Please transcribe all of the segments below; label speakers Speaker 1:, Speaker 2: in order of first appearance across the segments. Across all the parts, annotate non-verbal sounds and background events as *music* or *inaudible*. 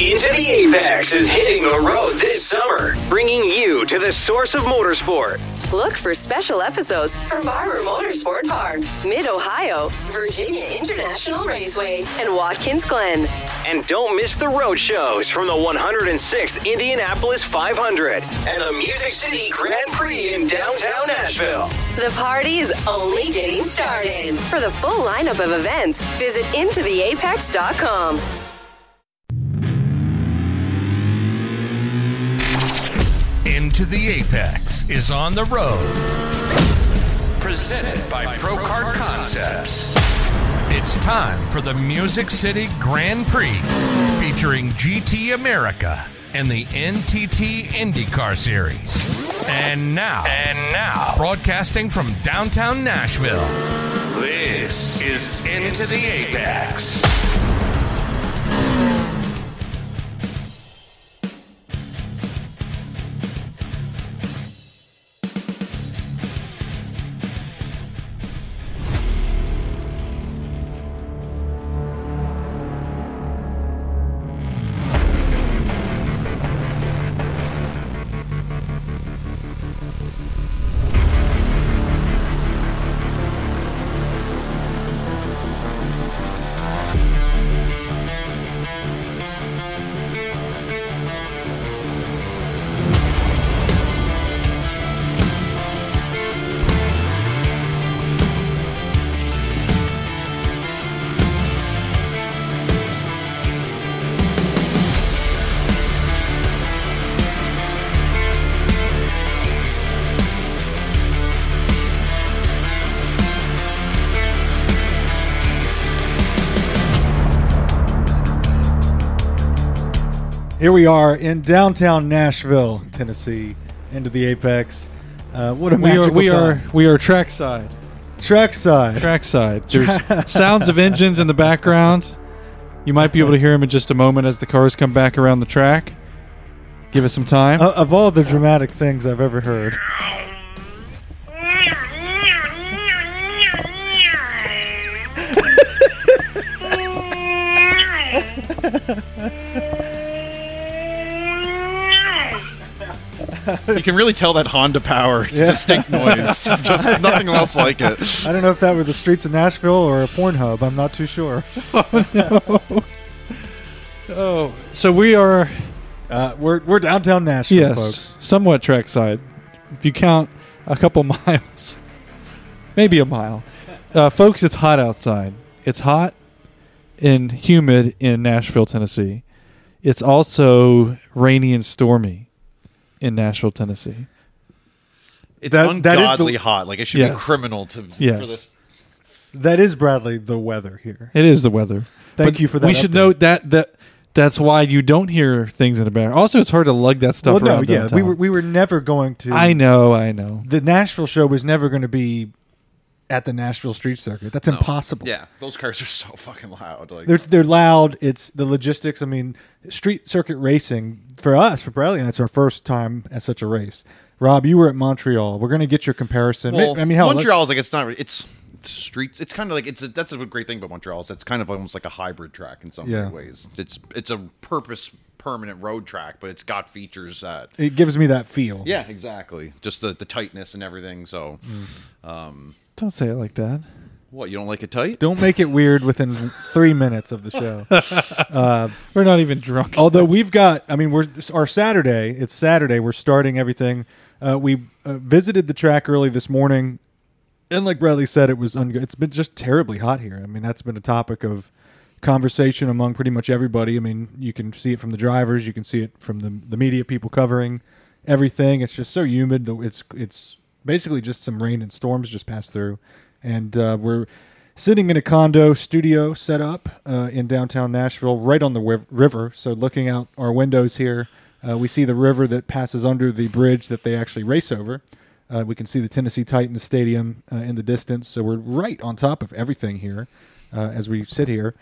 Speaker 1: Into the Apex is hitting the road this summer, bringing you to the source of motorsport.
Speaker 2: Look for special episodes from Barber Motorsport Park, Mid Ohio, Virginia International Raceway, and Watkins Glen.
Speaker 1: And don't miss the road shows from the 106th Indianapolis 500 and the Music City Grand Prix in downtown Nashville.
Speaker 2: The party is only getting started. For the full lineup of events, visit intotheapex.com.
Speaker 3: Into the Apex is on the road. Presented by Procart Concepts. It's time for the Music City Grand Prix featuring GT America and the NTT IndyCar Series. And now, and now, broadcasting from downtown Nashville, this is Into the Apex. *laughs*
Speaker 4: Here we are in downtown Nashville, Tennessee, into the apex. Uh, what a
Speaker 5: We are
Speaker 4: magical
Speaker 5: we
Speaker 4: time.
Speaker 5: are we are trackside.
Speaker 4: trackside.
Speaker 5: Trackside. *laughs* There's sounds of engines in the background. You might be able to hear them in just a moment as the cars come back around the track. Give us some time.
Speaker 4: O- Uh, of all the dramatic things I've ever heard,
Speaker 6: You can really tell that Honda power. *laughs* It's a
Speaker 4: Yeah. *laughs*
Speaker 6: distinct noise. Just nothing else like it.
Speaker 4: I don't know if that were the streets of Nashville or a porn hub. I'm not too sure.
Speaker 5: oh, so we are
Speaker 4: Uh, we're we're downtown Nashville,
Speaker 5: yes,
Speaker 4: folks.
Speaker 5: somewhat trackside. If you count a couple *laughs* miles, maybe a mile, uh, folks, it's hot outside. It's hot and humid in Nashville, Tennessee. It's also rainy and stormy in Nashville, Tennessee.
Speaker 6: It's
Speaker 4: That- that is the-
Speaker 6: ungodly hot. Like it should be
Speaker 5: Yes.
Speaker 6: criminal to
Speaker 5: Yes.
Speaker 6: for this.
Speaker 4: That is Bradley. The weather here.
Speaker 5: It is the weather.
Speaker 4: Thank you for that
Speaker 5: We should
Speaker 4: update.
Speaker 5: note that that that's why you don't hear things in the background. Also, it's hard to lug that
Speaker 4: well,
Speaker 5: stuff
Speaker 4: no,
Speaker 5: around.
Speaker 4: yeah,
Speaker 5: downtown.
Speaker 4: we were we were never going to.
Speaker 5: I know, I know.
Speaker 4: the Nashville show was never going to be at the Nashville street circuit. That's impossible.
Speaker 6: Yeah, those cars are so fucking loud. Like
Speaker 4: They're they're loud. It's the logistics. I mean, street circuit racing for us for Bradley and it's our first time at such a race. Rob, you were at Montreal. We're going to get your comparison.
Speaker 6: well,
Speaker 4: I mean, hell,
Speaker 6: Montreal's like it's not. It's, it's streets. It's kind of like it's. A, that's a great thing about Montreal is it's kind of almost like a hybrid track in some
Speaker 4: Yeah.
Speaker 6: ways. It's it's a purpose permanent road track, but it's got features that
Speaker 4: it gives me that feel.
Speaker 6: Yeah, exactly. Just the, the tightness and everything. So,
Speaker 4: Mm.
Speaker 6: um,
Speaker 5: Don't say it like that.
Speaker 6: what you don't like it tight?
Speaker 4: Don't make it weird within three minutes of the
Speaker 5: *laughs*
Speaker 4: show. Uh,
Speaker 5: We're not even drunk.
Speaker 4: Although we've got, I mean, we're our Saturday. It's Saturday. We're starting everything. Uh, we uh, visited the track early this morning, and like Bradley said, it was ungo- it's been just terribly hot here. I mean, that's been a topic of conversation among pretty much everybody. I mean, you can see it from the drivers, you can see it from the the media people covering everything. It's just so humid. though It's it's basically just some rain and storms just passed through, and uh, we're sitting in a condo studio set up uh, in downtown Nashville, right on the wi- river. So looking out our windows here, uh, we see the river that passes under the bridge that they actually race over. Uh, we can see the Tennessee Titans Stadium uh, in the distance, so we're right on top of everything here uh, as we sit here.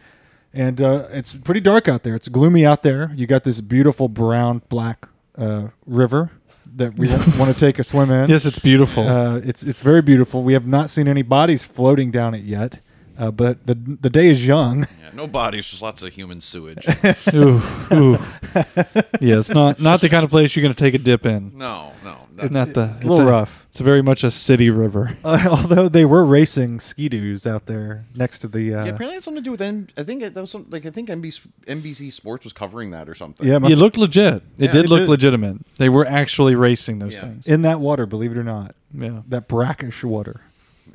Speaker 4: And uh, it's pretty dark out there. It's gloomy out there. You got this beautiful brown black uh, river that we
Speaker 5: *laughs*
Speaker 4: want to take a swim in.
Speaker 5: yes, it's beautiful.
Speaker 4: Uh, it's it's very beautiful. We have not seen any bodies floating down it yet, uh, but the the day is young.
Speaker 5: *laughs*
Speaker 4: *laughs*
Speaker 6: Yeah, no bodies, just lots of human sewage.
Speaker 5: *laughs* Ooh. Ooh.
Speaker 4: *laughs*
Speaker 5: yeah, it's not not the kind of place you're going to take a dip in.
Speaker 6: No, no.
Speaker 5: It's not
Speaker 6: That's,
Speaker 4: a
Speaker 5: the
Speaker 4: little rough.
Speaker 5: It's very much a city river.
Speaker 4: Uh, although they were racing skidoos out there next to the. Uh,
Speaker 6: yeah,
Speaker 4: yeah,
Speaker 6: apparently it's something to do with. N- I think it, that was some, like I think NBC, NBC Sports was covering that or something.
Speaker 4: it must-
Speaker 5: It looked legit. It
Speaker 6: it
Speaker 5: did look
Speaker 4: did.
Speaker 5: legitimate. They were actually racing those
Speaker 6: Yeah.
Speaker 5: things.
Speaker 4: in that water, believe it or not,
Speaker 5: yeah.
Speaker 4: that brackish water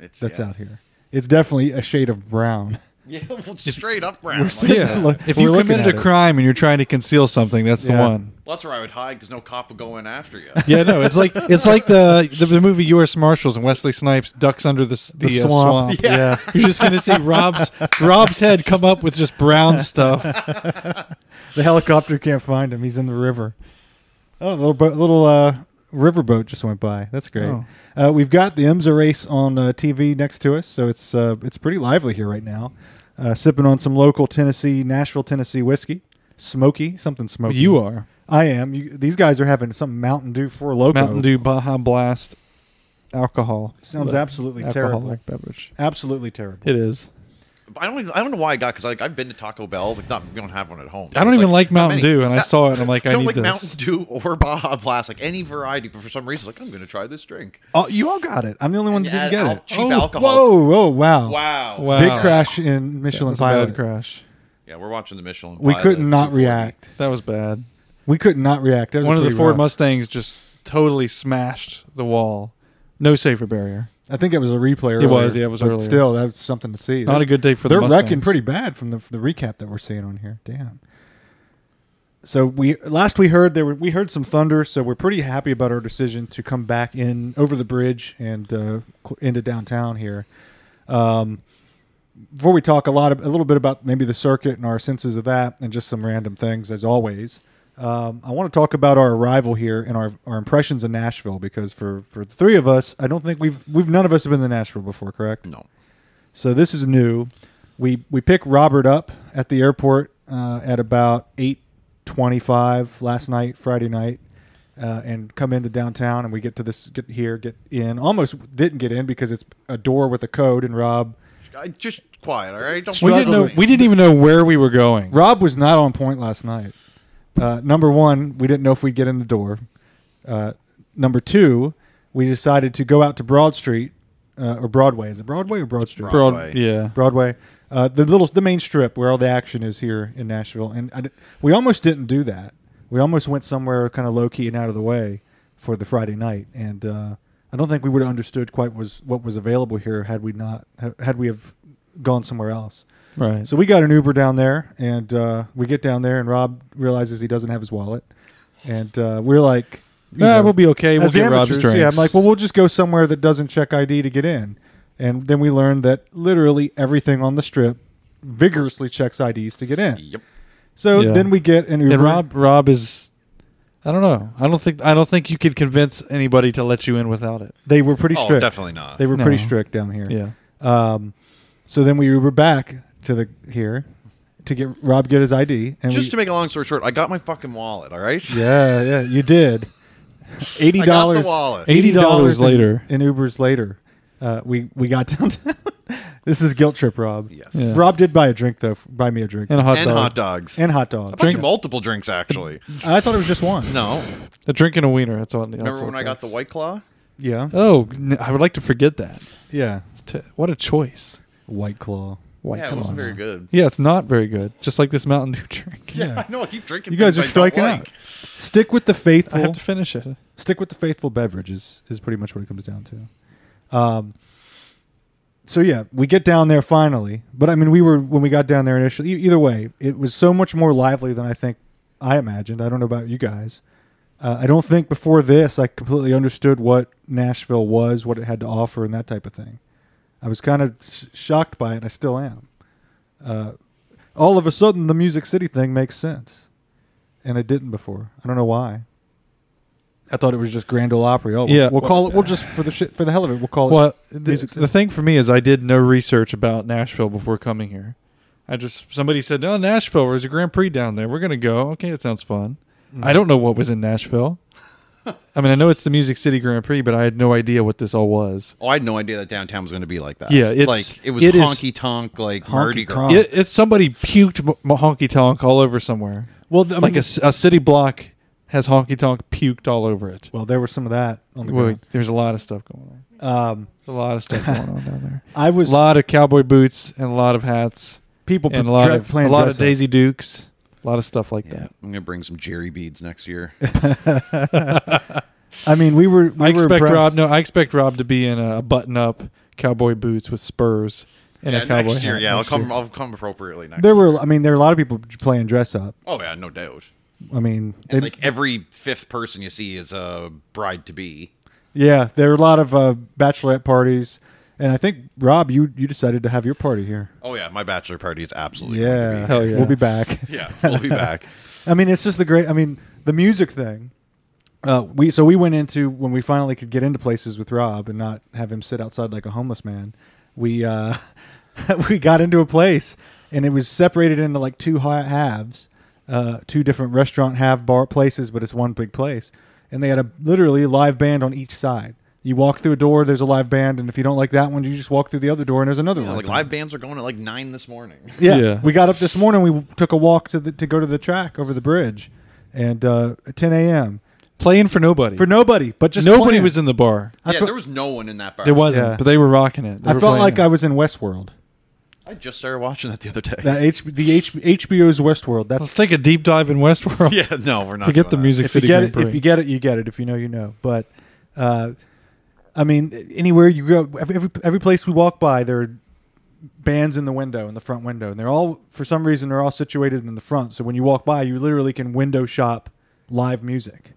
Speaker 6: it's,
Speaker 4: that's
Speaker 6: yeah.
Speaker 4: out here. It's definitely a shade of brown. *laughs*
Speaker 6: Yeah, *laughs* well, it's straight up brown. Like,
Speaker 5: Yeah.
Speaker 4: Look,
Speaker 5: if
Speaker 4: we're
Speaker 5: you
Speaker 4: looking
Speaker 5: committed
Speaker 4: at
Speaker 5: a
Speaker 4: it.
Speaker 5: crime and you're trying to conceal something, that's
Speaker 4: Yeah.
Speaker 5: the one.
Speaker 6: well, that's where I would hide because no cop would go in after you. *laughs*
Speaker 5: Yeah, no, it's like it's like the the, the movie U.S. Marshals and Wesley Snipes ducks under the s- the, uh, swamp.
Speaker 4: Yeah.
Speaker 5: You're just gonna see Rob's Rob's head come up with just brown stuff.
Speaker 4: the helicopter can't find him. He's in the river. Oh, a little boat, little uh, river boat just went by. That's great.
Speaker 5: Oh.
Speaker 4: Uh, we've got the IMSA race on uh, TV next to us, so it's uh, it's pretty lively here right now. Uh, sipping on some local Tennessee, Nashville, Tennessee whiskey, smoky, something smoky.
Speaker 5: You are
Speaker 4: I am. You, these guys are having some Mountain Dew for loco.
Speaker 5: Mountain Dew Baja Blast alcohol.
Speaker 4: sounds
Speaker 5: But
Speaker 4: absolutely terrible.
Speaker 5: alcoholic beverage.
Speaker 4: Absolutely terrible.
Speaker 5: It is.
Speaker 6: But I don't. Even, I don't know why I got because like I've been to Taco Bell. Like, not we don't have one at home.
Speaker 5: I don't
Speaker 6: It's
Speaker 5: even like
Speaker 6: not
Speaker 5: Mountain
Speaker 6: many.
Speaker 5: Dew, and I
Speaker 6: Yeah,
Speaker 5: saw it, and I'm like, I
Speaker 6: don't
Speaker 5: need
Speaker 6: like
Speaker 5: this. *laughs*
Speaker 6: Mountain Dew or Baja Blast, like any variety. But for some reason, like I'm going to try this drink.
Speaker 4: Oh, you all got it. I'm the only one that
Speaker 6: Yeah,
Speaker 4: didn't get
Speaker 6: al-
Speaker 4: it.
Speaker 6: cheap
Speaker 4: oh,
Speaker 6: alcohol.
Speaker 4: Whoa! Whoa! Wow!
Speaker 6: Wow.
Speaker 5: Oh, Wow.
Speaker 4: Big crash in
Speaker 5: That
Speaker 4: Michelin
Speaker 5: was a bad
Speaker 4: Pilot.
Speaker 5: crash.
Speaker 6: Yeah, we're watching the Michelin.
Speaker 4: We
Speaker 6: Pilot
Speaker 4: could not
Speaker 6: 240.
Speaker 4: react.
Speaker 5: That was bad.
Speaker 4: We could not react. That was
Speaker 5: One of the
Speaker 4: pretty
Speaker 5: Ford
Speaker 4: rough.
Speaker 5: Mustangs just totally smashed the wall. No safer barrier.
Speaker 4: I think it was a replay. Earlier,
Speaker 5: It was, yeah, it was
Speaker 4: but
Speaker 5: earlier.
Speaker 4: Still, that was something to see.
Speaker 5: Not a good day for the
Speaker 4: They're wrecking
Speaker 5: Mustangs.
Speaker 4: pretty bad from the, the recap that we're seeing on here. Damn. So we last we heard there were, we heard some thunder. So we're pretty happy about our decision to come back in over the bridge and uh, cl- into downtown here. Um, before we talk a lot of, a little bit about maybe the circuit and our senses of that and just some random things as always. Um, I want to talk about our arrival here and our, our impressions of Nashville because for, for the three of us, I don't think we've we've none of us have been to Nashville before, correct?
Speaker 6: No.
Speaker 4: So this is new. We we pick Robert up at the airport uh, at about eight twenty five last night, Friday night, uh, and come into downtown, and we get to this get here, get in. Almost didn't get in because it's a door with a code, and Rob
Speaker 6: I, just quiet. All right. Don't
Speaker 5: We didn't know. We didn't even know where we were going.
Speaker 4: Rob was not on point last night. Uh, number one, we didn't know if we'd get in the door. Uh, number two, we decided to go out to Broad Street uh, or Broadway. Is it Broadway or Broad Street?
Speaker 5: Broad-
Speaker 6: Broadway.
Speaker 5: yeah.
Speaker 4: Broadway. Uh, the little the main strip where all the action is here in Nashville, and I di- we almost didn't do that. We almost went somewhere kind of low key and out of the way for the Friday night, and uh, I don't think we would have understood quite was what was available here had we not ha- had we have gone somewhere else.
Speaker 5: Right.
Speaker 4: So we got an Uber down there, and uh, we get down there, and Rob realizes he doesn't have his wallet, and uh, we're like, you
Speaker 5: Nah,
Speaker 4: know,
Speaker 5: we'll be okay. We'll
Speaker 4: as
Speaker 5: get Rob's
Speaker 4: amateurs,
Speaker 5: drinks.
Speaker 4: Yeah, I'm like, well, we'll just go somewhere that doesn't check ID to get in, and then we learned that literally everything on the strip vigorously checks IDs to get in.
Speaker 6: Yep.
Speaker 4: So
Speaker 5: Yeah.
Speaker 4: then we get an Uber.
Speaker 5: and Rob, Rob is. I don't know. I don't think. I don't think you could convince anybody to let you in without it.
Speaker 4: they were pretty
Speaker 6: Oh,
Speaker 4: strict.
Speaker 6: definitely not.
Speaker 4: They were pretty
Speaker 5: No.
Speaker 4: strict down here. Um,
Speaker 5: Yeah.
Speaker 4: So then we Uber back to the here to get Rob get his ID, and
Speaker 6: Just
Speaker 4: we,
Speaker 6: to make a long story short, I got my fucking wallet. All right.
Speaker 4: Yeah, yeah, you did. Eighty
Speaker 6: got the
Speaker 4: dollars.
Speaker 6: wallet.
Speaker 5: $80
Speaker 4: in-
Speaker 5: later.
Speaker 4: in Ubers later. Uh, we we got downtown. *laughs* this is guilt trip, Rob.
Speaker 6: Yes.
Speaker 5: Yeah.
Speaker 4: Rob did buy a drink though. Buy me a drink
Speaker 5: And a hot
Speaker 6: *laughs* And
Speaker 5: dog.
Speaker 6: hot dogs.
Speaker 4: And hot dog.
Speaker 6: I bought you multiple drinks actually.
Speaker 4: I thought it was just one.
Speaker 6: No.
Speaker 5: A drink and a wiener. That's all. that's
Speaker 6: Remember
Speaker 5: all
Speaker 6: when
Speaker 5: it
Speaker 6: I got the
Speaker 5: takes.
Speaker 6: White Claw?
Speaker 4: Yeah.
Speaker 5: Oh, n- I would like to forget that.
Speaker 4: Yeah.
Speaker 5: It's t- what a choice.
Speaker 4: White Claw.
Speaker 5: White
Speaker 6: Yeah, it
Speaker 5: Claws.
Speaker 6: wasn't very good.
Speaker 5: Yeah, it's not very good. Just like this Mountain Dew drink.
Speaker 4: Yeah.
Speaker 6: *laughs* I know. I keep drinking.
Speaker 4: You guys are
Speaker 6: things I don't
Speaker 4: striking out.
Speaker 6: like.
Speaker 4: Stick with the
Speaker 5: *laughs* I
Speaker 4: faithful.
Speaker 5: have to finish it.
Speaker 4: stick with the faithful beverages is pretty much what it comes down to. Um, so yeah, we get down there finally, but I mean, we were when we got down there initially. e- Either way, it was so much more lively than I think I imagined. I don't know about you guys. Uh, I don't think before this I completely understood what Nashville was, what it had to offer, and that type of thing. I was kind of sh- shocked by it, and I still am. Uh, all of a sudden, the Music City thing makes sense, and it didn't before. I don't know why. I thought it was just Grand Ole Opry. Oh,
Speaker 5: Yeah.
Speaker 4: we'll call it. We'll just for the shit for the hell of it, we'll call it.
Speaker 5: Well, the,
Speaker 4: Music
Speaker 5: the
Speaker 4: City.
Speaker 5: thing for me is I did no research about Nashville before coming here. I just somebody said, "Oh, Nashville, there's a Grand Prix down there. We're gonna go." Okay, it sounds fun.
Speaker 4: Mm-hmm.
Speaker 5: I don't know what was
Speaker 4: *laughs*
Speaker 5: in Nashville. I mean, I know it's the Music City Grand Prix, but I had no idea what this all was.
Speaker 6: Oh, I had no idea that downtown was going to be like that.
Speaker 5: Yeah, it's-
Speaker 6: like it was
Speaker 5: it is-
Speaker 6: honky tonk, like Mardi Gras.
Speaker 4: tonk.
Speaker 5: It, it's somebody puked honky tonk all over somewhere.
Speaker 4: Well, th- I
Speaker 5: like
Speaker 4: mean,
Speaker 5: a, c- a city block has honky tonk puked all over it.
Speaker 4: well, there was some of that on the
Speaker 5: Wait,
Speaker 4: ground.
Speaker 5: there's a lot of stuff going on.
Speaker 4: Um,
Speaker 5: There's a lot
Speaker 4: *laughs*
Speaker 5: of stuff going on down there.
Speaker 4: I
Speaker 5: A
Speaker 4: was
Speaker 5: lot of cowboy boots and a lot of hats
Speaker 4: people
Speaker 5: and a
Speaker 4: put
Speaker 5: lot
Speaker 4: dre-
Speaker 5: of a
Speaker 4: playing
Speaker 5: lot
Speaker 4: dress
Speaker 5: of
Speaker 4: up.
Speaker 5: Daisy Dukes, a lot of stuff like
Speaker 6: Yeah,
Speaker 5: that.
Speaker 6: I'm gonna bring some Jerry beads next year.
Speaker 4: I mean, we were. We
Speaker 5: I expect
Speaker 4: were impressed.
Speaker 5: Rob. No, I expect Rob to be in a button up cowboy boots with spurs and
Speaker 6: yeah,
Speaker 5: a cowboy
Speaker 6: next year,
Speaker 5: hat.
Speaker 6: yeah,
Speaker 5: next
Speaker 6: I'll come.
Speaker 5: year.
Speaker 6: I'll come appropriately next.
Speaker 4: There
Speaker 6: year.
Speaker 4: were. I mean, there were a lot of people playing dress up.
Speaker 6: Oh yeah, no doubt.
Speaker 4: I mean, they,
Speaker 6: And like every fifth person you see is a bride to be.
Speaker 4: yeah, there were a lot of uh, bachelorette parties, and I think Rob, you you decided to have your party here.
Speaker 6: Oh yeah, my bachelor party is absolutely. going to
Speaker 4: Yeah,
Speaker 6: be
Speaker 5: Hell
Speaker 6: here.
Speaker 5: yeah.
Speaker 4: we'll be back.
Speaker 6: yeah, we'll be back.
Speaker 4: I mean, it's just the great. I mean, the music thing. Uh, we so we went into when we finally could get into places with Rob and not have him sit outside like a homeless man. We uh, *laughs* we got into a place and it was separated into like two ha- halves, uh, two different restaurant half bar places, but it's one big place. And they had a literally live band on each side. You walk through a door, there's a live band, and if you don't like that one, you just walk through the other door and there's another
Speaker 6: Yeah,
Speaker 4: one.
Speaker 6: like live bands are going at like nine this morning.
Speaker 4: Yeah.
Speaker 5: Yeah.
Speaker 4: We got up this morning. We took a walk to the, to go to the track over the bridge, and uh, at 10 a.m.
Speaker 5: playing for nobody.
Speaker 4: for nobody, but just
Speaker 5: nobody
Speaker 4: playing.
Speaker 5: was in the bar.
Speaker 4: I
Speaker 6: yeah,
Speaker 4: fe-
Speaker 6: there was no one in that bar.
Speaker 5: There wasn't,
Speaker 4: Yeah.
Speaker 5: but they were rocking it. They
Speaker 4: I
Speaker 5: were
Speaker 4: felt
Speaker 5: playing
Speaker 4: like
Speaker 5: it.
Speaker 4: I was in Westworld.
Speaker 6: I just started watching that the other day.
Speaker 4: That H, the H, HBO's Westworld.
Speaker 5: Let's
Speaker 4: That's
Speaker 5: take a deep dive in Westworld.
Speaker 6: *laughs* yeah, no, we're
Speaker 5: *laughs*
Speaker 6: not.
Speaker 5: Forget
Speaker 6: doing
Speaker 5: the
Speaker 6: that.
Speaker 5: music
Speaker 4: if you
Speaker 5: city.
Speaker 4: get
Speaker 5: Grand
Speaker 4: it, if
Speaker 5: Prix.
Speaker 4: you get it, you get it. If you know, you know. But uh, I mean, anywhere you go, every every- every place we walk by, there are bands in the window, in the front window, and they're all for some reason they're all situated in the front. So when you walk by, you literally can window shop live music.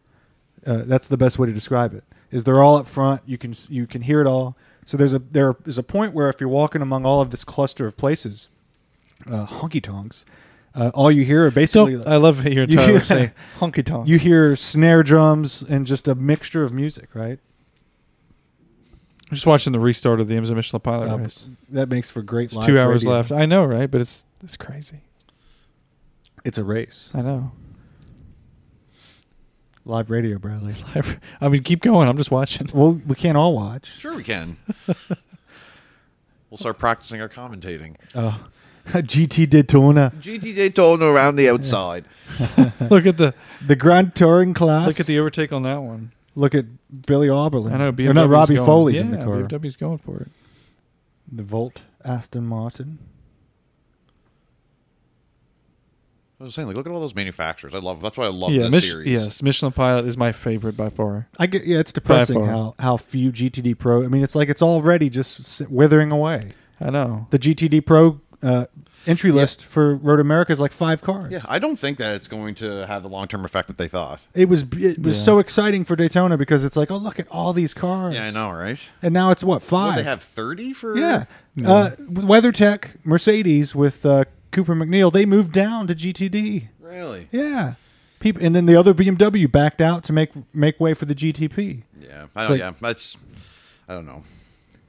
Speaker 4: Uh, that's the best way to describe it. Is they're all up front. You can s- you can hear it all. So there's a there is a point where if you're walking among all of this cluster of places, uh, honky tonks, uh, all you hear are basically.
Speaker 5: Don't- I love hearing
Speaker 4: You-
Speaker 5: Tyler say *laughs* honky tonk.
Speaker 4: you hear snare drums and just a mixture of music, right?
Speaker 5: I'm just watching the restart of the IMSA Michelin Pilot
Speaker 4: Uh,
Speaker 5: Race.
Speaker 4: That makes for great.
Speaker 5: It's
Speaker 4: live
Speaker 5: two hours
Speaker 4: radio.
Speaker 5: left. I know, right? But it's it's crazy.
Speaker 4: It's a race.
Speaker 5: I know.
Speaker 4: Live radio,
Speaker 5: *laughs*
Speaker 4: Bradley.
Speaker 5: I, I mean, keep going. I'm just *laughs* watching.
Speaker 4: Well, we can't all watch.
Speaker 6: Sure,
Speaker 5: *laughs*
Speaker 6: we can. we'll start practicing our commentating.
Speaker 4: *laughs* Oh, GT Daytona,
Speaker 6: GTJ Daytona around the outside.
Speaker 5: Look at the
Speaker 4: the Grand Touring class.
Speaker 5: look at the overtake on that one.
Speaker 4: look at Billy Oberlin.
Speaker 5: I know. BMW's
Speaker 4: Or no, Robbie
Speaker 5: going,
Speaker 4: Foley's
Speaker 5: yeah,
Speaker 4: in the car.
Speaker 5: BMW's going for it.
Speaker 4: The Volt Aston Martin.
Speaker 6: I was saying, like, look at all those manufacturers. I love. That's why I love
Speaker 5: yeah,
Speaker 6: this
Speaker 5: Mich-
Speaker 6: series.
Speaker 5: yes. Michelin Pilot is my favorite by far.
Speaker 4: I get, yeah, it's depressing
Speaker 5: far.
Speaker 4: how, how few GTD Pro. I mean, it's like it's already just s- withering away.
Speaker 5: I know.
Speaker 4: The GTD Pro uh, entry list for Road America is like five cars.
Speaker 6: Yeah, I don't think that it's going to have the long term effect that they thought.
Speaker 4: It was it was
Speaker 5: Yeah.
Speaker 4: so exciting for Daytona because it's like, oh look at all these cars.
Speaker 6: Yeah, I know, right?
Speaker 4: And now it's what
Speaker 6: What,
Speaker 4: five?
Speaker 6: they have thirty for
Speaker 4: yeah. Uh, WeatherTech Mercedes with uh, Cooper McNeil they moved down to GTD.
Speaker 6: Really?
Speaker 4: Yeah. People, and then the other BMW backed out to make make way for the GTP.
Speaker 6: Yeah. I
Speaker 4: It's
Speaker 6: don't,
Speaker 4: like-
Speaker 6: yeah. That's. I don't know.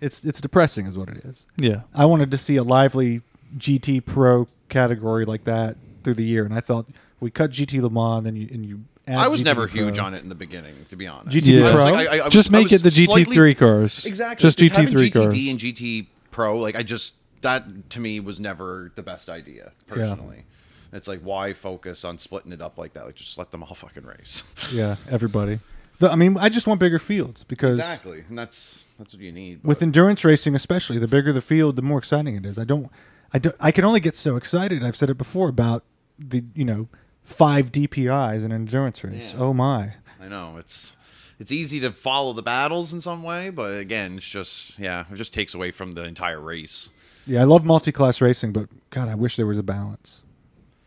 Speaker 4: It's it's depressing, is what it is.
Speaker 5: Yeah.
Speaker 4: I wanted to see a lively GT Pro category like that through the year, and I thought we cut GT Le Mans, and you and you. Add
Speaker 6: I was
Speaker 4: GTD
Speaker 6: never
Speaker 4: Pro.
Speaker 6: huge on it in the beginning, to be honest.
Speaker 4: GT
Speaker 6: I
Speaker 5: Yeah.
Speaker 6: was
Speaker 5: Pro?
Speaker 6: like, I- I- I was-
Speaker 5: just
Speaker 6: I
Speaker 5: make
Speaker 6: was
Speaker 5: it the GT3
Speaker 6: slightly-
Speaker 5: cars.
Speaker 6: Exactly.
Speaker 5: Just
Speaker 6: Dude, having
Speaker 5: GT3 cars.
Speaker 6: GTD and GT Pro, like I just that to me was never the best idea personally. It's like why focus on splitting it up like that? Like just let them all fucking race. *laughs*
Speaker 4: Yeah, everybody. The, I mean, I just want bigger fields because
Speaker 6: exactly, and that's that's what you need. but-
Speaker 4: with endurance racing especially the bigger the field the more exciting it is i don't i don't i can only get so excited i've said it before about the you know five dpis in an endurance race
Speaker 6: Yeah.
Speaker 4: oh my
Speaker 6: I know it's it's easy to follow the battles in some way, but again, it's just yeah, it just takes away from the entire race.
Speaker 4: yeah i love multi-class racing but god i wish there was a balance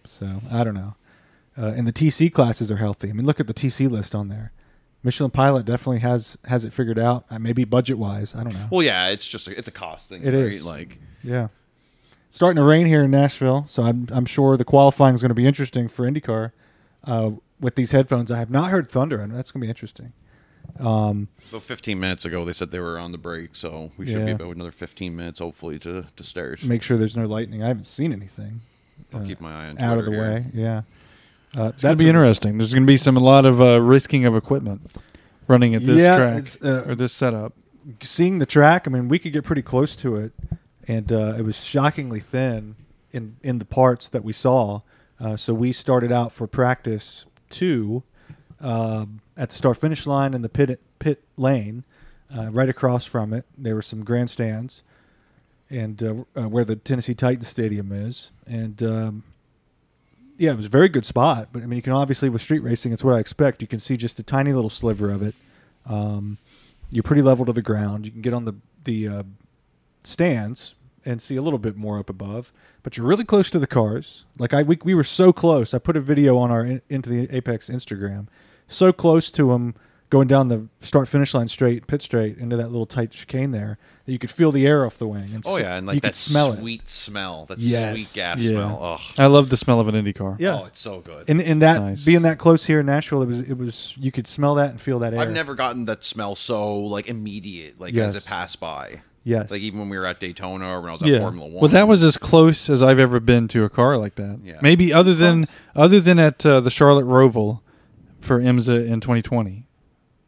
Speaker 4: so i don't know uh, and the tc classes are healthy i mean look at the tc list on there michelin pilot definitely has has it figured out uh, maybe budget wise i don't know
Speaker 6: Well, yeah, it's just a, it's a cost thing.
Speaker 4: It
Speaker 6: right?
Speaker 4: is.
Speaker 6: like
Speaker 4: Yeah. Starting to rain here in Nashville, so I'm I'm sure the qualifying is going to be interesting for IndyCar. Uh, with these headphones, I have not heard thunder, and that's going to be interesting.
Speaker 6: about 15 minutes ago, they said they were on the break, so we should be
Speaker 4: Yeah.
Speaker 6: about another 15 minutes hopefully to to start.
Speaker 4: Make sure there's no lightning. I haven't seen anything
Speaker 6: I'll keep my eye on
Speaker 4: out of the
Speaker 6: Twitter here.
Speaker 4: way. Yeah, uh,
Speaker 5: It's going to be interesting. There's going to be some a lot of uh, risking of equipment running at this
Speaker 4: Yeah, it's,
Speaker 5: track
Speaker 4: uh,
Speaker 5: or this setup.
Speaker 4: Seeing the track, I mean, we could get pretty close to it, and uh, it was shockingly thin in in the parts that we saw. Uh, so we started out for practice two um, at the start finish line in the pit pit lane, uh, right across from it. There were some grandstands, and uh, uh, where the Tennessee Titans stadium is, and um, yeah, it was a very good spot. But I mean, you can obviously with street racing, it's what I expect. You can see just a tiny little sliver of it. Um, you're pretty level to the ground. You can get on the the uh, stands and see a little bit more up above, but you're really close to the cars. Like I, we, we were so close. I put a video on our in- into the Apex Instagram, so close to them going down the start finish line straight, pit straight into that little tight chicane there that you could feel the air off the wing. And
Speaker 6: Oh
Speaker 4: s-
Speaker 6: yeah, and like
Speaker 4: you
Speaker 6: that
Speaker 4: could smell
Speaker 6: sweet smell, that
Speaker 4: Yes.
Speaker 6: sweet gas
Speaker 5: Yeah.
Speaker 6: smell.
Speaker 5: *laughs*
Speaker 6: Ugh.
Speaker 5: I love the smell of an Indy car.
Speaker 4: it. Yeah,
Speaker 6: Oh, it's so good.
Speaker 4: and and that
Speaker 5: Nice.
Speaker 4: being that close here in Nashville, it was it was you could smell that and feel that air.
Speaker 6: I've never gotten that smell so like immediate, like
Speaker 4: Yes.
Speaker 6: as it passed by.
Speaker 4: Yes.
Speaker 6: Like even when we were at Daytona or when I was at
Speaker 5: Yeah.
Speaker 6: Formula One.
Speaker 5: Well, that was as close as I've ever been to a car like that.
Speaker 6: Yeah.
Speaker 5: Maybe other than other than at uh, the Charlotte Roval for IMSA in 2020.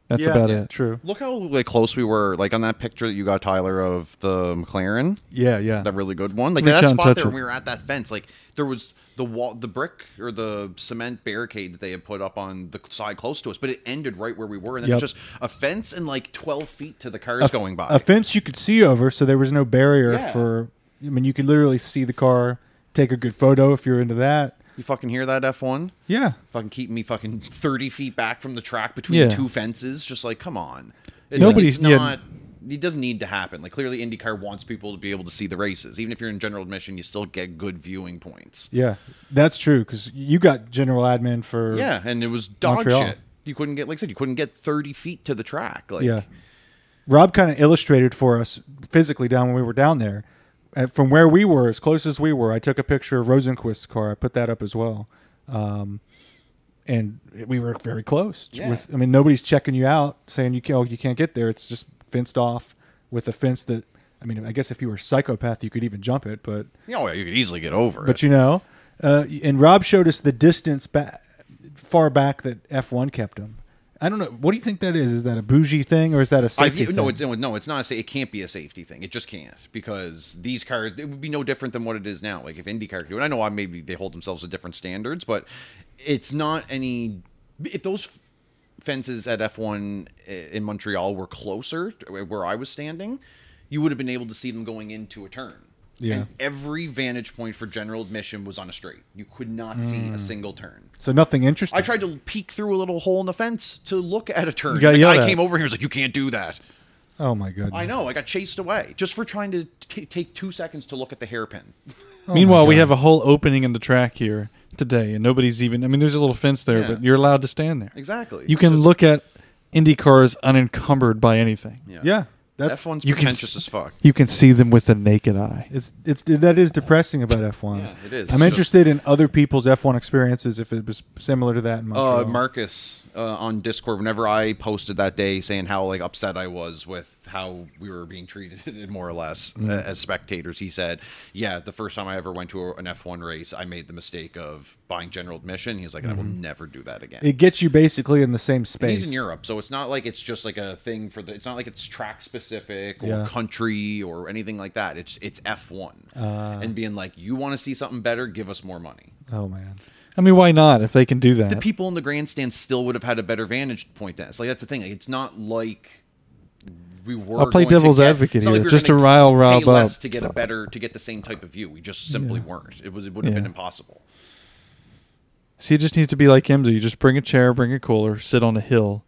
Speaker 5: That's
Speaker 4: yeah,
Speaker 5: about
Speaker 4: yeah,
Speaker 5: it.
Speaker 4: True.
Speaker 6: Look how like close we were, like on that picture that you got, Tyler, of the McLaren,
Speaker 4: Yeah, yeah.
Speaker 6: that really good one. Like
Speaker 5: Reach
Speaker 6: that
Speaker 5: out and
Speaker 6: spot
Speaker 5: touch
Speaker 6: there,
Speaker 5: it.
Speaker 6: when we were at that fence, like there was the wall, the brick or the cement barricade that they had put up on the side close to us, but it ended right where we were, and then
Speaker 4: Yep.
Speaker 6: it was just a fence and like twelve feet to the cars
Speaker 4: a,
Speaker 6: going by.
Speaker 4: a fence you could see over, so there was no barrier
Speaker 6: Yeah.
Speaker 4: for. I mean, you could literally see the car, take a good photo if you're into that.
Speaker 6: you fucking hear that F one?
Speaker 4: Yeah,
Speaker 6: Fucking keep me fucking *laughs* thirty feet back from the track between
Speaker 5: Yeah.
Speaker 6: two fences. Just like come on, it's
Speaker 5: Nobody's-
Speaker 6: like,
Speaker 5: yeah.
Speaker 6: it's not. It doesn't need to happen. Like clearly, IndyCar wants people to be able to see the races. Even if you're in general admission, you still get good viewing points.
Speaker 4: yeah, that's true because you got general admin for.
Speaker 6: Yeah, and it was dog
Speaker 4: Montreal.
Speaker 6: shit. You couldn't get, like I said, you couldn't get thirty feet to the track. Like,
Speaker 4: yeah. Rob kind of illustrated for us physically down when we were down there, Uh from where we were as close as we were. I took a picture of Rosenquist's car. I put that up as well, um, and we were very close.
Speaker 6: Yeah.
Speaker 4: With I mean, nobody's checking you out saying you can't, oh, you can't get there. It's just fenced off with a fence that. I mean, I guess if you were a psychopath, you could even jump it, but
Speaker 6: you know, oh, you could easily get over
Speaker 4: but
Speaker 6: it.
Speaker 4: you know, uh, and Rob showed us the distance back, far back that F1 kept him. I don't know. What do you think that is? Is that a bougie thing or is that a
Speaker 6: I,
Speaker 4: safety
Speaker 6: you-
Speaker 4: thing?
Speaker 6: no, it's no, it's not. A, sa- it can't be a safety thing. It just can't because these cars. It would be no different than what it is now. Like if IndyCar could do it, I know I maybe they hold themselves to different standards, but it's not any. If those f- fences at F1 i- in Montreal were closer to where I was standing, you would have been able to see them going into a turn.
Speaker 4: Yeah.
Speaker 6: And every vantage point for general admission was on a straight. You could not see
Speaker 4: Mm.
Speaker 6: a single turn.
Speaker 4: so nothing interesting.
Speaker 6: I tried to peek through a little hole in the fence to look at a turn.
Speaker 5: got
Speaker 6: The
Speaker 5: yelled
Speaker 6: guy
Speaker 5: at.
Speaker 6: came over here and was like, "You can't do that."
Speaker 4: Oh my god.
Speaker 6: I know. I got chased away just for trying to t- take two seconds to look at the hairpin. Oh
Speaker 5: Meanwhile, we have a whole opening in the track here today, and nobody's even. I mean, there's a little fence there,
Speaker 6: Yeah.
Speaker 5: but you're allowed to stand there.
Speaker 6: Exactly.
Speaker 5: You
Speaker 6: It's
Speaker 5: can
Speaker 6: just-
Speaker 5: look at Indy cars unencumbered by anything.
Speaker 4: Yeah, that's
Speaker 6: F one's
Speaker 5: You can
Speaker 6: pretentious
Speaker 5: s- *laughs*
Speaker 6: as fuck.
Speaker 5: You can see them with the naked eye.
Speaker 4: It's it's that is depressing about F1.
Speaker 6: it is.
Speaker 4: I'm interested in other people's F1 experiences if it was similar to that in Montreal.
Speaker 6: Uh, Marcus uh, on Discord, whenever I posted that day saying how like upset I was with how we were being treated, *laughs* more or less
Speaker 5: Mm-hmm.
Speaker 6: uh, as spectators, he said, "Yeah, the first time I ever went to a, an F1 race, I made the mistake of buying general admission." He's like, "I will
Speaker 5: Mm-hmm.
Speaker 6: never do that again."
Speaker 4: it gets you basically in the same space.
Speaker 6: He's in Europe, so it's not like it's just like a thing for the. It's not like it's track specific or
Speaker 4: Yeah.
Speaker 6: country or anything like that. It's it's F one
Speaker 5: Uh.
Speaker 6: and being like, you want to see something better, give us more money.
Speaker 4: Oh man.
Speaker 5: I mean, why not? If they can do that,
Speaker 6: The people in the grandstand still would have had a better vantage point. That's like that's the thing. Like, it's not like we were.
Speaker 5: I'll play
Speaker 6: going to
Speaker 5: devil's
Speaker 6: get-
Speaker 5: advocate
Speaker 6: it's not like
Speaker 5: here,
Speaker 6: we were
Speaker 5: just to
Speaker 6: gonna
Speaker 5: rile
Speaker 6: pay
Speaker 5: Rob
Speaker 6: less
Speaker 5: up.
Speaker 6: to get a better to get the same type of view. We just simply weren't. It was it would have been
Speaker 5: Yeah.
Speaker 6: impossible.
Speaker 5: see, it just needs to be like IMSA. You just bring a chair, bring a cooler, sit on a hill,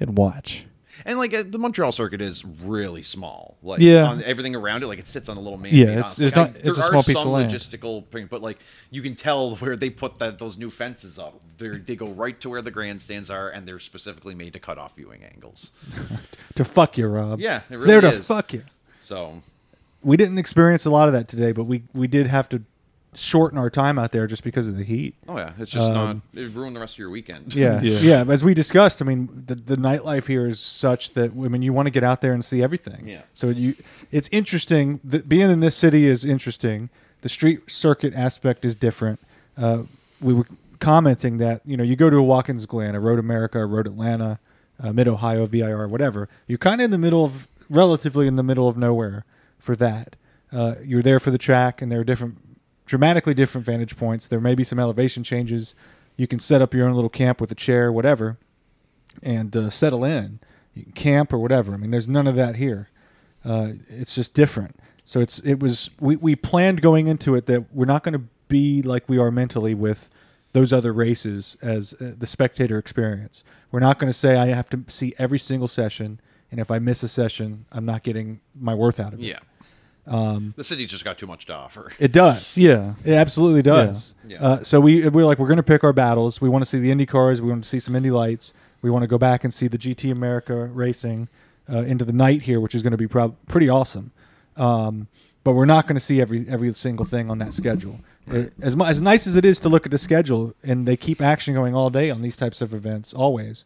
Speaker 5: and watch.
Speaker 6: And like uh, the Montreal circuit is really small. Like
Speaker 5: Yeah.
Speaker 6: on everything around it, like it sits on a little man.
Speaker 5: Yeah, it's-
Speaker 6: like,
Speaker 5: it's not-
Speaker 6: I,
Speaker 5: it's
Speaker 6: there
Speaker 5: a
Speaker 6: are
Speaker 5: small piece
Speaker 6: some
Speaker 5: of land.
Speaker 6: logistical thing, but like you can tell where they put that those new fences up. They they go right to where the grandstands are, and they're specifically made to cut off viewing angles.
Speaker 4: To fuck you, Rob.
Speaker 6: Yeah, it
Speaker 4: it's there
Speaker 6: really
Speaker 4: to
Speaker 6: is.
Speaker 4: fuck you.
Speaker 6: So
Speaker 4: We didn't experience a lot of that today, but we we did have to shorten our time out there just because of the heat.
Speaker 6: oh yeah, it's just not. It ruined the rest of your weekend.
Speaker 4: Yeah.
Speaker 5: Um, Yeah.
Speaker 4: yeah, but As we discussed, I mean, the, the nightlife here is such that I mean, you want to get out there and see everything.
Speaker 6: Yeah.
Speaker 4: So you, it's interesting. The, being in this city is interesting. The street circuit aspect is different. Uh, we were commenting that you know you go to a Watkins Glen, a Road America, a Road Atlanta, uh, Mid Ohio, VIR, whatever. You're kind of in the middle of, relatively in the middle of nowhere for that. Uh, you're there for the track, and there are different dramatically different vantage points. There may be some elevation changes. You can set up your own little camp with a chair, whatever, and uh, settle in. You can camp or whatever. I mean, there's none of that here. Uh, it's just different. So it's it was we, we planned going into it that we're not going to be like we are mentally with those other races as uh, the spectator experience. We're not going to say I have to see every single session, and if I miss a session, I'm not getting my worth out of it.
Speaker 6: Yeah.
Speaker 5: Um,
Speaker 6: the city just got too much to offer.
Speaker 4: It does.
Speaker 5: Yeah.
Speaker 4: It absolutely does.
Speaker 6: Yeah.
Speaker 4: Uh, so we we we're like we're going to pick our battles. We want to see the Indy cars. We want to see some Indy lights. We want to go back and see the GT America racing uh, into the night here, which is going to be prob- pretty awesome. Um, but we're not going to see every every single thing on that schedule. It- as mu- as nice as it is to look at the schedule, and they keep action going all day on these types of events, always.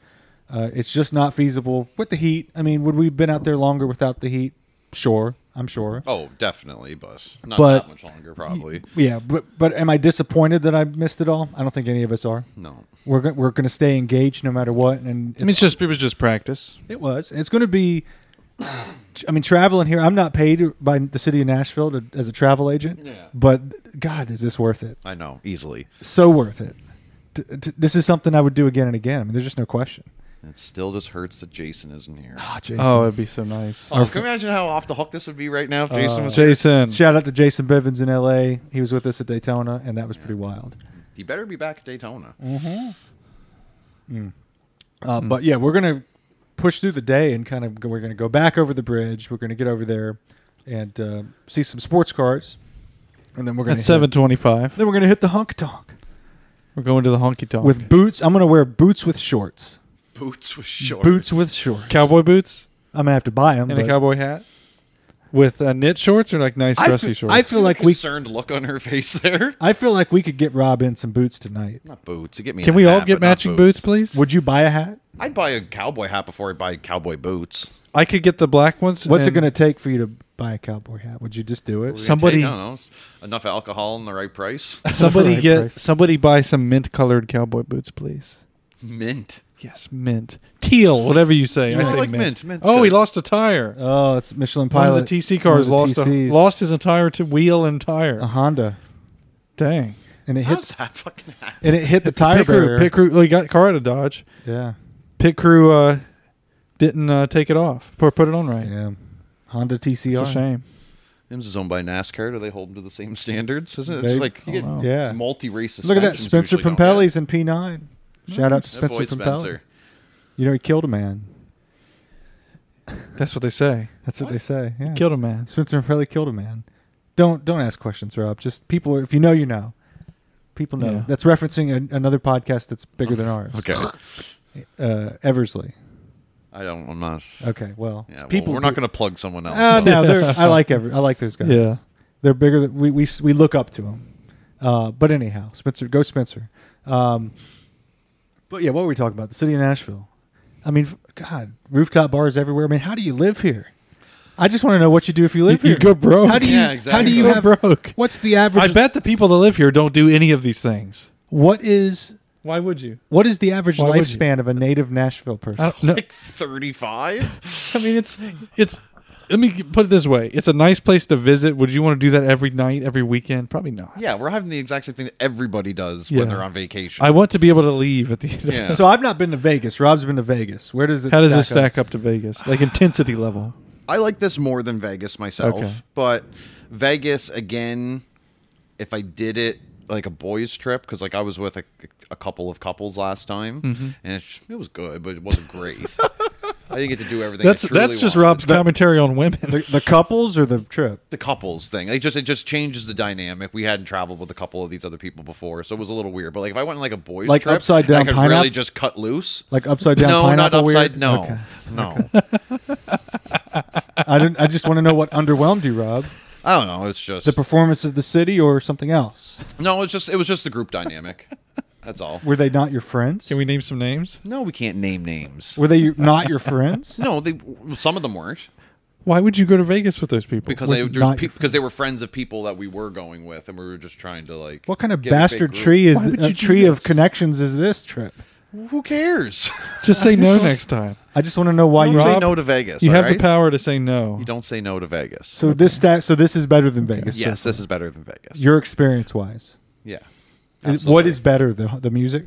Speaker 4: Uh, it's just not feasible with the heat. I mean, would we have been out there longer without the heat? Sure, I'm sure.
Speaker 6: *laughs* Oh, definitely, but not
Speaker 4: But-
Speaker 6: that much longer, probably.
Speaker 4: Yeah, but but am I disappointed that I missed it all? I don't think any of us are.
Speaker 6: No.
Speaker 4: We're go- we're going to stay engaged no matter what, and
Speaker 5: I mean, it's just it was just practice.
Speaker 4: it was. It's going to be. I mean, traveling here. I'm not paid by the city of Nashville to, as a travel agent,
Speaker 6: Yeah.
Speaker 4: but God, is this worth it?
Speaker 6: I know, easily.
Speaker 4: So worth it. T- t- this is something I would do again and again. I mean, there's just no question.
Speaker 6: It still just hurts that Jason isn't
Speaker 5: *laughs*
Speaker 6: here.
Speaker 4: Ah, Jason.
Speaker 5: Oh, it'd be so nice.
Speaker 6: Oh, can you imagine how off the hook this would be right now if
Speaker 4: Uh,
Speaker 6: Jason was here?
Speaker 5: Jason,
Speaker 4: Shout out to Jason Bivens in L.A. He was with us at Daytona, and that was pretty wild.
Speaker 6: He better be back at Daytona.
Speaker 4: Uh,
Speaker 5: Hmm.
Speaker 4: But yeah, we're gonna push through the day and kind of go, we're gonna go back over the bridge. We're gonna get over there and uh, see some sports cars, and then we're gonna
Speaker 5: at
Speaker 4: hit-
Speaker 5: seven twenty-five,
Speaker 4: Then we're gonna hit the honky tonk
Speaker 5: we're going to the honky tonk
Speaker 4: with boots. I'm gonna wear boots with shorts.
Speaker 6: Boots with
Speaker 4: *laughs*
Speaker 6: shorts.
Speaker 4: Boots with shorts.
Speaker 5: cowboy boots
Speaker 4: I'm gonna have to buy them.
Speaker 5: and a cowboy hat, with uh, knit shorts or like nice
Speaker 4: I
Speaker 5: dressy
Speaker 4: feel,
Speaker 5: shorts.
Speaker 4: I feel
Speaker 6: like
Speaker 4: like we.
Speaker 6: concerned look on her face there.
Speaker 4: I feel like we could get Rob in some boots tonight.
Speaker 6: *laughs* Not boots. Get me.
Speaker 5: Can
Speaker 6: a
Speaker 5: we all
Speaker 6: hat,
Speaker 5: get
Speaker 6: but not
Speaker 5: matching boots. please?
Speaker 4: Would you buy a hat?
Speaker 6: I'd buy a cowboy hat before I buy cowboy
Speaker 4: *laughs*
Speaker 6: boots.
Speaker 5: I could get the black ones.
Speaker 4: What's it
Speaker 5: and-
Speaker 4: gonna take for you to buy a cowboy hat? Would you just do it?
Speaker 5: Somebody-
Speaker 6: Take, I don't know, enough alcohol and the right price.
Speaker 5: *laughs*
Speaker 4: *laughs*
Speaker 5: Somebody
Speaker 4: Right
Speaker 5: get
Speaker 4: price.
Speaker 5: somebody buy some mint-colored cowboy boots, please.
Speaker 6: Mint.
Speaker 5: Yes, mint, teal, whatever you say. I
Speaker 6: I
Speaker 5: say
Speaker 6: like mint.
Speaker 5: mint.
Speaker 6: Mint's
Speaker 5: oh, he
Speaker 6: good.
Speaker 5: lost a tire.
Speaker 4: Oh, it's Michelin
Speaker 5: One
Speaker 4: Pilot.
Speaker 5: of the Uh-huh. TC
Speaker 4: One of
Speaker 5: cars
Speaker 4: the
Speaker 5: lost a,
Speaker 4: TCs.
Speaker 5: lost his entire to wheel and tire.
Speaker 4: a Honda,
Speaker 5: Dang.
Speaker 4: and it hit
Speaker 6: How's that fucking happen?
Speaker 4: and it hit the tire
Speaker 5: pit crew,
Speaker 4: barrier.
Speaker 5: pit crew, well, he got car out of Dodge.
Speaker 4: Yeah.
Speaker 5: Pit crew uh, didn't uh, take it off or put it on right.
Speaker 4: Yeah. Honda
Speaker 5: It's
Speaker 4: TCR.
Speaker 5: a shame.
Speaker 6: Hims is owned by NASCAR. Do they hold them to the same standards? Isn't it?
Speaker 4: They-
Speaker 6: It's like you
Speaker 5: I don't
Speaker 6: get
Speaker 5: know.
Speaker 4: Yeah.
Speaker 6: multi-race.
Speaker 4: Look at that.
Speaker 6: suspensions
Speaker 4: Spencer
Speaker 6: usually, don't you?
Speaker 4: Pimpelli's in P9. Shout out to
Speaker 6: That
Speaker 4: Spencer
Speaker 6: boy
Speaker 4: Pimpelli.
Speaker 6: Spencer.
Speaker 4: You know, he killed a man.
Speaker 5: That's what they say.
Speaker 4: That's what, they say. Yeah.
Speaker 5: Killed a man.
Speaker 4: Spencer Pimpelli killed a man. Don't don't ask questions, Rob. Just people. If you know, you know. People know.
Speaker 5: Yeah.
Speaker 4: That's referencing a, another podcast that's bigger
Speaker 6: *laughs*
Speaker 4: than ours.
Speaker 6: Okay.
Speaker 4: *laughs* Uh, Eversley.
Speaker 6: I don't. I'm not.
Speaker 4: Okay. Well,
Speaker 6: Yeah, well,
Speaker 4: people.
Speaker 6: we're not going to plug someone else.
Speaker 4: Uh,
Speaker 6: so- *laughs*
Speaker 4: no,
Speaker 5: *laughs*
Speaker 4: they're, I like every. I like those guys.
Speaker 5: Yeah.
Speaker 4: They're bigger. Than, we we we look up to them. Uh, but anyhow, Spencer, go Spencer. Um, but yeah, what were we talking about? The city of Nashville. I mean, f- God, rooftop bars everywhere. I mean, how do you live here? I just want to know what you do if you live
Speaker 5: You- you
Speaker 4: here.
Speaker 5: go broke.
Speaker 4: How do you?
Speaker 6: Yeah,
Speaker 4: How
Speaker 6: exactly.
Speaker 5: *laughs*
Speaker 4: do you
Speaker 6: You go
Speaker 4: have *laughs*
Speaker 5: broke.
Speaker 4: What's the average?
Speaker 5: I bet the people that live here don't do any of these things.
Speaker 4: What is
Speaker 5: Why would you?
Speaker 4: what is the average
Speaker 5: Why would you?
Speaker 4: lifespan of a native Nashville person?
Speaker 5: I *laughs* don't know.
Speaker 6: Like 35?
Speaker 5: I mean, it's it's. Let me g- put it this way: it's a nice place to visit. Would you want to do that every night, every weekend? Probably not.
Speaker 6: yeah, we're having the exact same thing that everybody does
Speaker 5: Yeah.
Speaker 6: when they're on vacation.
Speaker 5: I want to be able to leave at the end. Of
Speaker 6: Yeah.
Speaker 4: So I've not been to Vegas. Rob's been to Vegas. Where does it?
Speaker 5: *laughs* How does this
Speaker 4: stack up?
Speaker 5: stack up to Vegas? Like intensity level.
Speaker 6: I like this more than Vegas myself,
Speaker 5: Okay.
Speaker 6: but Vegas again. If I did it like a boys' trip, because like I was with a, a couple of couples last time,
Speaker 4: Mm-hmm.
Speaker 6: and it, it was good, but it
Speaker 4: *laughs*
Speaker 6: wasn't great. I didn't get to do everything. I
Speaker 5: That's
Speaker 6: truly
Speaker 5: that's just
Speaker 6: wanted.
Speaker 5: Rob's commentary on women. *laughs*
Speaker 4: The, the couples or the trip?
Speaker 6: the couples thing. It just it just changes the dynamic. We hadn't traveled with a couple of these other people before, so it was a little weird. But like if I went on like a boys
Speaker 4: Like
Speaker 6: trip,
Speaker 4: upside down
Speaker 6: I could
Speaker 4: pineapple?
Speaker 6: really just cut loose.
Speaker 4: Like upside down
Speaker 6: no, not
Speaker 4: pineapple
Speaker 6: upside.
Speaker 4: weird?
Speaker 6: No,
Speaker 4: Okay.
Speaker 6: no.
Speaker 4: I didn't, I just want to know what underwhelmed you, Rob.
Speaker 6: I don't know. It's just
Speaker 4: The performance of the city or something else?
Speaker 6: no. It's just it was just the
Speaker 4: *laughs*
Speaker 6: group dynamic. That's all.
Speaker 4: Were they not your friends?
Speaker 5: Can we name some names?
Speaker 6: No, we can't name names.
Speaker 4: Were they your- not your
Speaker 5: *laughs*
Speaker 4: friends?
Speaker 6: No, they some of them weren't
Speaker 5: Why would you go to Vegas with those people?
Speaker 6: because
Speaker 4: We're
Speaker 6: I,
Speaker 4: not
Speaker 6: there's
Speaker 4: your
Speaker 6: peop because they were friends of people that we were going with, and we were just trying to like
Speaker 4: What kind of
Speaker 6: get a big
Speaker 4: bastard
Speaker 6: group.
Speaker 4: tree is
Speaker 5: Why would
Speaker 4: the, a
Speaker 5: you do
Speaker 4: tree of
Speaker 5: this?
Speaker 4: connections is this trip?
Speaker 6: Who cares?
Speaker 5: Just say no next time.
Speaker 4: I just want to know why
Speaker 6: *laughs* Don't
Speaker 4: you.
Speaker 6: say
Speaker 5: Rob,
Speaker 6: no to Vegas.
Speaker 5: You
Speaker 6: all
Speaker 5: have
Speaker 6: right?
Speaker 5: the power to say no.
Speaker 6: You don't say no to Vegas.
Speaker 4: So this stat. So this is better than Vegas.
Speaker 6: yes, this is better than Vegas.
Speaker 4: Your experience wise,
Speaker 6: yeah.
Speaker 4: what
Speaker 6: Absolutely.
Speaker 4: is better, the the music?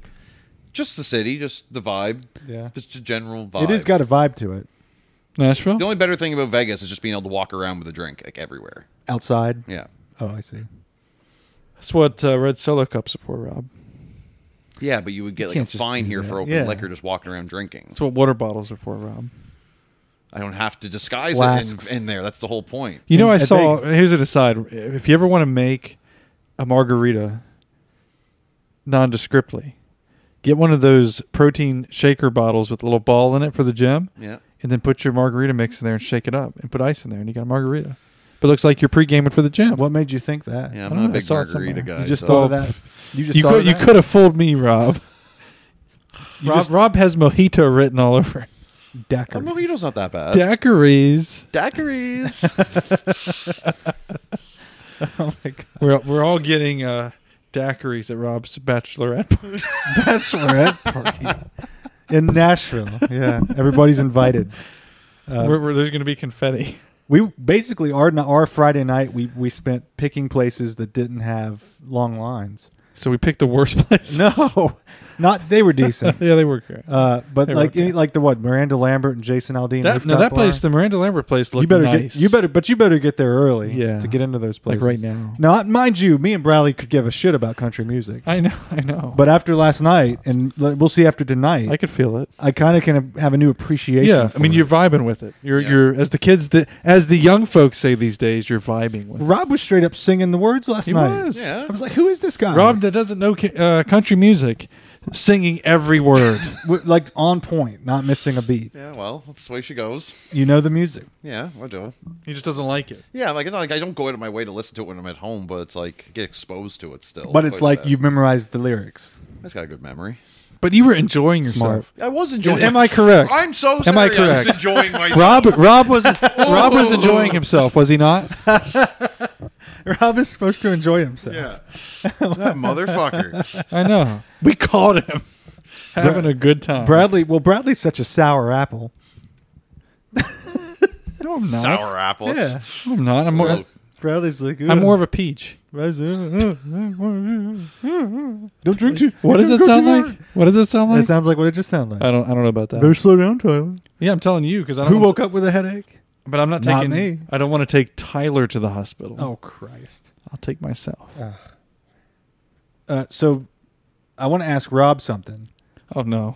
Speaker 6: just the city, just the vibe,
Speaker 4: Yeah.
Speaker 6: just the general vibe.
Speaker 4: It has got a vibe to it.
Speaker 5: Nashville?
Speaker 6: the only better thing about Vegas is just being able to walk around with a drink like everywhere.
Speaker 4: Outside.
Speaker 6: Yeah,
Speaker 4: Oh, I see.
Speaker 5: That's what uh, Red Solo Cups are for, Rob.
Speaker 6: yeah, but you would get like a
Speaker 4: can't just
Speaker 6: fine
Speaker 4: do
Speaker 6: here
Speaker 4: that.
Speaker 6: for open
Speaker 4: Yeah.
Speaker 6: liquor just walking around drinking.
Speaker 5: That's what water bottles are for, Rob.
Speaker 6: I don't have to disguise
Speaker 4: Flasks.
Speaker 6: it in, in there. That's the whole point.
Speaker 5: You know,
Speaker 4: In-
Speaker 5: I
Speaker 4: at
Speaker 5: saw. Here's an aside. If you ever want to make a margarita nondescriptly, get one of those protein shaker bottles with a little ball in it for the gym,
Speaker 6: Yeah,
Speaker 5: and then put your margarita mix in there and shake it up and put ice in there, and you got a margarita. But it looks like you're pre gaming for the gym.
Speaker 4: What made you think that?
Speaker 6: yeah.
Speaker 5: I don't
Speaker 6: I'm not a
Speaker 5: know, I
Speaker 6: big
Speaker 5: saw it
Speaker 6: margarita
Speaker 5: somewhere.
Speaker 6: guy.
Speaker 4: You just
Speaker 6: so-
Speaker 4: thought of
Speaker 5: Well,
Speaker 4: that. You just
Speaker 5: you
Speaker 4: thought
Speaker 5: could,
Speaker 4: of
Speaker 5: you
Speaker 4: that?
Speaker 5: could have fooled me, *laughs* Rob. Rob, Rob has mojito written all over it.
Speaker 4: Decker.
Speaker 6: Oh, mojito's not that
Speaker 5: *laughs*
Speaker 6: bad.
Speaker 5: Daiquiris.
Speaker 6: Daiquiris.
Speaker 5: We're, we're all getting uh, daiquiris at Rob's bachelorette party.
Speaker 4: bachelorette party in Nashville. Yeah, everybody's invited.
Speaker 5: Where- where there's going to be confetti.
Speaker 4: We basically our our Friday night we we spent picking places that didn't have long lines.
Speaker 5: So we picked the worst *laughs* place.
Speaker 4: No, *laughs* not they were decent.
Speaker 5: *laughs* yeah, they were great.
Speaker 4: Uh, but
Speaker 5: They were
Speaker 4: like
Speaker 5: okay.
Speaker 4: any, like the what Miranda Lambert and Jason Aldean.
Speaker 5: that, no,
Speaker 4: rooftop bar.
Speaker 5: that place, the Miranda Lambert place, looked
Speaker 4: you better
Speaker 5: nice.
Speaker 4: get you better but you better get there early.
Speaker 5: Yeah.
Speaker 4: to get into those
Speaker 5: Like
Speaker 4: places
Speaker 5: right now.
Speaker 4: Now, mind you, me and Bradley could give a shit about country music,
Speaker 5: I know, I know.
Speaker 4: but after last night, and l- we'll see after tonight.
Speaker 5: I could feel it.
Speaker 4: I kind of can have a new appreciation.
Speaker 5: Yeah, I
Speaker 4: for
Speaker 5: mean,
Speaker 4: it.
Speaker 5: you're vibing with it. You're
Speaker 6: Yeah.
Speaker 5: you're as the kids, that as the young folks say these days, you're vibing with. it.
Speaker 4: Rob was straight up singing the words last
Speaker 5: He
Speaker 4: night.
Speaker 5: was.
Speaker 6: Yeah.
Speaker 4: I was like, "Who is this guy?"
Speaker 5: Rob that doesn't know ca- uh, country music, singing
Speaker 4: *laughs*
Speaker 5: every word.
Speaker 4: W- like on point, not missing a beat.
Speaker 6: yeah, well, that's the way she goes.
Speaker 4: You know the music.
Speaker 6: Yeah, I do.
Speaker 5: he just doesn't like it.
Speaker 6: Yeah, like, like I don't go out of my way to listen to it when I'm at home, but it's like I get exposed to it still.
Speaker 4: But it's
Speaker 6: quite a
Speaker 4: like
Speaker 6: bit.
Speaker 4: you've memorized the lyrics.
Speaker 6: I just got a good memory.
Speaker 5: But you were enjoying
Speaker 4: Smart.
Speaker 5: yourself.
Speaker 6: I was enjoying.
Speaker 5: Am I correct?
Speaker 6: I'm so sorry.
Speaker 5: Am I
Speaker 6: I was
Speaker 5: correct? *laughs*
Speaker 6: enjoying myself.
Speaker 5: Rob Rob was Rob was enjoying himself, was he not?
Speaker 4: Rob is supposed to enjoy himself.
Speaker 6: Yeah. *laughs* that motherfucker.
Speaker 5: I know. We called him having a good time.
Speaker 4: Bradley, well, Bradley's such a sour apple.
Speaker 5: no, I'm not.
Speaker 6: Sour apples.
Speaker 4: Yeah,
Speaker 5: No, I'm not. I'm more.
Speaker 6: Whoa.
Speaker 4: Bradley's like,
Speaker 5: I'm more of a peach.
Speaker 4: Don't drink too.
Speaker 5: What does
Speaker 4: don't
Speaker 5: it
Speaker 4: go
Speaker 5: sound
Speaker 4: too
Speaker 5: like?
Speaker 4: hard.
Speaker 5: What does it sound
Speaker 4: That
Speaker 5: like?
Speaker 4: sounds like what it just sounded like.
Speaker 5: I don't. I don't know about that.
Speaker 4: slow down, Tyler.
Speaker 5: yeah, I'm telling you because I don't.
Speaker 4: Who
Speaker 5: want
Speaker 4: woke up with a headache?
Speaker 5: To, but I'm not
Speaker 4: Not
Speaker 5: taking.
Speaker 4: me.
Speaker 5: I don't want to take Tyler to the hospital.
Speaker 4: Oh Christ.
Speaker 5: I'll take myself.
Speaker 4: Uh, so, I want to ask Rob something.
Speaker 5: Oh no.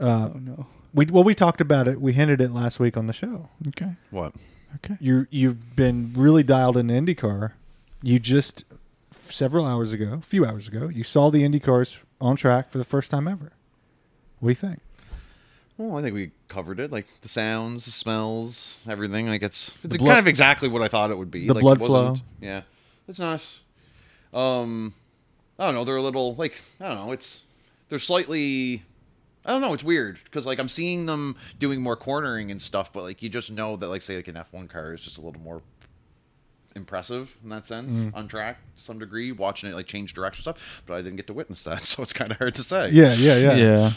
Speaker 4: Uh,
Speaker 5: Oh no.
Speaker 4: we well, we talked about it. We hinted it last week on the show.
Speaker 5: Okay.
Speaker 6: What?
Speaker 5: Okay.
Speaker 4: you you've been really dialed into IndyCar. You just several hours ago, a few hours ago, you saw the IndyCars on track for the first time ever. What do you think?
Speaker 6: Well, I think we covered it. Like the sounds, the smells, everything. Like it's it's
Speaker 4: blood-
Speaker 6: kind of exactly what I thought it would be.
Speaker 4: The
Speaker 6: like,
Speaker 4: blood
Speaker 6: it wasn't-
Speaker 4: flow.
Speaker 6: Yeah, it's nice. Um, I don't know. They're a little like I don't know. It's they're slightly. I don't know. It's weird because like I'm seeing them doing more cornering and stuff, but like you just know that like say like an F1 car is just a little more impressive in that sense
Speaker 4: Mm.
Speaker 6: on track to some degree watching it like change direction and stuff but i didn't get to witness that *laughs* so it's kind of hard to say
Speaker 4: Yeah, yeah, yeah.
Speaker 5: yeah.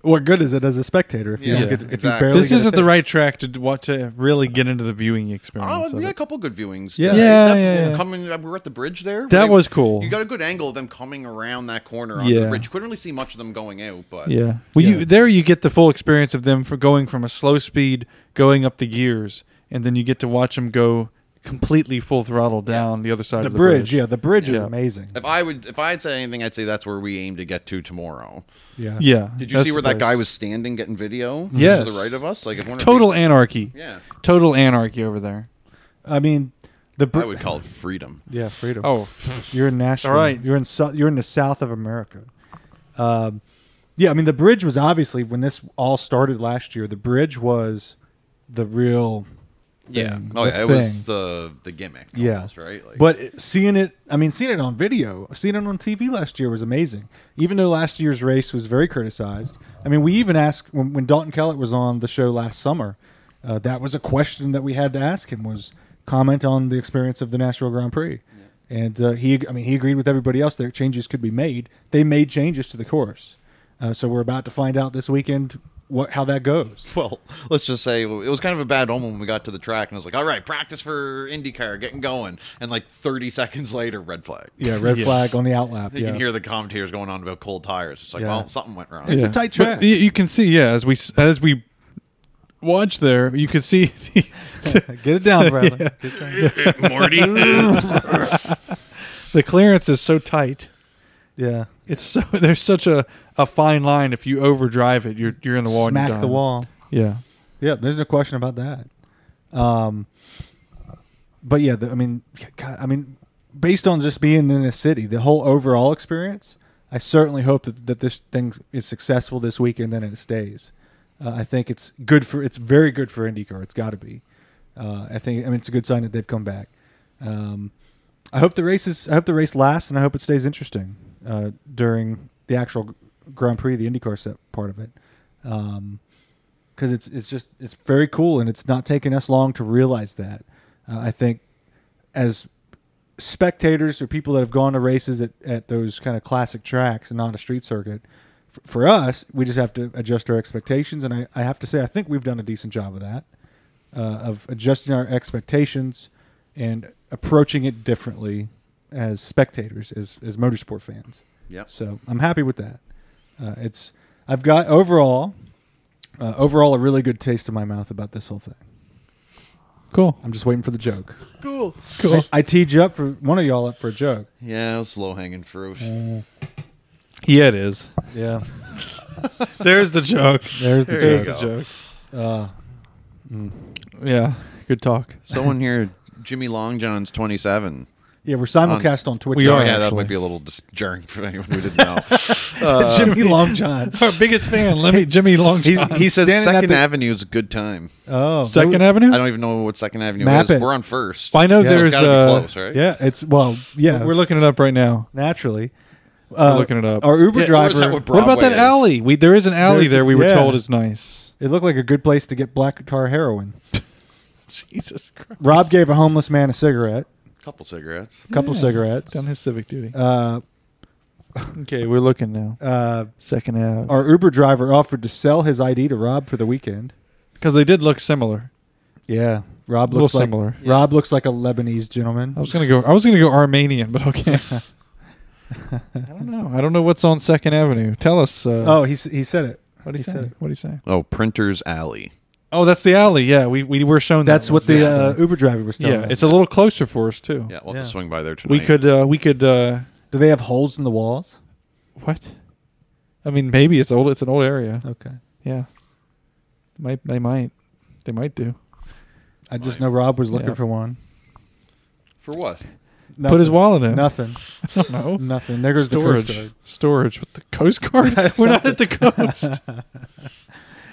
Speaker 4: What good is it as a spectator if you
Speaker 6: Yeah,
Speaker 4: don't get to, if
Speaker 6: exactly.
Speaker 4: you barely
Speaker 5: This
Speaker 4: get to
Speaker 5: isn't the
Speaker 4: see it?
Speaker 5: right track to d- what to really get into the viewing
Speaker 6: Oh,
Speaker 5: experience.
Speaker 6: we
Speaker 5: of
Speaker 6: had a
Speaker 5: it.
Speaker 6: couple good viewings.
Speaker 4: Yeah.
Speaker 6: today.
Speaker 5: Um, Yeah,
Speaker 6: That-
Speaker 5: yeah, yeah.
Speaker 6: Coming, uh, we were at the bridge there. where
Speaker 5: That
Speaker 6: they-
Speaker 5: was cool.
Speaker 6: You got a good angle of them coming around that corner on
Speaker 5: Yeah.
Speaker 6: the bridge. You couldn't really see much of them going out, but
Speaker 5: Yeah. Well,
Speaker 4: Yeah.
Speaker 5: you there you get the full experience of them for going from a slow speed going up the gears, and then you get to watch them go completely full throttle down the other side
Speaker 4: the
Speaker 5: of the
Speaker 4: bridge. Yeah, the bridge is
Speaker 5: Yeah.
Speaker 4: amazing.
Speaker 6: if I would, if I had said anything, I'd say that's where we aim to get to tomorrow.
Speaker 4: Yeah.
Speaker 5: Yeah.
Speaker 6: Did you
Speaker 5: that's
Speaker 6: see where
Speaker 5: the
Speaker 6: that guy
Speaker 5: place.
Speaker 6: was standing getting video? to
Speaker 5: Yes.
Speaker 6: the right of us, like if one of
Speaker 5: Total
Speaker 6: the-
Speaker 5: anarchy.
Speaker 6: Yeah,
Speaker 5: Total anarchy over there.
Speaker 4: I mean, the br-
Speaker 6: I would call it freedom.
Speaker 4: yeah freedom.
Speaker 5: Oh,
Speaker 4: You're in Nashville.
Speaker 5: All right.
Speaker 4: You're in so- you're in the south of America. Um, yeah, I mean the bridge was obviously when this all started last year. The bridge was the real.
Speaker 6: Yeah,
Speaker 4: thing,
Speaker 6: oh
Speaker 4: the
Speaker 6: yeah, it was
Speaker 4: thing.
Speaker 6: the the gimmick. almost, right. Like,
Speaker 4: but it- seeing it, I mean, seeing it on video, seeing it on TV last year was amazing. Even though last year's race was very criticized, I mean, we even asked when, when Dalton Kellett was on the show last summer. Uh, that was a question that we had to ask him: was comment on the experience of the Nashville Grand Prix. And uh, he, I mean, he agreed with everybody else that changes could be made. They made changes to the course. Uh, so we're about to find out this weekend what how that
Speaker 6: *laughs*
Speaker 4: goes.
Speaker 6: well, let's just say it was kind of a bad omen when we got to the track, and I was like, "All right, practice for IndyCar, getting going." And like 30 seconds later, red flag.
Speaker 4: Yeah, red flag on the outlap.
Speaker 6: You
Speaker 4: yeah. *laughs*
Speaker 6: can hear the commentators going on about cold tires. It's like,
Speaker 4: Yeah.
Speaker 6: well, something went wrong.
Speaker 4: It's a tight track.
Speaker 5: But y- you can see, yeah, as we s- as we watch there, you can see *laughs* the,
Speaker 4: Get it
Speaker 6: *laughs*
Speaker 4: down, Bradley.
Speaker 7: Morty.
Speaker 5: the clearance is so tight.
Speaker 4: Yeah.
Speaker 5: It's so *laughs* there's such a, a fine line. If you overdrive it, you're you're in the wall. and you're
Speaker 4: Smack the
Speaker 5: done.
Speaker 4: wall.
Speaker 5: Yeah.
Speaker 4: Yeah, there's no question about that. Um, but yeah, the, I mean, God, I mean, based on just being in a city, the whole overall experience, I certainly hope that, that this thing is successful this weekend and then it stays. Uh, I think it's good for it's very good for IndyCar. It's got to be. Uh, I think I mean it's a good sign that they've come back. Um, I hope the race is. I hope the race lasts, and I hope it stays interesting uh, during the actual Grand Prix, the IndyCar set part of it because it's it's just it's very cool and it's not taking us long to realize that. Uh, I think as spectators or people that have gone to races at, at those kind of classic tracks and not a street circuit, f- for us we just have to adjust our expectations. And I, I have to say I think we've done a decent job of that uh, of adjusting our expectations and approaching it differently as spectators as as motorsport fans.
Speaker 6: Yep.
Speaker 4: So I'm happy with that. Uh, it's I've got overall uh, overall a really good taste in my mouth about this whole thing.
Speaker 5: Cool.
Speaker 4: I'm just waiting for the joke.
Speaker 6: cool.
Speaker 4: I, I teed you up for one of y'all up for a joke.
Speaker 6: Yeah, it was low hanging fruit.
Speaker 5: Yeah, it is.
Speaker 4: Yeah,
Speaker 5: There's the joke.
Speaker 4: there's the
Speaker 6: There you
Speaker 4: joke.
Speaker 6: go.
Speaker 5: joke. Yeah. Good talk.
Speaker 6: Someone here, Jimmy Long John's 27.
Speaker 4: Yeah, we're simulcast on Twitch.
Speaker 5: We
Speaker 6: Oh,
Speaker 5: are,
Speaker 4: now,
Speaker 6: yeah, that
Speaker 5: actually.
Speaker 6: might be a little dis- jarring for anyone who
Speaker 4: *laughs*
Speaker 6: didn't know.
Speaker 4: actually. Jimmy Long Johns.
Speaker 5: Our biggest fan, let me *laughs* Jimmy Long.
Speaker 6: he says
Speaker 4: standing at
Speaker 6: Second
Speaker 4: the-
Speaker 6: Avenue is a good time.
Speaker 4: Oh,
Speaker 5: Second
Speaker 6: I
Speaker 5: Avenue.
Speaker 6: don't even know what Second Avenue
Speaker 4: Map
Speaker 6: is.
Speaker 4: it.
Speaker 6: We're on first.
Speaker 5: I know
Speaker 6: So
Speaker 5: there's,
Speaker 6: it's gotta
Speaker 5: uh,
Speaker 6: be close, right?
Speaker 4: yeah. It's well, yeah.
Speaker 5: We're
Speaker 4: We're
Speaker 5: looking it up right now.
Speaker 4: naturally
Speaker 5: We're looking it up.
Speaker 4: Uh, Our Uber
Speaker 6: Yeah, or
Speaker 4: driver.
Speaker 6: is that what
Speaker 5: what about
Speaker 6: Broadway
Speaker 5: that
Speaker 6: is.
Speaker 5: alley? We there is an alley
Speaker 4: There's a-
Speaker 5: there. we were
Speaker 4: yeah.
Speaker 5: told is
Speaker 6: *laughs*
Speaker 5: nice.
Speaker 4: it looked like a good place to get black tar heroin.
Speaker 5: Jesus Christ.
Speaker 4: Rob gave a homeless man a cigarette,
Speaker 6: Couple cigarettes.
Speaker 4: a couple cigarettes.
Speaker 5: Done his civic duty.
Speaker 4: Uh,
Speaker 5: okay, we're looking now.
Speaker 4: uh,
Speaker 5: Second Ave.
Speaker 4: our Uber driver offered to sell his ID to Rob for the weekend.
Speaker 5: Because they did look similar.
Speaker 4: Yeah, Rob
Speaker 5: Little
Speaker 4: looks like
Speaker 5: similar.
Speaker 4: Rob looks like a Lebanese gentleman.
Speaker 5: I was gonna go. I was gonna go Armenian,
Speaker 4: *laughs*
Speaker 5: but okay. I don't know. I don't know what's on Second Avenue. Tell us. Uh,
Speaker 4: Oh, he s- he said it.
Speaker 5: what do
Speaker 4: he
Speaker 5: you say?
Speaker 4: said it.
Speaker 5: What do you say?
Speaker 6: Oh, Printer's Alley.
Speaker 5: Oh, that's the alley. Yeah, we we were shown.
Speaker 4: That's
Speaker 5: that
Speaker 4: what
Speaker 5: one.
Speaker 4: the uh, Uber driver was
Speaker 5: Yeah,
Speaker 4: telling. us.
Speaker 5: it's a little closer for us too.
Speaker 6: Yeah, we'll have
Speaker 4: Yeah.
Speaker 6: to swing by there tonight.
Speaker 5: we could. Uh, we could. Uh,
Speaker 4: Do they have holes in the walls?
Speaker 5: what? I mean, maybe it's old. It's an old area.
Speaker 4: Okay.
Speaker 5: Yeah. Might they might they might do.
Speaker 4: I just know Rob was looking
Speaker 5: Yeah.
Speaker 4: for one.
Speaker 6: For what?
Speaker 5: Put his
Speaker 4: Nothing.
Speaker 5: wallet in.
Speaker 4: Nothing.
Speaker 5: I *laughs* don't know.
Speaker 4: Nothing. There goes the Coast
Speaker 5: Storage. Storage with the Coast
Speaker 4: *laughs*
Speaker 5: Guard. We're not at the coast. *laughs*
Speaker 4: Guard.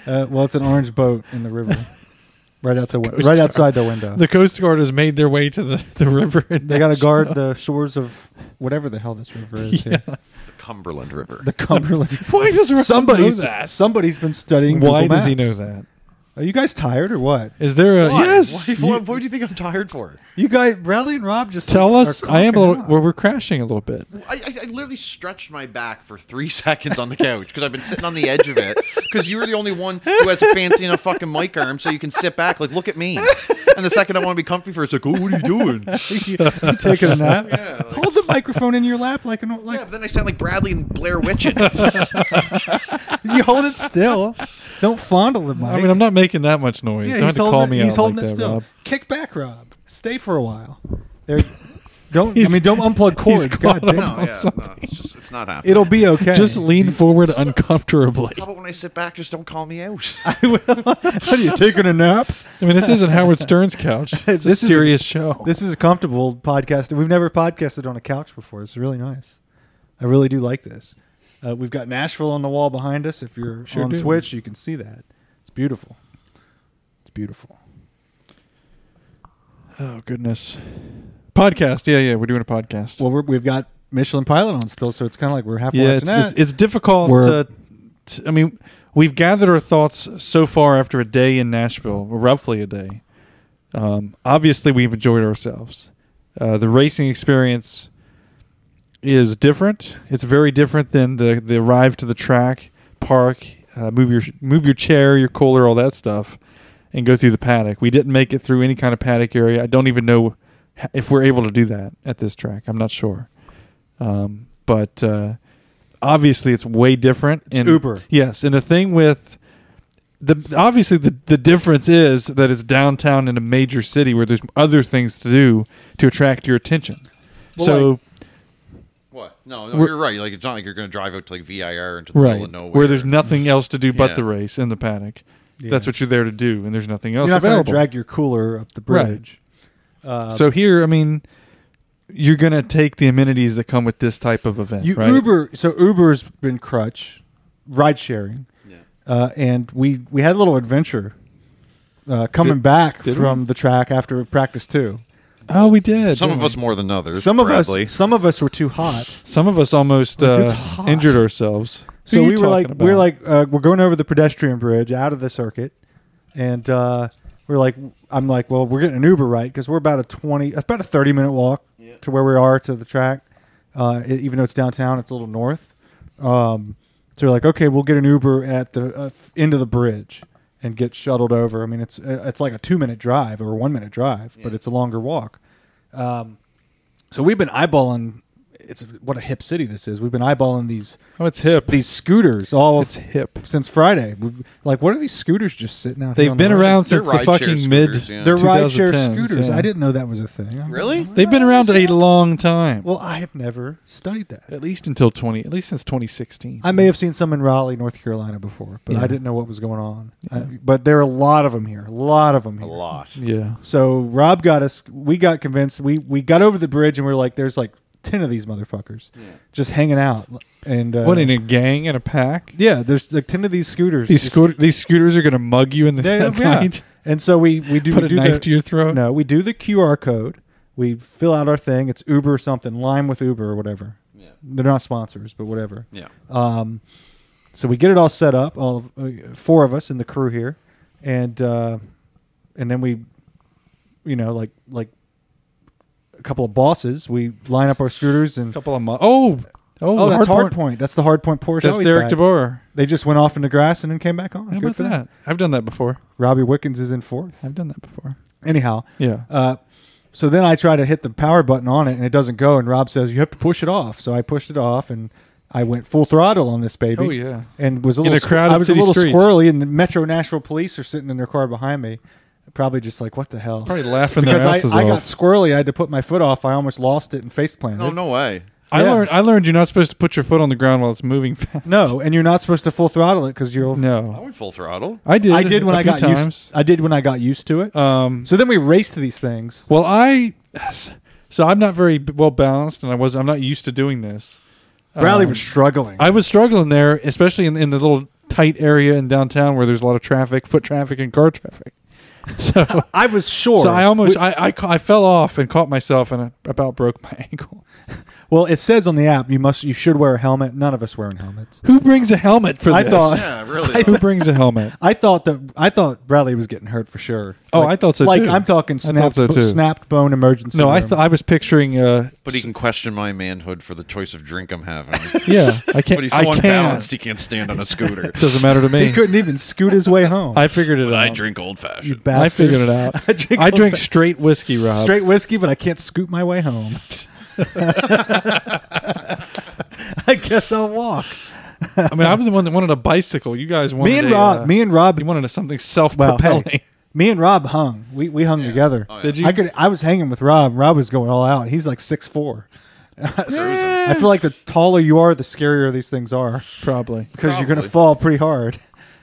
Speaker 4: Uh, well, it's an orange boat in the river,
Speaker 5: *laughs*
Speaker 4: right out the, win-
Speaker 5: Coast
Speaker 4: right
Speaker 5: Guard.
Speaker 4: outside the window.
Speaker 5: the Coast Guard has made their way to the, the river.
Speaker 4: *laughs*
Speaker 5: and
Speaker 4: they got to guard the shores of whatever the hell this river
Speaker 5: *laughs*
Speaker 4: is. here.
Speaker 6: The Cumberland River.
Speaker 4: The Cumberland.
Speaker 5: Why does Rob
Speaker 4: somebody's
Speaker 5: know that?
Speaker 4: somebody's been studying.
Speaker 5: Why
Speaker 4: Google
Speaker 5: does he
Speaker 4: Maps.
Speaker 5: know that?
Speaker 4: Are you guys tired or what?
Speaker 5: Is there a yes?
Speaker 6: Why,
Speaker 5: you-
Speaker 6: what, what do you think I'm tired for?
Speaker 4: You guys, Bradley and Rob, just
Speaker 5: tell
Speaker 4: are
Speaker 5: us. I am a
Speaker 4: cocking
Speaker 5: little.
Speaker 4: up.
Speaker 5: Well, we're crashing a little bit.
Speaker 6: I, I, I literally stretched my back for three *laughs* seconds on the couch because I've been sitting on the edge of it because you're the only one who has a fancy enough fucking mic arm so you can sit back. Like, look at me. And the second I want to be comfy for, it's like, oh, what are you *laughs* doing?
Speaker 4: you taking a nap? Hold the microphone in your lap like an
Speaker 6: Yeah,
Speaker 4: like
Speaker 6: but then I sound like Bradley and Blair *laughs* Witchin.
Speaker 4: you hold it still. Don't fondle the mic.
Speaker 5: I mean, I'm not making that much noise.
Speaker 4: yeah,
Speaker 5: Don't have
Speaker 4: he's
Speaker 5: to call
Speaker 4: holding,
Speaker 5: me
Speaker 4: it, he's
Speaker 5: out like
Speaker 4: holding it
Speaker 5: that,
Speaker 4: still.
Speaker 5: Rob.
Speaker 4: Kick back, Rob. Stay for a while.
Speaker 5: *laughs*
Speaker 4: There. Don't. I
Speaker 5: He's-
Speaker 4: mean, don't unplug cords. God
Speaker 5: caught
Speaker 4: damn.
Speaker 6: No, yeah, no, it's just, it's not happening.
Speaker 4: It'll be okay. *laughs*
Speaker 5: Just lean forward uncomfortably.
Speaker 6: How about when I sit back, just don't call me out?
Speaker 4: What
Speaker 5: *laughs*
Speaker 4: are you taking a nap?
Speaker 5: I mean, this isn't Howard Stern's couch.
Speaker 4: *laughs*
Speaker 5: It's
Speaker 4: This is-
Speaker 5: a serious show.
Speaker 4: This is a comfortable podcast. We've never podcasted on a couch before. It's really nice. I really do like this. Uh, we've got Nashville on the wall behind us. If you're
Speaker 5: Sure
Speaker 4: on
Speaker 5: do.
Speaker 4: Twitch, you can see that. It's beautiful. It's beautiful.
Speaker 5: oh goodness. Podcast. Yeah, yeah. We're doing a podcast.
Speaker 4: Well, we're, we've got Michelin Pilot on still, so it's kind of like we're halfway.
Speaker 5: yeah,
Speaker 4: watching
Speaker 5: it's,
Speaker 4: that.
Speaker 5: it's it's difficult.
Speaker 4: We're-
Speaker 5: To, t I I mean, we've gathered our thoughts so far after a day in Nashville, roughly a day. Um, obviously, we've enjoyed ourselves. Uh, the racing experience is different. It's very different than the the arrive to the track park, uh, move your move your chair, your cooler, all that stuff, and go through the paddock. We didn't make it through any kind of paddock area. I don't even know h- if we're able to do that at this track. I'm not sure, um, but uh, obviously it's way different. It's
Speaker 4: uber.
Speaker 5: Yes, and the thing with the obviously the, the difference is that it's downtown in a major city where there's other things to do to attract your attention. so
Speaker 4: like-
Speaker 6: *laughs* What? No, no
Speaker 5: We're-
Speaker 6: you're right. Like it's not like you're going to drive out to like VIR into the middle
Speaker 5: right
Speaker 6: of nowhere
Speaker 5: where there's
Speaker 6: *laughs*
Speaker 5: nothing else to do but
Speaker 6: Yeah.
Speaker 5: the race and the paddock. That's
Speaker 4: Yeah.
Speaker 5: what you're there to do, and there's nothing else
Speaker 4: You're not going to
Speaker 5: available.
Speaker 4: drag your cooler up the bridge. Uh,
Speaker 5: so here, I mean, you're going to take the amenities that come with this type of event.
Speaker 4: You
Speaker 5: right?
Speaker 4: Uber. So Uber's been crutch, ride sharing, uh, and we we had a little adventure uh, coming back from the track after practice too.
Speaker 5: Oh, we did.
Speaker 6: Some of
Speaker 5: didn't
Speaker 6: us more than others.
Speaker 4: Some of
Speaker 6: Bradley.
Speaker 4: us, some of us were too hot,
Speaker 5: we? some of us almost uh,
Speaker 4: It's hot.
Speaker 5: injured ourselves.
Speaker 4: so
Speaker 5: Who are
Speaker 4: we
Speaker 5: you
Speaker 4: were like,
Speaker 5: talking
Speaker 4: we we're
Speaker 5: about?
Speaker 4: like, uh, we're going over the pedestrian bridge out of the circuit, and uh, we're like, I'm like, well, we're getting an Uber right because we're about a twenty, about a thirty minute walk to where we are to the track. Uh, e- even though it's downtown, it's a little north. Um, so we're like, okay, we'll get an Uber at the uh, f- end of the bridge and get shuttled over. I mean, it's uh, it's like a two minute drive or a one minute drive, but it's a longer walk. Um, So we've been eyeballing. It's what a hip city this is. We've been eyeballing these.
Speaker 5: Oh, it's hip.
Speaker 4: These scooters. All
Speaker 5: It's hip.
Speaker 4: since Friday. We've, like, what are these scooters just sitting out? here
Speaker 5: They've
Speaker 4: on
Speaker 5: been
Speaker 4: the road?
Speaker 5: around
Speaker 6: They're
Speaker 5: since the
Speaker 6: rideshare
Speaker 5: fucking mid.
Speaker 6: scooters, yeah.
Speaker 4: They're rideshare
Speaker 5: 2010s,
Speaker 4: scooters.
Speaker 5: yeah.
Speaker 4: I didn't know that was a thing.
Speaker 6: Really?
Speaker 5: They've been around a long time,
Speaker 4: Well, I have never studied that.
Speaker 5: at least until twenty, at least since 2016.
Speaker 4: I may have seen some in Raleigh, North Carolina before, but
Speaker 5: Yeah.
Speaker 4: I didn't know what was going on. I- but there are a lot of them here. A lot of them
Speaker 6: A
Speaker 4: here.
Speaker 6: lot.
Speaker 5: yeah,
Speaker 4: So Rob got us. We got convinced. We we got over the bridge and we are like, "There's like ten of these motherfuckers just hanging out." And uh,
Speaker 5: what in a gang and a pack.
Speaker 4: Yeah, there's like ten of these scooters.
Speaker 5: These
Speaker 4: Just-
Speaker 5: scooter, these scooters are gonna mug you in the *laughs*
Speaker 4: They-
Speaker 5: head
Speaker 4: yeah.
Speaker 5: night.
Speaker 4: And so we we do
Speaker 5: Put
Speaker 4: we
Speaker 5: a
Speaker 4: do
Speaker 5: knife
Speaker 4: the-
Speaker 5: to your throat?
Speaker 4: No, we do the QR code. We fill out our thing. It's Uber something, Lime with Uber or whatever. Yeah. They're not sponsors, but whatever.
Speaker 6: Yeah.
Speaker 4: So we get it all set up, all uh, four of us in the crew here, and uh, and then we, you know, like like a couple of bosses, we line up our scooters and
Speaker 5: couple of months. Oh, oh,
Speaker 4: oh, that's hard point. That's the hard point Porsche.
Speaker 5: That's
Speaker 4: always
Speaker 5: Derek
Speaker 4: back.
Speaker 5: DeBoer.
Speaker 4: They just went off in the grass and then came back on.
Speaker 5: How
Speaker 4: Good
Speaker 5: about
Speaker 4: for them.
Speaker 5: that? I've done that before.
Speaker 4: Robbie Wickens is in fourth.
Speaker 5: I've done that before.
Speaker 4: Anyhow,
Speaker 5: Yeah.
Speaker 4: Uh, so then I try to hit the power button on it and it doesn't go. And Rob says, You have to push it off. So I pushed it off and I went full throttle on this baby.
Speaker 5: Oh, yeah.
Speaker 4: And was a
Speaker 5: In
Speaker 4: little,
Speaker 5: a crowded
Speaker 4: I was a
Speaker 5: city
Speaker 4: little
Speaker 5: street.
Speaker 4: squirrely, and the Metro Nashville police are sitting in their car behind me. Probably just like, What the hell?
Speaker 5: Probably laughing their
Speaker 4: because I,
Speaker 5: asses
Speaker 4: I got
Speaker 5: off.
Speaker 4: squirrely. I had to put my foot off. I almost lost it and face planted.
Speaker 5: Oh,
Speaker 6: No, no way.
Speaker 5: I
Speaker 4: Yeah.
Speaker 5: learned. I learned you're not supposed to put your foot on the ground while it's moving fast.
Speaker 4: No, and you're not supposed to full throttle it because you'll.
Speaker 5: *laughs*
Speaker 6: I
Speaker 5: no.
Speaker 6: went full throttle.
Speaker 5: I did.
Speaker 4: I did when
Speaker 5: I
Speaker 4: I got
Speaker 5: times.
Speaker 4: used. I did when I got used to it.
Speaker 5: Um,
Speaker 4: so then we raced to these things.
Speaker 5: well, I. So I'm not very well balanced, and I was. I'm not used to doing this.
Speaker 4: Bradley was struggling.
Speaker 5: I was struggling there, especially in, in the little tight area in downtown where there's a lot of traffic, foot traffic, and car traffic. So,
Speaker 4: I was sure.
Speaker 5: so I almost. I, I ca- I fell off and caught myself, and I about broke my *laughs* ankle.
Speaker 4: Well, it says on the app you must you should wear a helmet. None of us wearing helmets.
Speaker 5: Who brings a helmet for
Speaker 4: I
Speaker 5: this?
Speaker 4: thought-
Speaker 6: Yeah, really.
Speaker 5: *laughs* Who brings a helmet?
Speaker 4: I thought that I thought Bradley was getting hurt for sure.
Speaker 5: Oh,
Speaker 4: Like-
Speaker 5: I thought so
Speaker 4: Like
Speaker 5: too.
Speaker 4: I'm talking
Speaker 5: I
Speaker 4: snapped,
Speaker 5: thought so
Speaker 4: bo-
Speaker 5: too.
Speaker 4: snapped bone emergency.
Speaker 5: No, I
Speaker 4: room.
Speaker 5: thought I was picturing. Uh,
Speaker 6: But he can question my manhood for the choice of drink
Speaker 5: *laughs*
Speaker 6: I'm having.
Speaker 5: yeah, I can't.
Speaker 6: But he's so
Speaker 5: I
Speaker 6: unbalanced
Speaker 5: can't.
Speaker 6: he can't stand on
Speaker 5: *laughs*
Speaker 6: a scooter.
Speaker 5: Doesn't matter to me.
Speaker 4: he couldn't even scoot his way home.
Speaker 5: *laughs* I figured it out.
Speaker 6: I drink old
Speaker 4: you
Speaker 6: fashioned.
Speaker 5: I
Speaker 4: bastard.
Speaker 5: figured it out.
Speaker 4: *laughs* I drink
Speaker 5: I
Speaker 4: old
Speaker 5: drink
Speaker 4: fa-
Speaker 5: straight whiskey, Rob.
Speaker 4: Straight whiskey, but I can't scoot my way
Speaker 5: *laughs*
Speaker 4: home. *laughs* I guess I'll walk.
Speaker 5: I mean, I was the one that wanted a bicycle. You guys wanted
Speaker 4: Me and
Speaker 5: a,
Speaker 4: Rob,
Speaker 5: uh,
Speaker 4: me and Rob,
Speaker 5: you wanted a something
Speaker 4: well,
Speaker 5: self-propelling.
Speaker 4: hey, me and Rob hung. We we hung together.
Speaker 5: Oh, Did you?
Speaker 4: I could. I was hanging with Rob. Rob was going all out. He's like six four. *laughs* I feel like the taller you are, the scarier these things are
Speaker 5: probably.
Speaker 4: because you're going to
Speaker 6: Probably.
Speaker 4: fall pretty hard.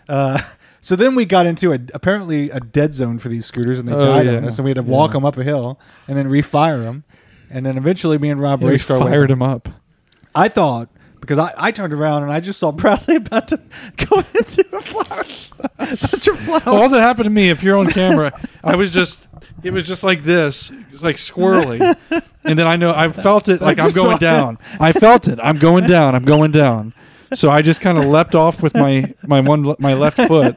Speaker 4: Uh, so then we got into a, apparently a dead zone for these scooters, and they
Speaker 5: Oh,
Speaker 4: died
Speaker 5: yeah.
Speaker 4: on us, and we had to walk them up a hill and then refire them, and then eventually me and
Speaker 5: *laughs*
Speaker 4: Rob
Speaker 5: We
Speaker 4: raced our way.
Speaker 5: fired him up.
Speaker 4: I thought because I, I turned around and I just saw *laughs* Bradley about to go into a flower, bunch of flowers.
Speaker 5: All that happened to me, if you're on camera, *laughs* I was just, it was just like this, it was like squirrely. And then I know I felt it like I'm
Speaker 4: just saw
Speaker 5: going
Speaker 4: it.
Speaker 5: down. I felt it. I'm going down. I'm going down. So I just kind of leapt off with my, my one, my left foot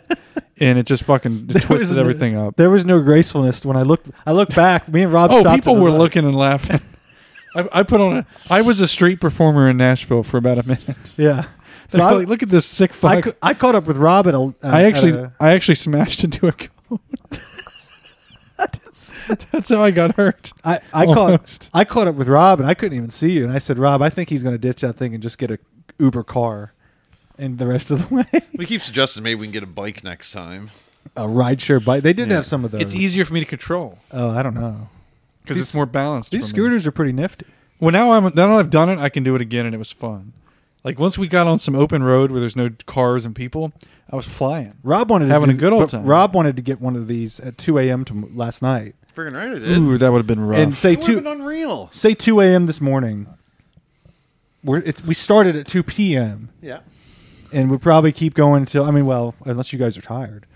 Speaker 5: and it just
Speaker 4: *laughs*
Speaker 5: fucking twisted
Speaker 4: no-
Speaker 5: everything up.
Speaker 4: There was no gracefulness when I looked. I looked back. Me and Rob.
Speaker 5: Oh,
Speaker 4: stopped
Speaker 5: people
Speaker 4: at a
Speaker 5: were
Speaker 4: light.
Speaker 5: looking and laughing. *laughs* I, I put on a, I was a street performer in Nashville for about a minute.
Speaker 4: Yeah.
Speaker 5: So
Speaker 4: I-
Speaker 5: like, look at this sick fuck.
Speaker 4: I,
Speaker 5: I,
Speaker 4: ca- I caught up with Rob at a. um, at-
Speaker 5: actually,
Speaker 4: at a-
Speaker 5: I actually smashed into a cone. *laughs* that's, that's how I got hurt.
Speaker 4: I, I caught
Speaker 5: Almost.
Speaker 4: I caught up with Rob and I couldn't even see you and I said Rob I think he's going to ditch that thing and just get a Uber car, and the rest of the *laughs* way
Speaker 6: We keep suggesting maybe we can get a bike next time.
Speaker 4: a rideshare bike. They did have some of those.
Speaker 5: It's easier for me to control
Speaker 4: Oh, I don't know.
Speaker 5: because it's more balanced.
Speaker 4: These
Speaker 5: for me.
Speaker 4: scooters are pretty nifty.
Speaker 5: Well, now I'm now that I've done it, I can do it again, and it was fun. Like once we got on some open road where there's no cars and people, I was flying.
Speaker 4: Rob wanted
Speaker 5: having
Speaker 4: to
Speaker 5: a
Speaker 4: do-
Speaker 5: good old
Speaker 4: but
Speaker 5: time.
Speaker 4: Rob wanted to get one of these at 2 a.m. to last night
Speaker 6: Friggin' right, it did.
Speaker 5: ooh, that would have been rough.
Speaker 4: and say
Speaker 6: it would have been
Speaker 4: two
Speaker 6: unreal.
Speaker 4: say 2 a.m. this morning. We're, it's, we started at 2 p.m.
Speaker 6: Yeah.
Speaker 4: and we probably keep going until I mean, well, unless you guys are tired,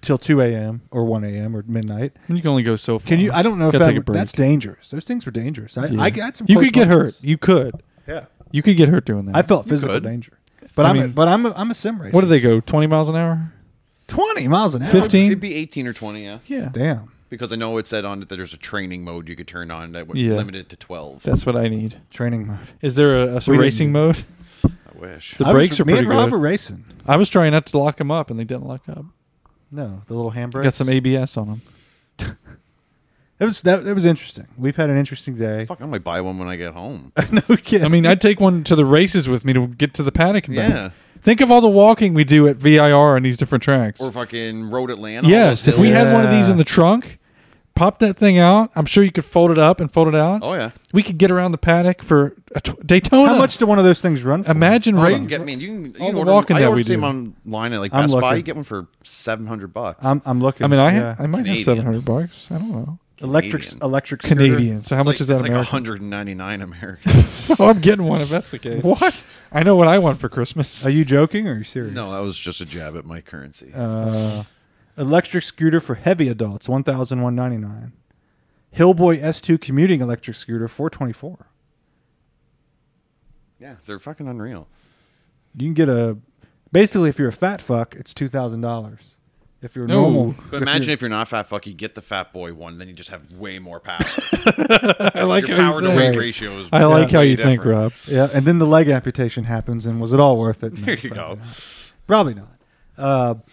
Speaker 4: till 2 a.m. or 1 a.m. or midnight.
Speaker 5: you can only go so far.
Speaker 4: Can you? I don't know if
Speaker 5: Gotta
Speaker 4: that
Speaker 5: take a
Speaker 4: would- that's
Speaker 5: break.
Speaker 4: dangerous. Those things were dangerous. I, I got some.
Speaker 5: You
Speaker 4: close
Speaker 5: could get hurt.
Speaker 4: calls.
Speaker 5: You could. Yeah. You could get hurt doing that.
Speaker 4: I felt physical
Speaker 6: could.
Speaker 4: danger, but
Speaker 5: I
Speaker 4: I am a,
Speaker 5: mean-
Speaker 4: but I'm a, I'm a sim racer.
Speaker 5: What do they go? Twenty miles an hour?
Speaker 4: 20 miles an hour.
Speaker 5: 15?
Speaker 6: It'd be 18 or 20, yeah.
Speaker 5: Yeah.
Speaker 4: Damn.
Speaker 6: Because I know it said on it that there's a training mode you could turn on that would
Speaker 5: Yeah.
Speaker 6: limit it to 12.
Speaker 5: That's what I need.
Speaker 4: Training mode.
Speaker 5: Is there a, a
Speaker 4: We
Speaker 5: racing
Speaker 4: didn't-
Speaker 5: mode?
Speaker 6: I wish.
Speaker 5: *laughs* The
Speaker 4: I was-
Speaker 5: brakes are
Speaker 4: me
Speaker 5: pretty
Speaker 4: and Rob
Speaker 5: good.
Speaker 4: were racing.
Speaker 5: I was trying not to lock them up, and they didn't lock up.
Speaker 4: No, the little handbrake.
Speaker 5: Got some ABS on them.
Speaker 4: It was that, that was interesting. We've had an interesting day.
Speaker 6: Fuck, I might buy one when I get home.
Speaker 4: no *laughs* kidding.
Speaker 5: I mean, I'd take one to the races with me to get to the paddock. And back.
Speaker 6: Yeah.
Speaker 5: Think of all the walking we do at VIR on these different tracks.
Speaker 6: or fucking Road Atlanta. all
Speaker 5: Yes,
Speaker 6: those
Speaker 5: if we
Speaker 6: hills.
Speaker 5: had one of these
Speaker 4: Yeah.
Speaker 5: in the trunk, pop that thing out. I'm sure you could fold it up and fold it out.
Speaker 6: Oh, yeah.
Speaker 5: we could get around the paddock for a tw- Daytona.
Speaker 4: how much do one of those things run? For?
Speaker 5: Imagine
Speaker 6: Oh, you
Speaker 5: right.
Speaker 6: can get me. You can, you
Speaker 5: All
Speaker 6: can
Speaker 5: the
Speaker 6: order,
Speaker 5: walking
Speaker 6: I
Speaker 5: that
Speaker 6: ordered
Speaker 5: we
Speaker 6: them
Speaker 5: do.
Speaker 6: online at like
Speaker 4: I'm
Speaker 6: Best Buy.
Speaker 4: looking.
Speaker 6: You get one for seven hundred bucks.
Speaker 4: I'm I'm looking.
Speaker 5: I mean, I
Speaker 4: yeah.
Speaker 5: ha- I might
Speaker 6: Canadian.
Speaker 5: have 700 bucks. I don't know.
Speaker 4: electric
Speaker 6: Canadian.
Speaker 4: electric scooter.
Speaker 5: Canadian. So how much is that?
Speaker 6: It's like
Speaker 5: American?
Speaker 6: 199 American.
Speaker 5: oh, *laughs* I'm getting one if that's the case. What? I know what I want for Christmas.
Speaker 4: Are you joking or are you serious?
Speaker 6: no, that was just a jab at my currency.
Speaker 5: Uh,
Speaker 4: Electric scooter for heavy adults, one thousand one ninety nine. Hillboy S two commuting electric scooter, four twenty four.
Speaker 6: yeah, they're fucking unreal.
Speaker 4: You can get a basically if you're a fat fuck, it's two thousand dollars. If you're
Speaker 5: No.
Speaker 4: normal,
Speaker 6: But imagine if you're not fat fuck, you get the fat boy one, then you just have way
Speaker 5: *laughs*
Speaker 6: more power.
Speaker 5: I like
Speaker 6: Your
Speaker 5: how you
Speaker 6: power to
Speaker 5: think.
Speaker 6: weight ratio is.
Speaker 5: I like how
Speaker 6: way
Speaker 5: you think, Rob.
Speaker 6: different.
Speaker 4: yeah, and then the leg amputation happens, and was it all worth it? No,
Speaker 6: *laughs* There you
Speaker 4: probably
Speaker 6: go.
Speaker 4: not. Probably not. Uh, *laughs*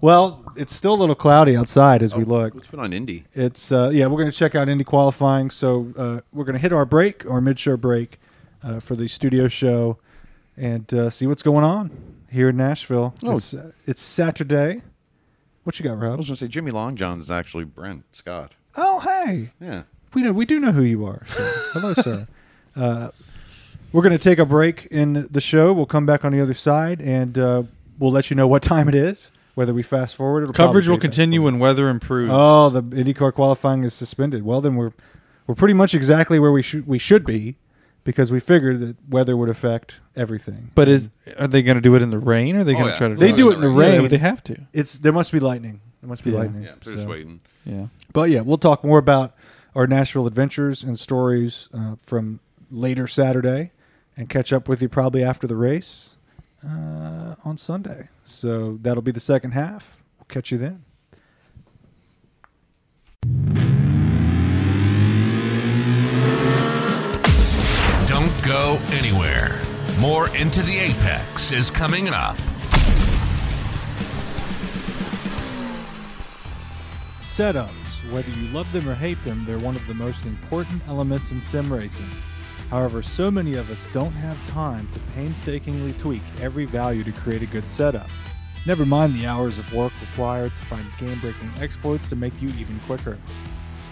Speaker 4: well, it's still a little cloudy outside
Speaker 6: Oh,
Speaker 4: as we look.
Speaker 6: What's been on Indy?
Speaker 4: It's uh, yeah, we're going to check out Indy qualifying. So uh, we're going to hit our break, our mid-show break, uh, for the studio show, and uh, see what's going on here in Nashville.
Speaker 5: Oh.
Speaker 4: It's uh, it's Saturday. What you got,
Speaker 6: I
Speaker 4: Rob?
Speaker 6: was gonna say Jimmy Long John's actually Brent Scott.
Speaker 4: Oh, hey,
Speaker 6: Yeah.
Speaker 4: we know we do know who you are. So. Hello, *laughs* sir. Uh, we're going to take a break in the show. We'll come back on the other side, and uh, we'll let you know what time it is. Whether we fast forward, it'll
Speaker 5: Coverage
Speaker 4: probably
Speaker 5: will
Speaker 4: be fast
Speaker 5: continue when weather improves.
Speaker 4: Oh, the IndyCar qualifying is suspended. Well, then we're we're pretty much exactly where we should we should be because we figured that weather would affect everything.
Speaker 5: but is are they going to do it in the rain? Or are they going to
Speaker 6: yeah.
Speaker 5: try to?
Speaker 4: They
Speaker 5: do it?
Speaker 4: do it in the
Speaker 5: Yeah,
Speaker 4: rain.
Speaker 5: but they have to.
Speaker 4: It's there must be lightning. There must be
Speaker 5: Yeah.
Speaker 4: lightning.
Speaker 6: Yeah, they're just
Speaker 4: So-
Speaker 6: waiting.
Speaker 5: Yeah.
Speaker 4: But yeah, we'll talk more about our Nashville adventures and stories uh, from later Saturday, and catch up with you probably after the race uh, on Sunday. So that'll be the second half. We'll catch you then.
Speaker 3: Don't go anywhere. More Into the Apex is coming up.
Speaker 4: Setups, whether you love them or hate them, they're one of the most important elements in sim racing. However, so many of us don't have time to painstakingly tweak every value to create a good setup. Never mind the hours of work required to find game breaking exploits to make you even quicker.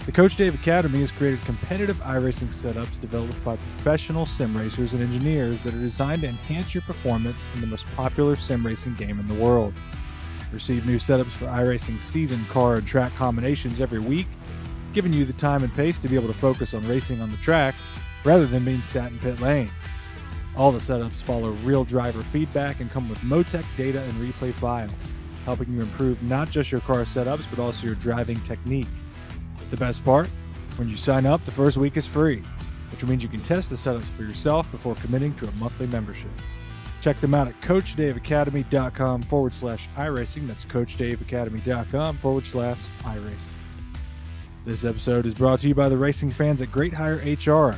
Speaker 4: The Coach Dave Academy has created competitive iRacing setups developed by professional sim racers and engineers that are designed to enhance your performance in the most popular sim racing game in the world. Receive new setups for iRacing season car and track combinations every week, giving you the time and pace to be able to focus on racing on the track rather than being sat in pit lane. All the setups follow real driver feedback and come with Motec data and replay files, helping you improve not just your car setups but also your driving technique. The best part? When you sign up, the first week is free, which means you can test the setups for yourself before committing to a monthly membership. Check them out at CoachDaveAcademy.com forward slash iRacing. That's CoachDaveAcademy.com forward slash iRacing. This episode is brought to you by the racing fans at Great Hire HR,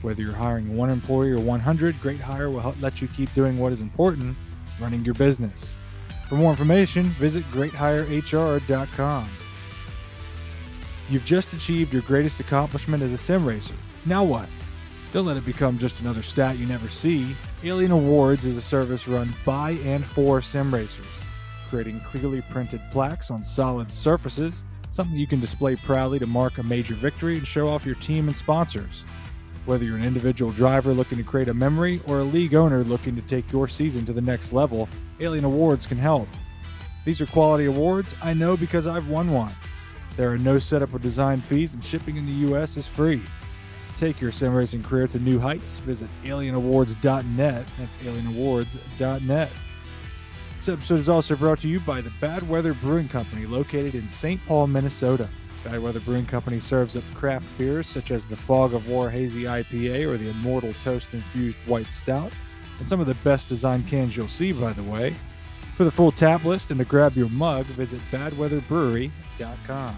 Speaker 4: Whether you're hiring one employee or 100, Great Hire will help let you keep doing what is important running your business. For more information, visit greathirehr.com. You've just achieved your greatest accomplishment as a sim racer. Now what? Don't let it become just another stat you never see. Alien Awards is a service run by and for sim racers, creating clearly printed plaques on solid surfaces, something you can display proudly to mark a major victory and show off your team and sponsors. Whether you're an individual driver looking to create a memory or a league owner looking to take your season to the next level, Alien Awards can help. These are quality awards I know because I've won one. There are no setup or design fees, and shipping in the U.S. is free. Take your sim racing career to new heights. Visit alienawards.net. That's alienawards.net. This episode is also brought to you by the Bad Weather Brewing Company, located in St. Paul, Minnesota. Bad Weather Brewing Company serves up craft beers such as the Fog of War Hazy IPA or the Immortal Toast Infused White Stout, and some of the best design cans you'll see, by the way. For the full tap list and to grab your mug, visit badweatherbrewery.com.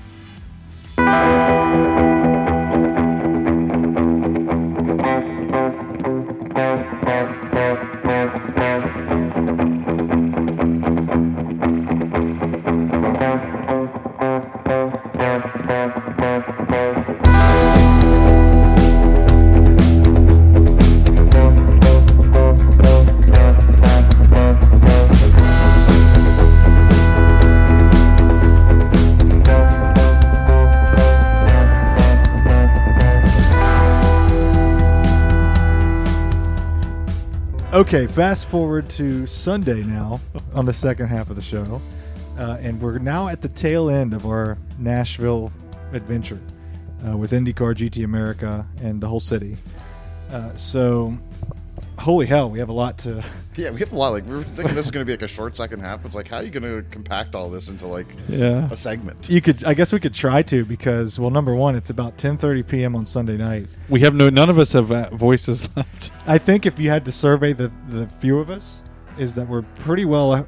Speaker 4: Okay, fast forward to Sunday now on the second half of the show, uh, and we're now at the tail end of our Nashville adventure uh, with IndyCar, GT America, and the whole city. Uh, so, holy hell, we have a lot to. *laughs*
Speaker 6: Yeah, we have a lot. Like we were thinking this is going to be like a short second half. It's like how are you going to compact all this into like
Speaker 5: Yeah.
Speaker 6: a segment?
Speaker 4: You could, I guess, we could try to because, well, number one, it's about 10:30 p.m. on Sunday night.
Speaker 5: We have no. None of us have uh, voices *laughs* left.
Speaker 4: I think if you had to survey the the few of us, is that we're pretty well. uh,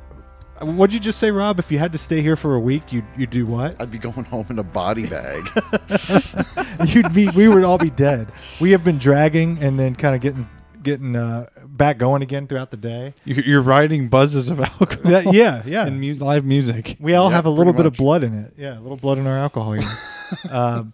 Speaker 4: What'd you just say, Rob? If you had to stay here for a week, you you do what?
Speaker 6: I'd be going home in a body bag.
Speaker 4: *laughs*
Speaker 6: *laughs*
Speaker 4: You'd be, we would all be dead. We have been dragging and then kind of getting, getting uh, back going again throughout the day.
Speaker 5: You- You're riding buzzes of alcohol.
Speaker 4: That- yeah,
Speaker 5: *laughs*
Speaker 4: yeah.
Speaker 5: And mu- live music.
Speaker 4: We all
Speaker 6: Yeah,
Speaker 4: have a little
Speaker 6: pretty
Speaker 4: bit of
Speaker 6: much.
Speaker 4: blood in it. Yeah, a little blood in our alcohol.
Speaker 6: *laughs*
Speaker 4: You know. Um,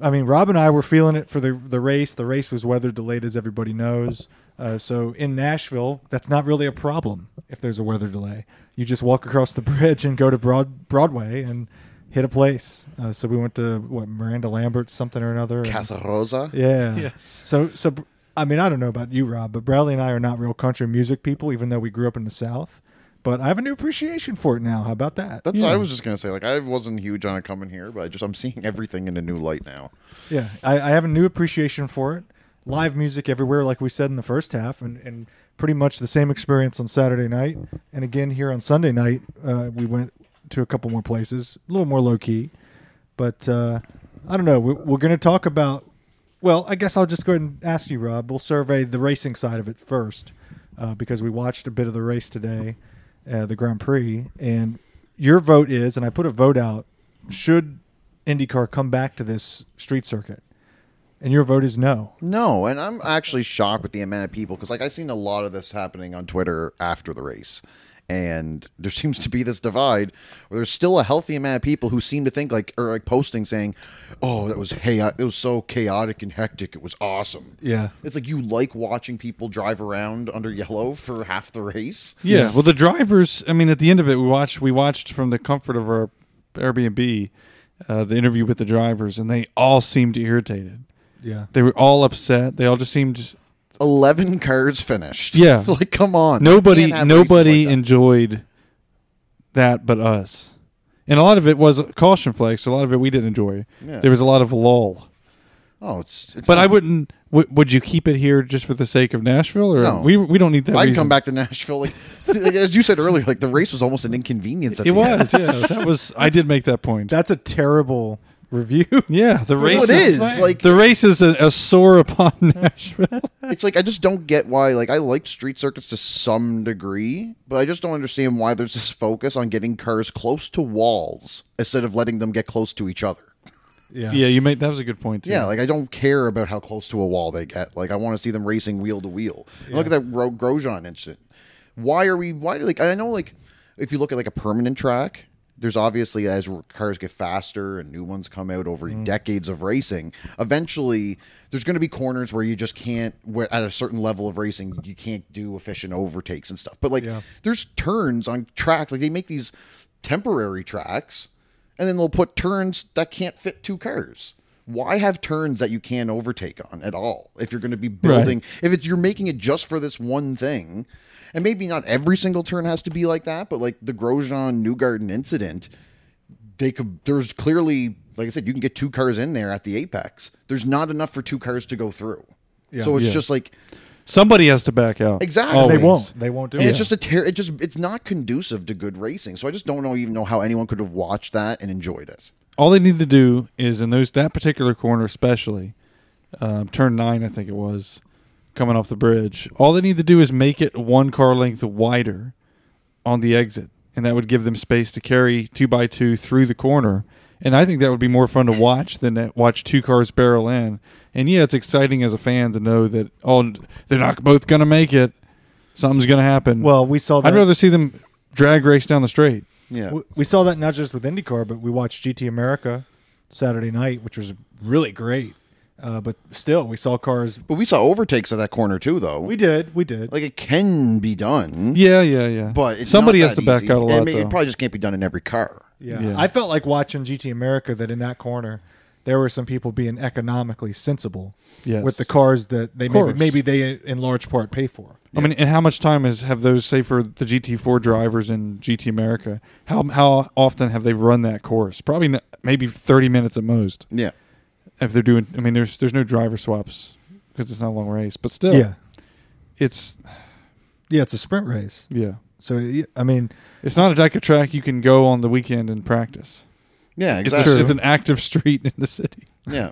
Speaker 4: I mean, Rob and I were feeling it for the the race. The race was weather delayed, as everybody knows. Uh, so in Nashville, that's not really a problem if there's a weather delay. You just walk across the bridge and go to Broad Broadway and hit a place. Uh, so we went to what Miranda Lambert something or another. and-
Speaker 6: Casa Rosa. *laughs*
Speaker 4: Yeah.
Speaker 5: Yes.
Speaker 4: So so I mean I don't know about you, Rob, but Bradley and I are not real country music people, even though we grew up in the South. But I have a new appreciation for it now. How about that?
Speaker 6: That's what I was just gonna say. Like I wasn't huge on it coming here, but I just I'm seeing everything in a new light now.
Speaker 4: Yeah, I, I have a new appreciation for it. Live music everywhere, like we said in the first half, and, and pretty much the same experience on Saturday night. And again, here on Sunday night, uh, we went to a couple more places, a little more low key. But uh, I don't know. We're, we're going to talk about, well, I guess I'll just go ahead and ask you, Rob. We'll survey the racing side of it first uh, because we watched a bit of the race today, uh, the Grand Prix. And your vote is, and I put a vote out, should IndyCar come back to this street circuit? And your vote is no.
Speaker 6: No, and I'm actually shocked with the amount of people because, like, I seen a lot of this happening on Twitter after the race, and there seems to be this divide where there's still a healthy amount of people who seem to think like or like posting saying, "Oh, that was hey, it was so chaotic and hectic, it was awesome."
Speaker 4: Yeah.
Speaker 6: it's like you like watching people drive around under yellow for half the race.
Speaker 5: Yeah. Well, the drivers. I mean, at the end of it, we watched. We watched from the comfort of our Airbnb uh, the interview with the drivers, and they all seemed irritated.
Speaker 4: Yeah.
Speaker 5: They were all upset. They all just seemed.
Speaker 6: Eleven cars finished.
Speaker 5: Yeah.
Speaker 6: *laughs* like come on, You
Speaker 5: Nobody.
Speaker 6: can't have races
Speaker 5: Nobody
Speaker 6: like that.
Speaker 5: enjoyed that, but us. And a lot of it was caution flags. so A lot of it we didn't enjoy.
Speaker 6: Yeah.
Speaker 5: There was a lot of lull.
Speaker 6: oh, it's, it's
Speaker 5: But I wouldn't. W- would you keep it here just for the sake of Nashville, or
Speaker 6: No.
Speaker 5: we we don't need that?
Speaker 6: I'd
Speaker 5: reason.
Speaker 6: come back to Nashville. Like, *laughs* like, as you said earlier, like the race was almost an inconvenience. At
Speaker 5: It
Speaker 6: the end. *laughs*
Speaker 5: was. Yeah, that was. I did make that point.
Speaker 4: That's a terrible review. *laughs*
Speaker 5: yeah, the race
Speaker 6: Well, it is, like-
Speaker 5: the race is a, a sore upon *laughs* Nashville.
Speaker 6: It's like I just don't get why. Like I like street circuits to some degree, but I just don't understand why there's this focus on getting cars close to walls instead of letting them get close to each other.
Speaker 4: Yeah.
Speaker 5: Yeah, you made that was a good point too.
Speaker 6: Yeah, like I don't care about how close to a wall they get. Like I want to see them racing wheel to wheel. And Look at that Ro- Grosjean incident. Why are we? Why like I know like if you look at like a permanent track, there's obviously as r- cars get faster and new ones come out over decades of racing, eventually there's going to be corners where you just can't. Where at a certain level of racing, you can't do efficient overtakes and stuff. But like
Speaker 4: Yeah.
Speaker 6: there's turns on tracks. Like they make these temporary tracks and then they'll put turns that can't fit two cars. Why have turns that you can't overtake on at all if you're going to be building if it's you're making it just for this one thing? And maybe not every single turn has to be like that, but like the Grosjean Newgarden incident, they could there's clearly like I said you can get two cars in there at the apex. There's not enough for two cars to go through. so it's
Speaker 5: Yeah.
Speaker 6: just like
Speaker 5: Somebody has to back out.
Speaker 6: Exactly.
Speaker 4: They
Speaker 5: Always.
Speaker 4: won't. They won't do
Speaker 6: and
Speaker 4: it.
Speaker 6: it's just a ter- it just it's not conducive to good racing. So I just don't know even know how anyone could have watched that and enjoyed it.
Speaker 5: All they need to do is in those that particular corner, especially um, turn nine, I think it was, coming off the bridge. All they need to do is make it one car length wider on the exit, and that would give them space to carry two by two through the corner. And I think that would be more fun to watch than to watch two cars barrel in. And yeah, it's exciting as a fan to know that oh, they're not both gonna make it. Something's gonna happen.
Speaker 4: Well, we saw
Speaker 5: I'd
Speaker 4: that-
Speaker 5: rather see them drag race down the straight.
Speaker 6: Yeah.
Speaker 4: We- We saw that not just with IndyCar, but we watched GT America Saturday night, which was really great. Uh, but still, we saw cars.
Speaker 6: But we saw overtakes at that corner too, though.
Speaker 4: We did. We did.
Speaker 6: like it can be done,
Speaker 5: Yeah, yeah, yeah.
Speaker 6: but it's
Speaker 5: somebody
Speaker 6: not
Speaker 5: has
Speaker 6: that
Speaker 5: to back
Speaker 6: easy.
Speaker 5: out a lot.
Speaker 6: I mean,
Speaker 5: though.
Speaker 6: it probably just can't be done in every car.
Speaker 4: Yeah.
Speaker 5: Yeah.
Speaker 4: I felt like watching GT America that in that corner there were some people being economically sensible
Speaker 5: Yes.
Speaker 4: with the cars that they maybe,
Speaker 5: course.
Speaker 4: maybe they in large part pay for.
Speaker 5: I mean, and how much time has have those say for the GT4 drivers in GT America? How how often have they run that course? Probably not, maybe thirty minutes at most.
Speaker 6: Yeah,
Speaker 5: If they're doing, I mean, there's there's no driver swaps because it's not a long race, but still,
Speaker 4: Yeah.
Speaker 5: it's
Speaker 4: Yeah, it's a sprint race.
Speaker 5: yeah,
Speaker 4: So y- I mean,
Speaker 5: it's not a deck of track you can go on the weekend and practice.
Speaker 6: yeah,
Speaker 5: It's,
Speaker 6: exactly.
Speaker 5: a, it's an active *laughs* street in the city.
Speaker 6: yeah.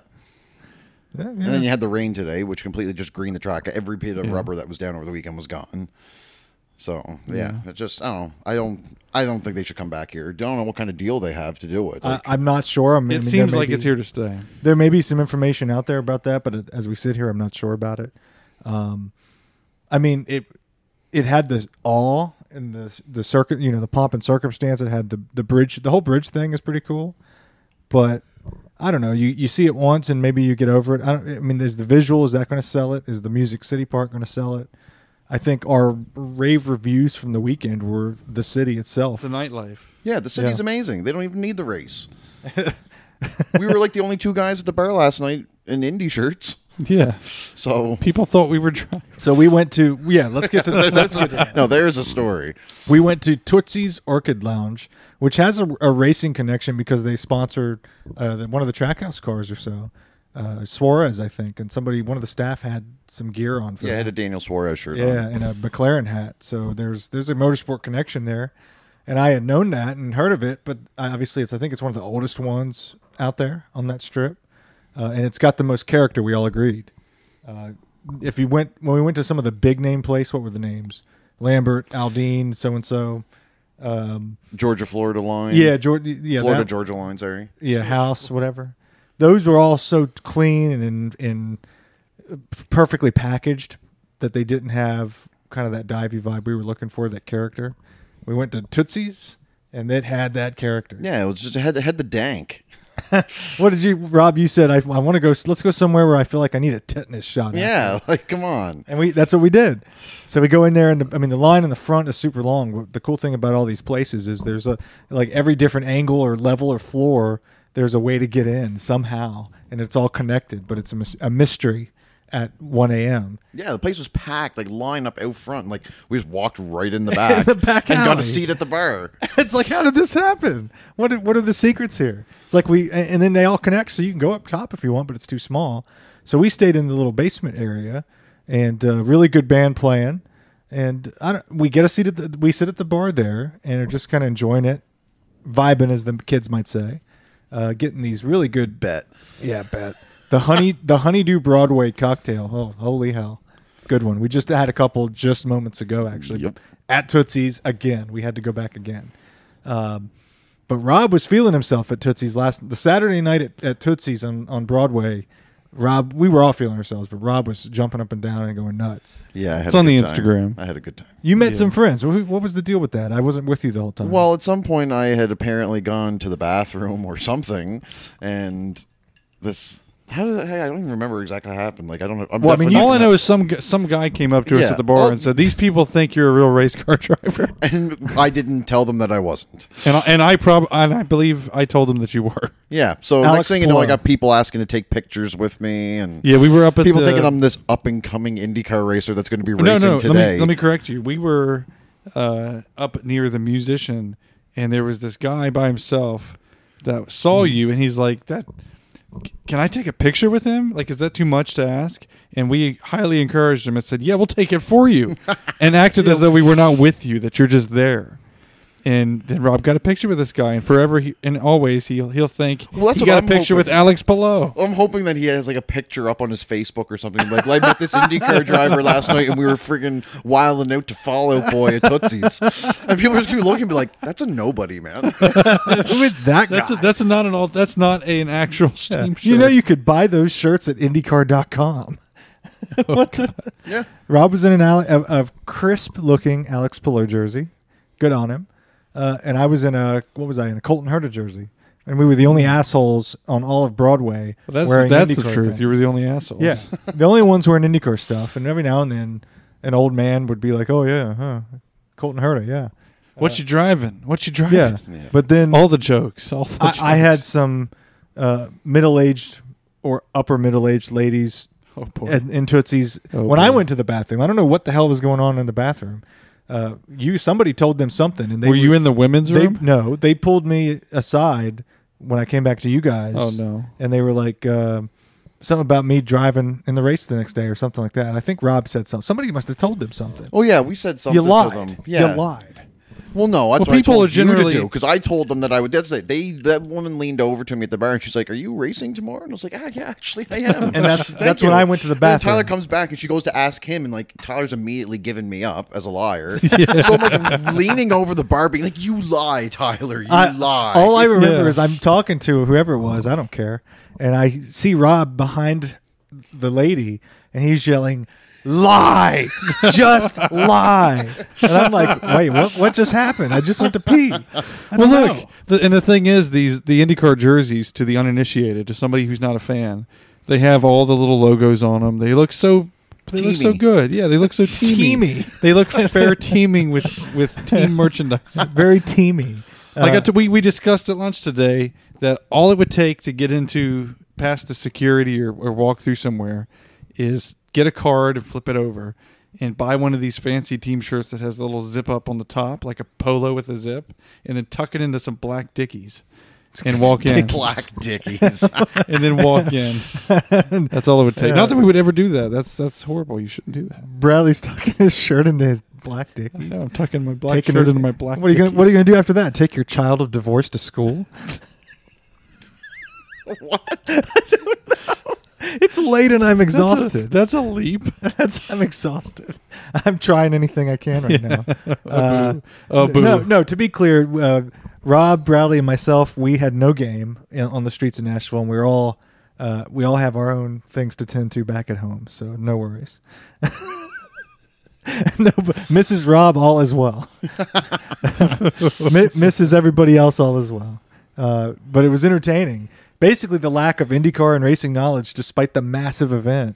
Speaker 6: And then you had the rain today, which completely just greened the track. Every bit of rubber that was down over the weekend was gone. So yeah, it just I don't know. I don't I don't think they should come back here. Don't know what kind of deal they have to do it.
Speaker 4: I,
Speaker 5: Uh,
Speaker 6: Like,
Speaker 4: I'm not sure. I mean, I
Speaker 5: It
Speaker 4: mean, there
Speaker 5: seems
Speaker 4: may
Speaker 5: like
Speaker 4: be-
Speaker 5: it's here to stay.
Speaker 4: There may be some information out there about that, but as we sit here, I'm not sure about it. Um, I mean it. It had the awe and the the circuit, you know, the pomp and circumstance. It had the the bridge. The whole bridge thing is pretty cool, but I don't know. You you see it once and maybe you get over it. I don't. I mean, is the visual is that going to sell it? Is the Music City Park going to sell it? I think our rave reviews from the weekend were the city itself.
Speaker 5: The nightlife.
Speaker 6: yeah, the city's amazing. They don't even need
Speaker 5: *laughs*
Speaker 6: the race. we were like the only two guys at the bar last night in indie shirts.
Speaker 5: Yeah,
Speaker 6: So
Speaker 5: people thought we were driving.
Speaker 4: So we went to yeah. Let's get to the, *laughs* let's get to that.
Speaker 6: no, there's a story.
Speaker 4: We went to Tootsie's Orchid Lounge, which has a, a racing connection because they sponsored uh, the, one of the Trackhouse cars or so, uh, Suarez, I think, and somebody, one of the staff had some gear on for
Speaker 6: Yeah, I had
Speaker 4: that.
Speaker 6: a Daniel Suarez shirt on.
Speaker 4: yeah, and a McLaren hat. So there's there's a motorsport connection there, and I had known that and heard of it, but I- obviously it's I think it's one of the oldest ones out there on that strip, uh, and it's got the most character. We all agreed. Uh, if you went when we went to some of the big name place, what were the names? Lambert, Aldine, so and so.
Speaker 6: Georgia Florida line.
Speaker 4: Yeah, Georgia. Yeah,
Speaker 6: Florida
Speaker 4: that-
Speaker 6: Georgia line. Sorry.
Speaker 4: Yeah, house, whatever. Those were all so clean and in, in perfectly packaged that they didn't have kind of that divey vibe we were looking for. That character. We went to Tootsie's and it had that character.
Speaker 6: Yeah, it was just it had it had the dank.
Speaker 4: What did you, Rob? You said I, I want to go. Let's go somewhere where I feel like I need a tetanus shot. after."
Speaker 6: Yeah, *laughs* like come on.
Speaker 4: And we that's what we did. So we go in there, and the, I mean, the line in the front is super long. But The cool thing about all these places is there's a like every different angle or level or floor, there's a way to get in somehow, and it's all connected. But it's a, mys- a mystery at 1 a.m.
Speaker 6: Yeah, the place was packed, like line up out front. Like we just walked
Speaker 4: *laughs*
Speaker 6: right in the back,
Speaker 4: the back
Speaker 6: and got
Speaker 4: alley.
Speaker 6: a seat at the bar.
Speaker 4: *laughs* It's like, how did this happen? What are, what are the secrets here? It's like we, and and then they all connect, so you can go up top if you want, but it's too small. So we stayed in the little basement area, and uh, really good band playing, and I don't, we get a seat at the, we sit at the bar there, and are just kind of enjoying it, vibing as the kids might say, uh, getting these really good
Speaker 6: Bet.
Speaker 4: yeah, bet. The honey the honeydew Broadway cocktail. Oh, holy hell. Good one. We just had a couple just moments ago actually.
Speaker 6: Yep.
Speaker 4: At Tootsie's again. We had to go back again. Um, But Rob was feeling himself at Tootsie's last the Saturday night at, at Tootsie's on, on Broadway. Rob, we were all feeling ourselves, but Rob was jumping up and down and going nuts.
Speaker 6: Yeah, I had
Speaker 5: It's
Speaker 6: a
Speaker 5: on
Speaker 6: good
Speaker 5: the
Speaker 6: time.
Speaker 5: Instagram.
Speaker 6: I had a good time.
Speaker 4: You met some friends. Wh- What was the deal with that? I wasn't with you the whole time.
Speaker 6: Well, at some point, I had apparently gone to the bathroom or something, and this. How did I, I don't even remember exactly how it happened. Like I don't know. I'm
Speaker 4: Well, I mean,
Speaker 6: definitely-
Speaker 5: All
Speaker 6: *laughs*
Speaker 5: I know is some gu- some guy came up to us
Speaker 6: Yeah.
Speaker 5: at the bar
Speaker 6: Well-
Speaker 5: and said, "These people think you're a real race car *laughs* driver,"
Speaker 6: and I didn't tell them that I wasn't.
Speaker 5: and I, and I prob and I believe I told them that you were.
Speaker 6: Yeah. So
Speaker 4: Alex
Speaker 6: next thing you know, I
Speaker 4: Polo.
Speaker 6: got people asking to take pictures with me, and
Speaker 5: Yeah, we were up at
Speaker 6: people
Speaker 5: the-
Speaker 6: thinking I'm this up and coming IndyCar racer that's going to be
Speaker 5: No,
Speaker 6: racing
Speaker 5: no. Let
Speaker 6: today.
Speaker 5: me let me correct you. We were uh, up near the musician, and there was this guy by himself that saw
Speaker 6: Hmm.
Speaker 5: you, and he's like, "That can I take a picture with him? Like, is that too much to ask?" And we highly encouraged him and said, "Yeah, we'll take it for
Speaker 6: *laughs*
Speaker 5: you," and acted as though we were not with you, that you're just there. And then Rob got a picture with this guy, and forever he, and always he'll he'll think
Speaker 6: Well, that's
Speaker 5: he
Speaker 6: what
Speaker 5: got
Speaker 6: I'm
Speaker 5: a picture with
Speaker 6: hoping. Oh
Speaker 5: Alex Pillow.
Speaker 6: I'm hoping that he has like a picture up on his Facebook or something. Like, I met this
Speaker 5: *laughs*
Speaker 6: IndyCar driver last night, and we were friggin' wilding out to Follow Boy at Tootsie's, and people are just gonna be looking and be like, "That's a
Speaker 5: *laughs*
Speaker 6: nobody, man."
Speaker 4: who is that guy?
Speaker 5: That's a, that's not an all. That's not an actual steam shirt.
Speaker 4: You know, you could buy those shirts at *laughs* IndyCar.com.
Speaker 5: Oh,
Speaker 4: what the?
Speaker 6: Yeah.
Speaker 4: Rob was in an Ale- a, a crisp-looking Alex Pillow jersey. Good on him. Uh, and I was in a what was I in a Colton Herta jersey, and we were the only assholes on all of Broadway
Speaker 5: Well,
Speaker 4: wearing
Speaker 5: that's that's the
Speaker 4: IndyCar
Speaker 5: truth.
Speaker 4: things.
Speaker 5: You were the only assholes.
Speaker 4: Yeah, the only ones wearing IndyCar stuff. And every now and then, an old man would be like, "Oh yeah, huh, Colton Herta, yeah,
Speaker 5: *laughs* What you driving? What you driving?
Speaker 4: yeah." But then
Speaker 5: All the jokes. All the jokes.
Speaker 4: I, I had some uh, middle-aged or upper middle-aged ladies
Speaker 5: Oh, boy.
Speaker 4: in, in Tootsie's.
Speaker 5: Oh,
Speaker 4: when I
Speaker 5: boy.
Speaker 4: went to the bathroom, I don't know what the hell was going on in the bathroom. Uh, you somebody told them something, and they
Speaker 5: were you in the women's
Speaker 4: They,
Speaker 5: room?
Speaker 4: no, they pulled me aside when I came back to you guys.
Speaker 5: Oh, no.
Speaker 4: And they were like. Uh, Something about me driving in the race the next day, or something like that. And I think Rob said something. Somebody must have told them something.
Speaker 6: Oh yeah, we said something
Speaker 4: you
Speaker 6: to them.
Speaker 4: lied.
Speaker 6: Yeah,
Speaker 4: You lied.
Speaker 6: Well, no, that's
Speaker 5: Well,
Speaker 6: what
Speaker 5: people
Speaker 6: I
Speaker 5: are
Speaker 6: told
Speaker 5: generally-
Speaker 6: you to do because I told them that I would. That's it. They that woman leaned over to me at the bar and she's like, "Are you racing tomorrow?" And I was like, "Ah, yeah, actually, I
Speaker 4: *laughs*
Speaker 6: am."
Speaker 4: And that's-
Speaker 6: *laughs* Thank
Speaker 4: that's when
Speaker 6: you."
Speaker 4: I went to the
Speaker 6: And then Tyler
Speaker 4: bathroom.
Speaker 6: comes back and she goes to ask him, and like Tyler's immediately given me up as
Speaker 4: *laughs*
Speaker 6: a liar. So I'm like leaning over the bar, being like, "You lie, Tyler. You
Speaker 4: I-
Speaker 6: lie."
Speaker 4: All I remember
Speaker 5: Yeah.
Speaker 4: is I'm talking to whoever it was. I don't care. And I see Rob behind the lady, and he's yelling, "Lie, just lie!" And I'm like, "Wait, what? What just happened? I just went to pee."
Speaker 5: Well, look. The, and the thing is, these the IndyCar jerseys to the uninitiated, to somebody who's not a fan, they have all the little logos on them. They look so. They look so
Speaker 6: Teamy.
Speaker 5: good. Yeah, they look so teamy.
Speaker 4: Teamy.
Speaker 5: They look fair teaming with with team *laughs* merchandise.
Speaker 4: Very teamy.
Speaker 5: Like I got to, we we discussed at lunch today that all it would take to get into past the security or, or walk through somewhere is get a card and flip it over and buy one of these fancy team shirts that has a little zip up on the top like a polo with a zip and then tuck it into some black dickies and walk in *laughs*
Speaker 6: Black Dickies.
Speaker 5: and then walk in that's all it would take not that we would ever do that that's that's horrible you shouldn't do that
Speaker 4: Bradley's tucking his shirt into his black dickies.
Speaker 5: No, i'm tucking my black shirt into my black
Speaker 4: What are you gonna,
Speaker 5: Dickies.
Speaker 4: What are you going to do after that? Take your child of divorce to *laughs* school? *laughs* It's late and I'm *laughs*
Speaker 5: that's a,
Speaker 4: exhausted.
Speaker 5: that's a leap
Speaker 4: That's I'm exhausted. I'm trying anything I can *laughs* right now. Uh,
Speaker 5: oh
Speaker 4: *laughs*
Speaker 5: boo
Speaker 4: No, no. To be clear, uh, Rob Bradley and myself, we had no game in, on the streets of Nashville, and we are all uh, we all have our own things to tend to back at home, so no worries. *laughs* no, but Mrs. Rob, all is well. *laughs* Mi- Mrs. Everybody else, all is well. Uh, but it was entertaining. Basically, the lack of IndyCar and racing knowledge, despite the massive event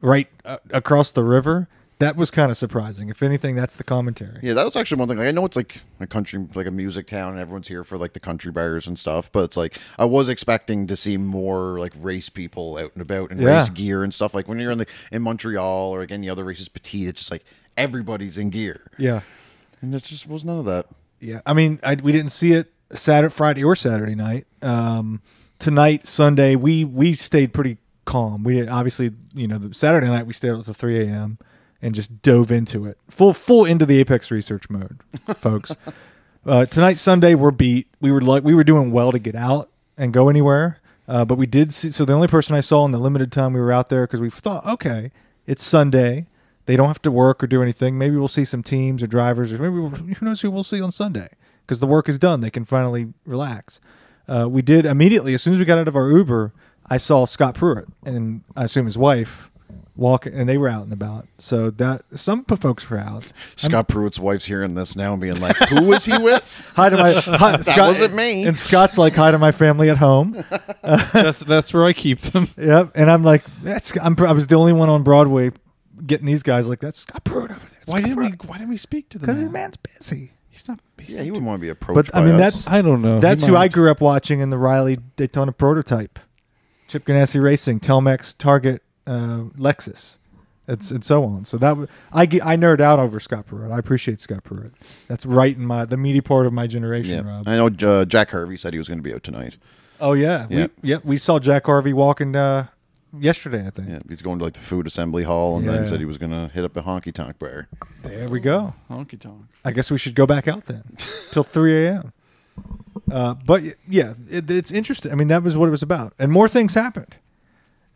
Speaker 4: right uh, across the river, that was kind of surprising. If anything, that's the commentary.
Speaker 6: Yeah, that was actually one thing. Like, I know it's like a country, like a music town, and everyone's here for like the country bars and stuff. But it's like I was expecting to see more like race people out and about and
Speaker 4: Yeah.
Speaker 6: race gear and stuff. Like when you're in the in Montreal or like any other races, petite, it's just like everybody's in gear,
Speaker 4: Yeah.
Speaker 6: and it just was none of that.
Speaker 4: Yeah, I mean, I, we didn't see it Saturday, Friday, or Saturday night. Um, tonight, Sunday, we we stayed pretty calm. We did, obviously, you know, the Saturday night we stayed up till three a.m. and just dove into it, full full into the apex research mode, folks. uh, tonight, Sunday, we're beat. We were like we were doing well to get out and go anywhere, uh, but we did see. So the only person I saw in the limited time we were out there because we thought, okay, it's Sunday they don't have to work or do anything. Maybe we'll see some teams or drivers, or maybe we'll, who knows who we'll see on Sunday. because the work is done. They can finally relax. Uh, we did immediately as soon as we got out of our Uber. I saw Scott Pruitt and I assume his wife walking, and they were out and about. So that some p- folks were out.
Speaker 6: Scott Pruitt's wife's hearing this now and being like, "Who was
Speaker 4: *laughs*
Speaker 6: he with?"
Speaker 4: Hi to
Speaker 6: *laughs*
Speaker 4: my hi, Scott,
Speaker 6: wasn't me.
Speaker 4: And Scott's like hi to my family at
Speaker 6: *laughs*
Speaker 4: home.
Speaker 5: that's that's where I keep them.
Speaker 4: Yep. And I'm like, that's I'm, I was the only one on Broadway getting these guys like that's Scott Pruitt over there.
Speaker 5: Why didn't we? Why didn't we speak to them?
Speaker 4: Because the man's busy.
Speaker 5: he's not. He's
Speaker 6: Yeah, he wouldn't want to be approached.
Speaker 4: But I
Speaker 6: by
Speaker 4: mean,
Speaker 6: us.
Speaker 4: that's
Speaker 5: I don't know. He
Speaker 4: That's who
Speaker 5: might.
Speaker 4: I grew up watching in the Riley Daytona prototype, Chip Ganassi Racing, Telmex, Target, uh, Lexus, it's, and so on. So that w- I ge- I nerd out over Scott Pruitt. I appreciate Scott Pruitt. That's right in my the meaty part of my
Speaker 6: Yeah.
Speaker 4: generation. Rob.
Speaker 6: I know uh, Jack Harvey said he was going to be out tonight.
Speaker 4: oh yeah,
Speaker 6: Yeah.
Speaker 4: We, yeah. We saw Jack Harvey walking uh, yesterday. I think.
Speaker 6: Yeah, he's going to like the food assembly hall, and
Speaker 4: Yeah.
Speaker 6: then said he was going to hit up a honky tonk bar.
Speaker 4: There we go.
Speaker 5: honky tonk.
Speaker 4: I guess we should go back out
Speaker 6: *laughs*
Speaker 4: then till 3 a.m. Uh, but y- yeah, it, it's interesting. I mean, that was what it was about, and more things happened.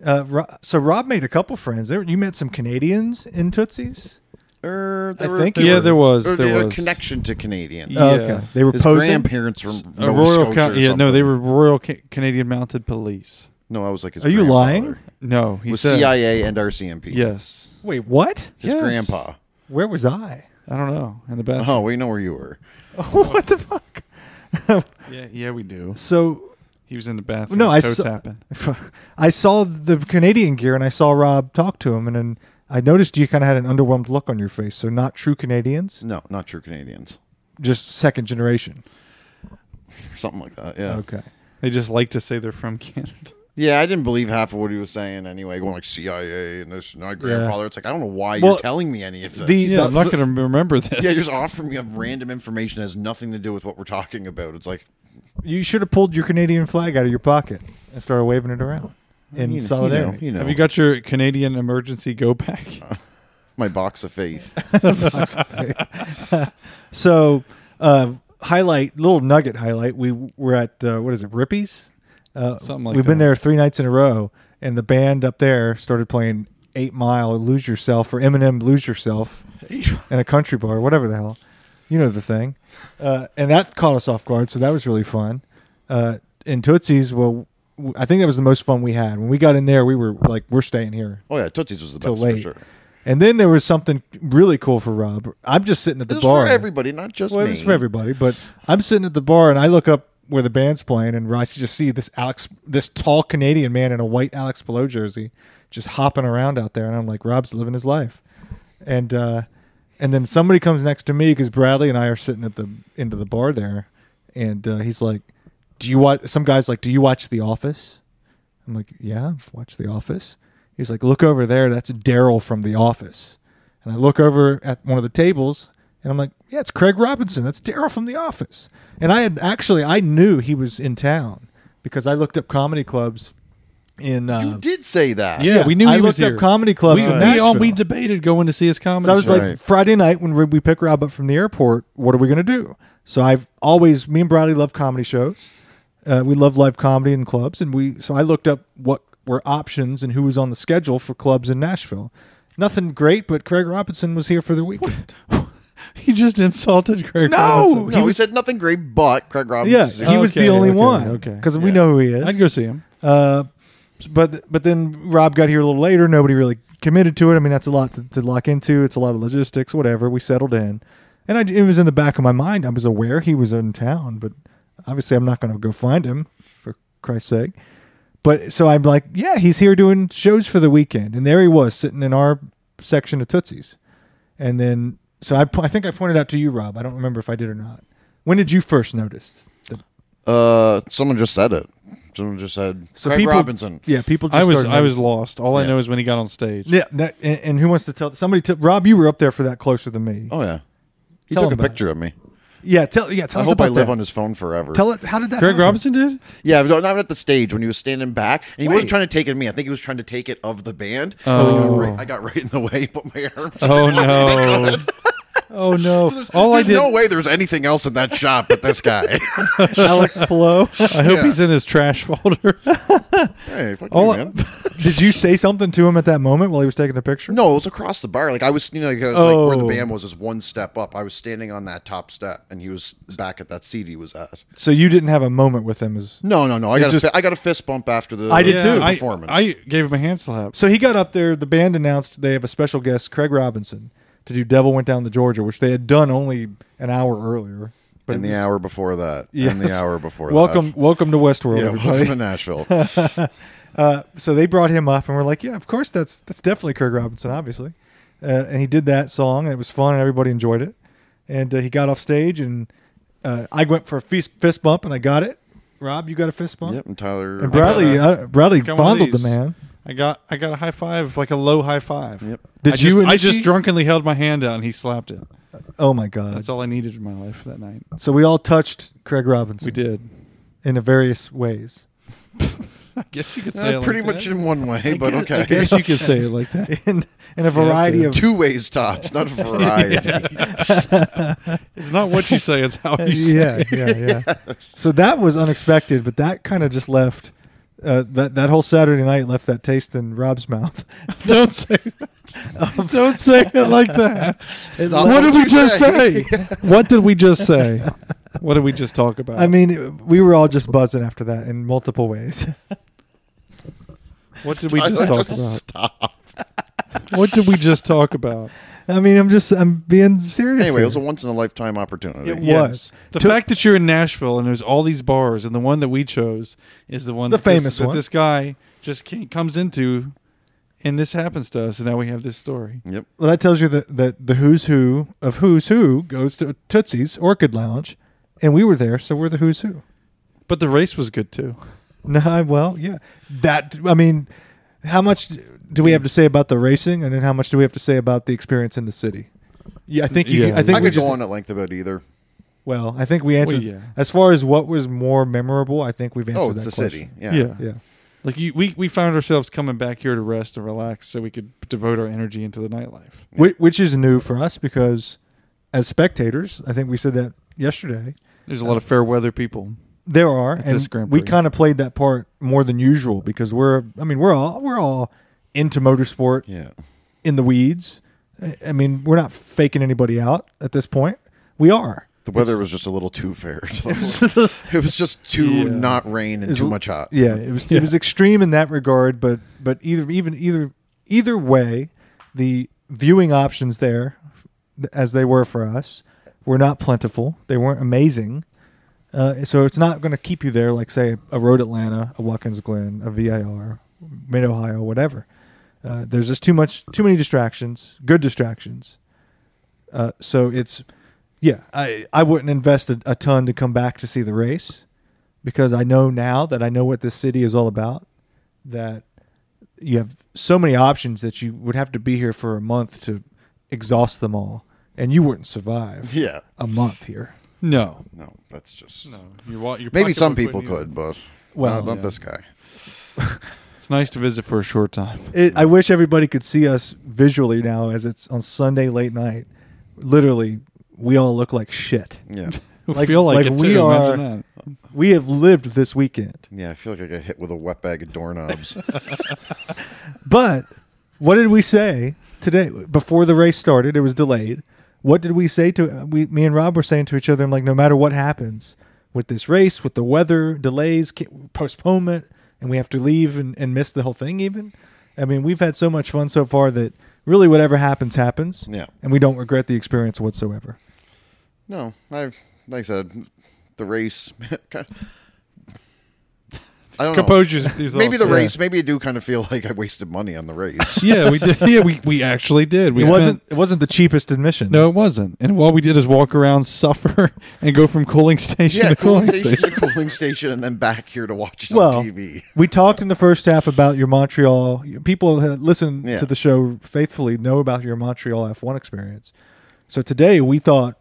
Speaker 4: Uh, Ro- so Rob made a couple friends. There, you met some Canadians in Tootsie's.
Speaker 6: Or
Speaker 4: I think-
Speaker 5: yeah, there was,
Speaker 6: or
Speaker 5: there
Speaker 6: they had
Speaker 5: was.
Speaker 6: a connection to Canadians.
Speaker 5: Yeah.
Speaker 4: Oh, they were
Speaker 6: His
Speaker 4: posing.
Speaker 6: grandparents were from
Speaker 5: A
Speaker 6: Nova
Speaker 5: Royal
Speaker 6: Scotia
Speaker 5: Ca-
Speaker 6: or
Speaker 5: yeah, no, they
Speaker 6: something.
Speaker 5: were Royal Ca- Canadian Mounted Police.
Speaker 6: No, I was like, his
Speaker 4: Are you
Speaker 6: grandfather
Speaker 4: lying?
Speaker 5: No, he
Speaker 6: Was
Speaker 5: said
Speaker 6: CIA and RCMP.
Speaker 5: Yes,
Speaker 4: Wait, what?
Speaker 6: his
Speaker 5: Yes.
Speaker 6: grandpa.
Speaker 4: Where was
Speaker 6: *laughs*
Speaker 4: I?
Speaker 5: I don't know. In the bathroom.
Speaker 6: Oh, we know where you were.
Speaker 4: what the fuck?
Speaker 5: Yeah, yeah, we do.
Speaker 4: So
Speaker 5: He was in the bathroom.
Speaker 4: no, I
Speaker 5: toe
Speaker 4: saw,
Speaker 5: tapping.
Speaker 4: *laughs* I saw the Canadian gear, and I saw Rob talk to him, and then I noticed you kind of had an underwhelmed look on your face. So not true Canadians,
Speaker 6: No, not true Canadians. *laughs*
Speaker 4: just second generation.
Speaker 6: Something like that. Yeah.
Speaker 4: Okay.
Speaker 5: They just like to say they're from *laughs* Canada.
Speaker 6: Yeah, I didn't believe half of what he was saying anyway. Going like CIA and this, and my grandfather. It's like I don't know why
Speaker 4: Well,
Speaker 6: you're telling me any of this.
Speaker 4: the-
Speaker 5: Yeah, I'm not going to remember this.
Speaker 6: yeah, you're just offering me up random information that has nothing to do with what we're talking about. It's like
Speaker 4: You should have pulled your Canadian flag out of your pocket and started waving it around in
Speaker 6: you know,
Speaker 4: solidarity.
Speaker 6: You know,
Speaker 5: Have you got your Canadian emergency go pack?
Speaker 6: Uh, my box of faith?
Speaker 4: So, uh, highlight, little nugget highlight. We were at uh, what is it, Rippy's? Uh,
Speaker 5: *laughs* Something like
Speaker 4: We've been
Speaker 5: that.
Speaker 4: there three nights in a row, and the band up there started playing Eight Mile, Lose Yourself, or Eminem, Lose
Speaker 6: *laughs*
Speaker 4: Yourself, in a country bar, whatever the hell. You know the thing, uh, and that caught us off guard. So that was really fun. Uh, in Tootsie's, well, w- I think that was the most fun we had. When we got in there, we were like, "We're staying here."
Speaker 6: Oh yeah, Tootsie's was the
Speaker 4: till
Speaker 6: best
Speaker 4: late.
Speaker 6: for sure.
Speaker 4: And then there was something really cool for Rob. I'm just sitting at the
Speaker 6: It was
Speaker 4: bar.
Speaker 6: for everybody, not just
Speaker 4: Well,
Speaker 6: me.
Speaker 4: it was for everybody, but I'm sitting at the bar and I look up where the band's playing, and I just see this Alex, this tall Canadian man in a white Alex Pillow jersey, just hopping around out there, and I'm like, Rob's living his life, and uh, and then somebody comes next to me because Bradley and I are sitting at the end of the bar there, and uh, he's like, "Do you watch?" Some guys like, "Do you watch The Office?" I'm like, yeah, I've watched The Office. He's like, look over there. That's Daryl from The Office. And I look over at one of the tables and I'm like, yeah, it's Craig Robinson. That's Daryl from The Office. And I had actually, I knew he was in town because I looked up comedy clubs in. Uh,
Speaker 6: You did say that.
Speaker 5: Yeah, we knew
Speaker 4: I
Speaker 5: he was
Speaker 4: looked up
Speaker 5: here.
Speaker 4: comedy clubs
Speaker 5: we,
Speaker 4: in
Speaker 5: we,
Speaker 4: Nashville.
Speaker 5: all, we debated going to see his comedy.
Speaker 4: So I was
Speaker 5: show.
Speaker 4: like,
Speaker 6: Right.
Speaker 4: Friday night when we- we pick Rob up from the airport, what are we going to do? So I've always, me and Bradley love comedy shows. Uh, we love live comedy in clubs, and we. So I looked up what were options and who was on the schedule for clubs in Nashville. Nothing great, but Craig Robinson was here for the
Speaker 5: *laughs*
Speaker 4: weekend.
Speaker 5: he just insulted Craig.
Speaker 4: No!
Speaker 5: Robinson.
Speaker 6: No, he, said nothing great, but Craig
Speaker 4: yeah,
Speaker 6: Robinson.
Speaker 4: he was the
Speaker 5: Okay,
Speaker 4: only
Speaker 5: okay,
Speaker 4: one.
Speaker 5: okay.
Speaker 4: because we
Speaker 6: Yeah.
Speaker 4: know who he is.
Speaker 5: I'd go see him.
Speaker 4: Uh, but but then Rob got here a little later. Nobody really committed to it. I mean, that's a lot to, to lock into. It's a lot of logistics, whatever. We settled in, and I, it was in the back of my mind. I was aware he was in town, but obviously, I'm not going to go find him for Christ's sake. But so I'm like, yeah, he's here doing shows for the weekend, and there he was sitting in our section of Tootsie's, and then so I po- I think I pointed out to you, Rob. I don't remember if I did or not. When did you first notice? that-
Speaker 6: Uh, someone just said it. Someone just said Craig Robinson.
Speaker 4: yeah, people. Just
Speaker 5: I was
Speaker 4: started
Speaker 5: I was lost. All I
Speaker 6: Yeah.
Speaker 5: know is when he got on stage.
Speaker 4: Yeah, that, and, and who wants to tell somebody? Tell, Rob, you were up there for that closer than me.
Speaker 6: Oh yeah, he
Speaker 4: Tell
Speaker 6: took a
Speaker 4: him about
Speaker 6: picture of me.
Speaker 4: Yeah, tell yeah, tell
Speaker 6: I
Speaker 4: us
Speaker 6: hope I
Speaker 4: about
Speaker 6: live
Speaker 4: that.
Speaker 6: on his phone forever.
Speaker 4: tell it. How did that?
Speaker 5: Craig
Speaker 4: happen? *laughs*
Speaker 5: Robinson did.
Speaker 6: Yeah, no, not at the stage when he was standing back, and he
Speaker 4: Wait. Oh.
Speaker 6: wasn't trying to take it at me. I think he was trying to take *laughs* it of the band. I, got right, I got right in the way, put my arm.
Speaker 5: Oh no! Oh no! All I
Speaker 6: *laughs* There's
Speaker 5: did.
Speaker 6: no way there's anything else in that shop but
Speaker 4: *laughs*
Speaker 6: this guy.
Speaker 4: Alex
Speaker 6: *laughs*
Speaker 4: Pillow.
Speaker 5: *laughs* I hope
Speaker 6: Yeah.
Speaker 5: he's in his trash
Speaker 4: *laughs*
Speaker 5: folder.
Speaker 6: hey, fuck
Speaker 4: All
Speaker 6: you,
Speaker 4: I-
Speaker 6: man.
Speaker 4: *laughs* Did you say something to him at that moment while he was taking the picture?
Speaker 6: No, it was across the bar. Like I was, you know, like, uh, like where
Speaker 4: Oh.
Speaker 6: the band was is one step up. I was standing on that top step, and he was back at that seat he was at.
Speaker 4: So you didn't have a moment with him. As...
Speaker 6: No, no, no. I got
Speaker 4: just-
Speaker 6: a fi- I got a fist bump after the
Speaker 4: I did Yeah, too.
Speaker 6: the
Speaker 5: I,
Speaker 6: performance.
Speaker 5: I gave him a hand slap.
Speaker 4: So he got up there. The band announced they have a special guest, Craig Robinson, to do "Devil Went Down to Georgia," which they had done only an hour earlier. But
Speaker 6: and
Speaker 4: it
Speaker 6: the
Speaker 4: was-
Speaker 6: hour before that. And
Speaker 4: Yes.
Speaker 6: the hour before
Speaker 4: welcome,
Speaker 6: that.
Speaker 4: welcome to Westworld,
Speaker 6: Yeah,
Speaker 4: everybody.
Speaker 6: welcome to
Speaker 4: *laughs*
Speaker 6: Nashville.
Speaker 4: so they brought him up and we're like, yeah, of course that's that's definitely Kirk Robinson, obviously. Uh, and he did that song and it was fun and everybody enjoyed it. And uh, he got off stage and uh, I went for a fist, fist bump and I got it. Rob, you got a fist bump.
Speaker 6: yep, and Tyler.
Speaker 4: And Bradley,
Speaker 5: got
Speaker 4: uh, Bradley
Speaker 5: Got one of
Speaker 4: fondled the
Speaker 5: these.
Speaker 4: man.
Speaker 5: I got I got a high five, like a low high five.
Speaker 6: Yep.
Speaker 4: Did you
Speaker 5: I Just,
Speaker 4: and
Speaker 5: I just
Speaker 4: she-
Speaker 5: drunkenly held my hand out, and he slapped it.
Speaker 4: Oh my god!
Speaker 5: That's all I needed in my life that night.
Speaker 4: So we all touched Craig Robinson.
Speaker 5: We
Speaker 4: *laughs*
Speaker 5: did.
Speaker 4: in the various ways.
Speaker 5: I guess you could
Speaker 6: Uh,
Speaker 5: say it
Speaker 6: pretty
Speaker 5: like
Speaker 6: much
Speaker 5: that.
Speaker 6: in one way, but okay.
Speaker 5: I
Speaker 4: *laughs*
Speaker 5: guess you could say it like that.
Speaker 4: in in a variety of
Speaker 6: *laughs* Two ways
Speaker 4: *laughs*
Speaker 6: tops, not a variety.
Speaker 5: It's not what you say;
Speaker 4: *laughs*
Speaker 5: it's how you say. it.
Speaker 4: yeah, yeah, yeah. So that was unexpected, but that kind of just left uh, that that whole Saturday night left that taste in Rob's mouth.
Speaker 5: Don't
Speaker 4: *laughs*
Speaker 5: say that. Don't say it like that.
Speaker 6: not
Speaker 5: what
Speaker 6: what
Speaker 5: did we
Speaker 6: you
Speaker 5: just say?
Speaker 6: say.
Speaker 5: what did we just say? What did we just talk about?
Speaker 4: I mean, we were all just buzzing after that in multiple ways.
Speaker 5: what did we
Speaker 6: *laughs* I
Speaker 5: just talk about?
Speaker 6: Stop.
Speaker 5: What did we just talk about?
Speaker 4: *laughs* I mean, I'm just I'm being serious.
Speaker 6: Anyway, it
Speaker 4: here.
Speaker 6: was a once in a lifetime opportunity.
Speaker 4: It was.
Speaker 5: The fact that you're in Nashville and there's all these bars, and the one that we chose is the one
Speaker 4: The
Speaker 5: that this-
Speaker 4: famous
Speaker 5: that
Speaker 4: one.
Speaker 5: this guy just can comes into, and this happens to us, and now we have this story.
Speaker 6: Yep.
Speaker 4: Well, that tells you that, that the who's who of who's who goes to Tootsie's Orchid Lounge, and we were there, so we're the who's who.
Speaker 5: But the race was good too.
Speaker 4: *laughs* No, I- well, yeah. That I mean, how much do we have to say about the racing, and then how much do we have to say about the experience in the city? Yeah, I think you.
Speaker 5: Yeah.
Speaker 4: I think
Speaker 6: I
Speaker 4: we
Speaker 6: could
Speaker 4: just.
Speaker 6: go on at length about either.
Speaker 4: Well, I think we answered
Speaker 5: yeah.
Speaker 4: as far as what was more memorable. I think we've answered.
Speaker 6: Oh, it's
Speaker 4: that
Speaker 6: the
Speaker 4: question.
Speaker 6: city. Yeah.
Speaker 4: Yeah.
Speaker 5: Like you, we we found ourselves coming back here to rest and relax, so we could devote our energy into the nightlife.
Speaker 4: Which, which is new for us because, as spectators, I think we said that yesterday.
Speaker 5: There's a lot of fair weather people.
Speaker 4: There are, and
Speaker 5: this Grand
Speaker 4: we
Speaker 5: Prix.
Speaker 4: kind of played that part more than usual because we're. I mean, we're all we're all into motorsport
Speaker 6: Yeah.
Speaker 4: in the weeds. I- I mean, we're not faking anybody out at this point. We are.
Speaker 6: The weather was just a little too fair.
Speaker 5: *laughs*
Speaker 6: *laughs* it was just too not rain and too much hot.
Speaker 4: Yeah, it was it was extreme in that regard, but but either even either either way, the viewing options there, th- as they were for us, were not plentiful. They weren't amazing. Uh, so it's not going to keep you there like say a Road Atlanta, a Watkins Glen, a VIR, Mid Ohio, whatever. Uh, there's just too much, too many distractions, good distractions. Uh, so it's, yeah, I I wouldn't invest a, a ton to come back to see the race because I know now that I know what this city is all about. That you have so many options that you would have to be here for a month to exhaust them all, and you wouldn't survive
Speaker 6: Yeah.
Speaker 4: a month here.
Speaker 5: No,
Speaker 6: No, that's just.
Speaker 5: no. Your, wa- your
Speaker 6: Maybe
Speaker 5: pocketbook
Speaker 6: some people
Speaker 5: wouldn't either.
Speaker 6: could, but
Speaker 4: Well,
Speaker 6: well, not
Speaker 5: yeah.
Speaker 6: this guy.
Speaker 5: It's nice to visit for a short time. *laughs*
Speaker 4: It, I wish everybody could see us visually now, as it's on Sunday late night. Literally, we all look like shit.
Speaker 5: *laughs*
Speaker 6: Yeah.
Speaker 5: We
Speaker 4: Like-
Speaker 5: feel like,
Speaker 4: like
Speaker 5: it
Speaker 4: we
Speaker 5: too.
Speaker 4: are-
Speaker 5: Imagine that.
Speaker 4: We have lived this weekend.
Speaker 6: Yeah, I feel like I got hit with a wet bag of doorknobs.
Speaker 5: *laughs*
Speaker 4: But what did we say today before the race started? It was delayed. What did we say to we? Me and Rob were saying to each other, "I'm like, no matter what happens with this race, with the weather delays, ca- postponement, and we have to leave and, and miss the whole thing. Even, I mean, we've had so much fun so far that really whatever happens happens.
Speaker 6: Yeah.
Speaker 4: and we don't regret the experience whatsoever.
Speaker 6: no, I like I said, the race. *laughs* I don't
Speaker 5: Compose
Speaker 6: know.
Speaker 5: your- yourself.
Speaker 6: *laughs* Maybe the
Speaker 5: Yeah.
Speaker 6: race. Maybe I do kind of feel like I wasted money on
Speaker 5: *laughs*
Speaker 6: the race.
Speaker 5: Yeah, we did. Yeah, we, we actually did. We
Speaker 4: It
Speaker 5: spent-
Speaker 4: wasn't. It wasn't the cheapest admission.
Speaker 5: No, it wasn't. And all we did is walk around, *laughs* suffer, and go from cooling station
Speaker 6: *laughs* yeah,
Speaker 5: to
Speaker 6: cooling
Speaker 5: cooling
Speaker 6: station,
Speaker 5: station.
Speaker 6: to cooling station, and then back here to watch it
Speaker 4: well,
Speaker 6: on TV.
Speaker 4: we talked in the first half about your Montreal. People that listen
Speaker 6: Yeah.
Speaker 4: to the show faithfully know about your Montreal F1 experience. So today we thought,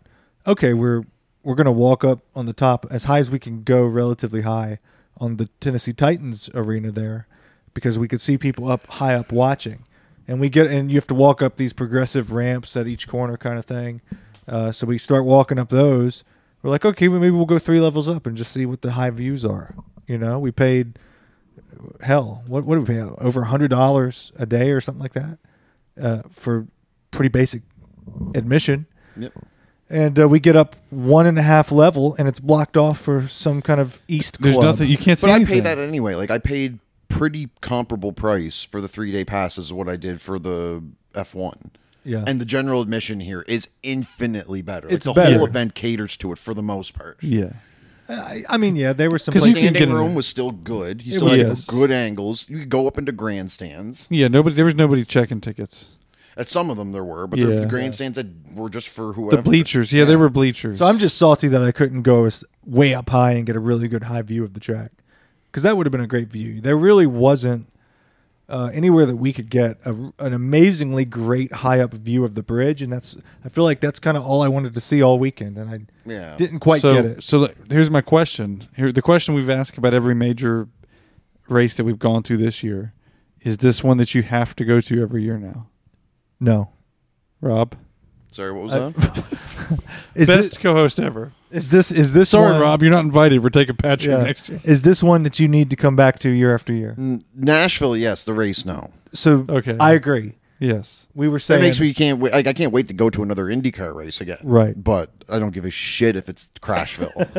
Speaker 4: okay, we're we're going to walk up on the top as high as we can go, relatively high on the Tennessee Titans arena there, because we could see people up high up watching, and we get and you have to walk up these progressive ramps at each corner kind of thing. Uh, so we start walking up those. We're like, okay, well, maybe we'll go three levels up and just see what the high views are. You know, we paid hell. What what did we pay? Over hundred dollars a day or something like that uh, for pretty basic admission.
Speaker 6: Yep.
Speaker 4: And uh, we get up one and a half level, and it's blocked off for some kind of East
Speaker 5: There's
Speaker 4: club.
Speaker 5: nothing you can't see.
Speaker 6: But I
Speaker 5: anything.
Speaker 6: pay that anyway. Like I paid pretty comparable price for the three day passes as what I did for the F one.
Speaker 4: Yeah.
Speaker 6: And the general admission here is infinitely better.
Speaker 4: It's
Speaker 6: like the
Speaker 4: better.
Speaker 6: whole event caters to it for the most part.
Speaker 5: Yeah.
Speaker 4: I, I mean, yeah, there were some.
Speaker 5: 'Cause
Speaker 4: places-
Speaker 5: you can get
Speaker 6: Standing
Speaker 5: in
Speaker 6: room
Speaker 5: there.
Speaker 6: was still good. You
Speaker 4: It
Speaker 6: still had
Speaker 5: was.
Speaker 6: good angles. You could go up into grandstands.
Speaker 5: Yeah. Nobody. There was nobody checking tickets.
Speaker 6: At some of them there were, but
Speaker 5: Yeah.
Speaker 6: the grandstands that were just for whoever.
Speaker 5: The bleachers. Yeah, there were bleachers.
Speaker 4: So I'm just salty that I couldn't go as way up high and get a really good high view of the track because that would have been a great view. There really wasn't uh, anywhere that we could get a, an amazingly great high up view of the bridge, and that's I feel like that's kind of all I wanted to see all weekend, and I
Speaker 6: Yeah.
Speaker 4: didn't quite
Speaker 5: so,
Speaker 4: get it.
Speaker 5: So look, here's my question. Here, the question we've asked about every major race that we've gone to this year is this one that you have to go to every year now,
Speaker 4: No,
Speaker 5: Rob?
Speaker 6: Sorry, what was that? *laughs*
Speaker 4: is
Speaker 5: Best
Speaker 4: this
Speaker 5: co-host ever.
Speaker 4: is this is this
Speaker 5: Sorry,
Speaker 4: one-
Speaker 5: Rob, you're not invited. We're taking Patrick
Speaker 4: Yeah.
Speaker 5: next year.
Speaker 4: Is this one that you need to come back to year after year?
Speaker 6: Mm. Nashville, yes, the race no.
Speaker 4: So
Speaker 5: Okay.
Speaker 4: I agree.
Speaker 5: Yes.
Speaker 4: We were saying
Speaker 6: That makes me can't wait. Like I can't wait to go to another IndyCar race again.
Speaker 4: Right.
Speaker 6: but I don't give a shit if it's
Speaker 5: *laughs*
Speaker 6: Crashville.
Speaker 4: *laughs*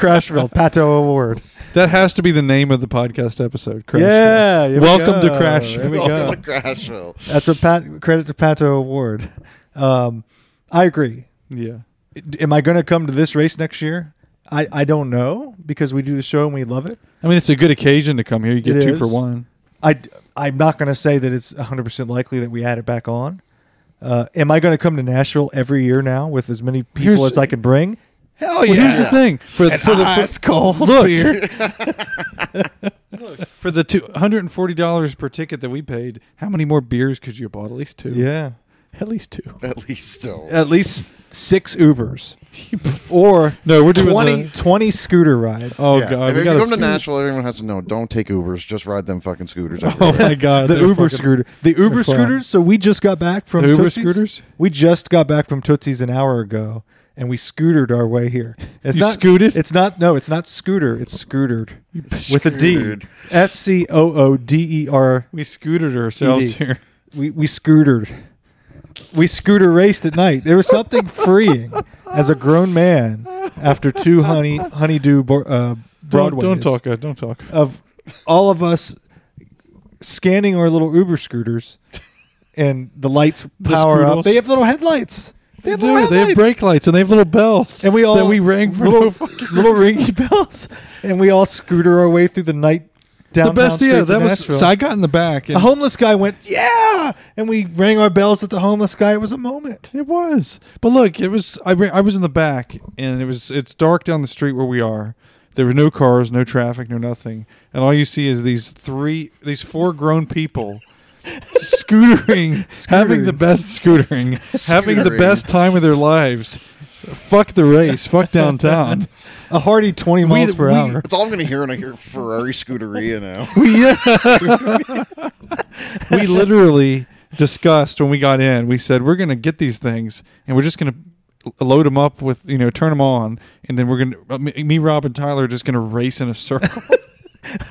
Speaker 4: Crashville Pato Award.
Speaker 5: That has to be the name of the podcast episode. Crashville.
Speaker 4: Yeah, here we
Speaker 5: Welcome to
Speaker 4: go. Here we
Speaker 5: Crashville.
Speaker 4: go.
Speaker 6: Welcome to *laughs* Crashville.
Speaker 4: That's a pat credit to Pato Award. Um, I agree.
Speaker 5: Yeah.
Speaker 4: Am I going to come to this race next year? I, I don't know because we do the show and we love it.
Speaker 5: I mean, it's a good occasion to come here. You get
Speaker 4: It
Speaker 5: two
Speaker 4: is.
Speaker 5: for one.
Speaker 4: I I'm not going to say that it's 100 percent likely that we add it back on. Uh, am I going to come to Nashville every year now with as many people
Speaker 5: Here's-
Speaker 4: as I can bring? Hell
Speaker 5: Well, here's the thing for for the for,
Speaker 4: cold
Speaker 5: *laughs* look, Look, for the two hundred and forty dollars per ticket that we paid, how many more beers could you have bought? At least two.
Speaker 4: Yeah,
Speaker 5: at least two.
Speaker 6: At least still.
Speaker 4: at least six
Speaker 5: *laughs*
Speaker 4: Ubers or
Speaker 5: No, we're doing
Speaker 4: 20,
Speaker 5: the-
Speaker 4: 20 scooter rides.
Speaker 5: Oh
Speaker 6: Yeah.
Speaker 5: god,
Speaker 6: if
Speaker 5: we
Speaker 6: you
Speaker 5: got
Speaker 6: go to Nashville, everyone has to know. Don't take Ubers. Just ride them fucking
Speaker 5: *laughs*
Speaker 6: scooters.
Speaker 5: Oh
Speaker 6: everywhere.
Speaker 5: my
Speaker 4: *laughs*
Speaker 5: god,
Speaker 4: the
Speaker 5: they're
Speaker 4: Uber
Speaker 5: fucking-
Speaker 4: scooter, the Uber
Speaker 5: they're fun.
Speaker 4: scooters. So we just got back from
Speaker 5: The Uber
Speaker 4: Tootsie's.
Speaker 5: scooters?
Speaker 4: We just got back from Tootsie's an hour ago, and we scootered our way
Speaker 5: *laughs*
Speaker 4: here. It's
Speaker 5: You
Speaker 4: not
Speaker 5: scooted?
Speaker 4: It's not. No, it's not scooter. It's scootered with a D.
Speaker 6: Scootered.
Speaker 4: S C O O D E R.
Speaker 5: We scootered ourselves
Speaker 4: ED. *laughs*
Speaker 5: here.
Speaker 4: We we scootered. We scooter raced at night. There was
Speaker 5: *laughs*
Speaker 4: something freeing as a grown man after two honey honeydew bo- uh,
Speaker 5: Don't,
Speaker 4: Broadway.
Speaker 5: don't talk. uh, Don't talk.
Speaker 4: of all of us scanning our little Uber scooters, and the lights power up.
Speaker 5: scootles.
Speaker 4: They have little headlights. They have, little
Speaker 5: Dude, they have
Speaker 4: headlights.
Speaker 5: brake lights and they have little bells.
Speaker 4: and we all
Speaker 5: that we rang for.
Speaker 4: little, *laughs*
Speaker 5: no fucking-
Speaker 4: little ringy bells, and we all scooter our way through the night
Speaker 5: the
Speaker 4: downtown.
Speaker 5: best. Yeah,
Speaker 4: streets
Speaker 5: that
Speaker 4: of
Speaker 5: was.
Speaker 4: Nashville.
Speaker 5: So I got in the back. And
Speaker 4: a homeless guy went, yeah, and we rang our bells at the homeless guy. It was a moment.
Speaker 5: It was, but look, it was. I re- I was in the back, and it was. It's dark down the street where we are. There were no cars, no traffic, no nothing, and all you see is these three, these four grown
Speaker 4: *laughs*
Speaker 5: people. Scootering, having the
Speaker 4: Scootering.
Speaker 5: best scootering, having the
Speaker 6: Scootering.
Speaker 5: best time of their lives. Fuck the race,
Speaker 4: *laughs*
Speaker 5: fuck downtown.
Speaker 4: A hearty twenty miles per
Speaker 5: we- *laughs*
Speaker 4: hour.
Speaker 6: That's all I'm gonna hear when I hear Ferrari Scuderia now. *laughs*
Speaker 5: we literally discussed when we got in. We said we're going to get these things and we're just going to load them up with you know turn them on, and then we're going to me, me, Rob, and Tyler are just going to race in a circle.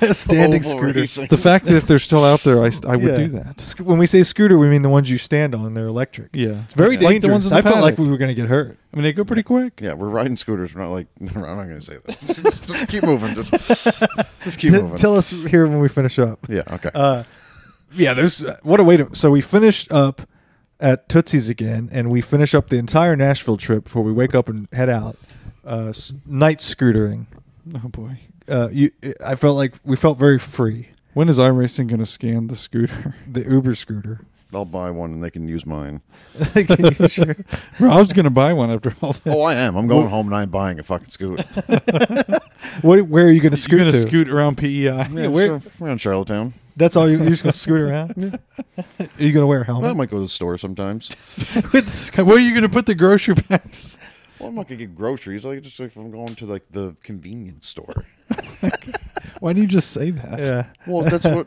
Speaker 4: A standing
Speaker 6: Oval
Speaker 4: scooter.
Speaker 6: racing.
Speaker 5: the fact that if they're still out there, I, st- I would
Speaker 4: Yeah.
Speaker 5: do that.
Speaker 4: Sc- When we say scooter, we mean the ones you stand on. They're electric.
Speaker 5: Yeah,
Speaker 4: It's very
Speaker 5: Like the
Speaker 4: dangerous.
Speaker 5: ones in the
Speaker 4: I felt like
Speaker 5: paddock.
Speaker 4: we were going to get hurt.
Speaker 5: I mean, they go pretty quick.
Speaker 6: yeah, we're riding scooters. We're not like. *laughs* Never mind, I'm not gonna say that. just, just keep moving. Just, just keep
Speaker 4: T-
Speaker 6: moving.
Speaker 4: tell us here when we finish up.
Speaker 6: yeah. Okay.
Speaker 5: Uh,
Speaker 4: Yeah, there's uh, what a way to. So we finished up at Tootsie's again, and we finish up the entire Nashville trip before we wake up and head out. Uh, s- night scootering.
Speaker 5: Oh boy,
Speaker 4: Uh, you, I felt like we felt very free.
Speaker 5: when is iRacing going to scan the scooter? *laughs*
Speaker 4: The Uber *laughs* scooter.
Speaker 6: I'll buy one and they can use mine.
Speaker 5: Rob's going to buy one after all that.
Speaker 6: Oh, I am. I'm going home and I'm buying a
Speaker 5: *laughs*
Speaker 6: fucking scooter.
Speaker 4: What? Where are you going to
Speaker 5: You're
Speaker 4: scoot
Speaker 5: going to
Speaker 4: to?
Speaker 5: scoot around E PEI.
Speaker 6: Yeah, we're, we're in Charlottetown.
Speaker 4: That's all you, you're just going to scoot *laughs* around. Are you going to wear a helmet?
Speaker 6: I might go to the store sometimes.
Speaker 4: With sc-
Speaker 5: Where are you going to put the grocery bags?
Speaker 6: Well, I'm not gonna get groceries. Like just like if I'm going to like the
Speaker 5: *laughs*
Speaker 6: convenience store.
Speaker 5: *laughs* Why do you just say that?
Speaker 4: yeah.
Speaker 6: Well, that's what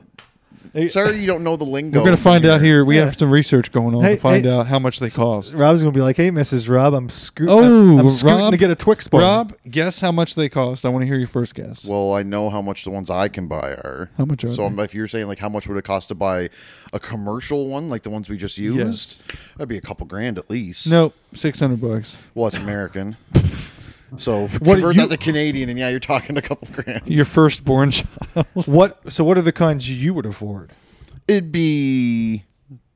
Speaker 6: Sorry, you don't know the lingo.
Speaker 5: We're gonna find out here. We
Speaker 4: Yeah.
Speaker 5: have some research going on
Speaker 4: Hey,
Speaker 5: to find
Speaker 4: hey.
Speaker 5: out how much they cost.
Speaker 4: Rob's gonna be like, "Hey, Mrs. Rob, I'm scooting.
Speaker 5: Oh,
Speaker 4: I'm, I'm scooting
Speaker 5: Rob,
Speaker 4: to get a Twix bar."
Speaker 5: Rob, guess how much they cost. I want to hear your first guess.
Speaker 6: Well, I know how much the ones I can buy are.
Speaker 5: How much are
Speaker 6: so
Speaker 5: they?
Speaker 6: if you're saying like how much would it cost to buy a commercial one, like the ones we just used, that'd be a couple grand at least.
Speaker 5: nope, six hundred bucks.
Speaker 6: well,
Speaker 5: *laughs*
Speaker 6: it's American. so
Speaker 4: What
Speaker 6: convert
Speaker 4: you-
Speaker 6: that to Canadian, and yeah, you're talking a couple grand.
Speaker 5: Your firstborn *laughs* child.
Speaker 4: what? So, what are the kinds you would afford?
Speaker 6: It'd be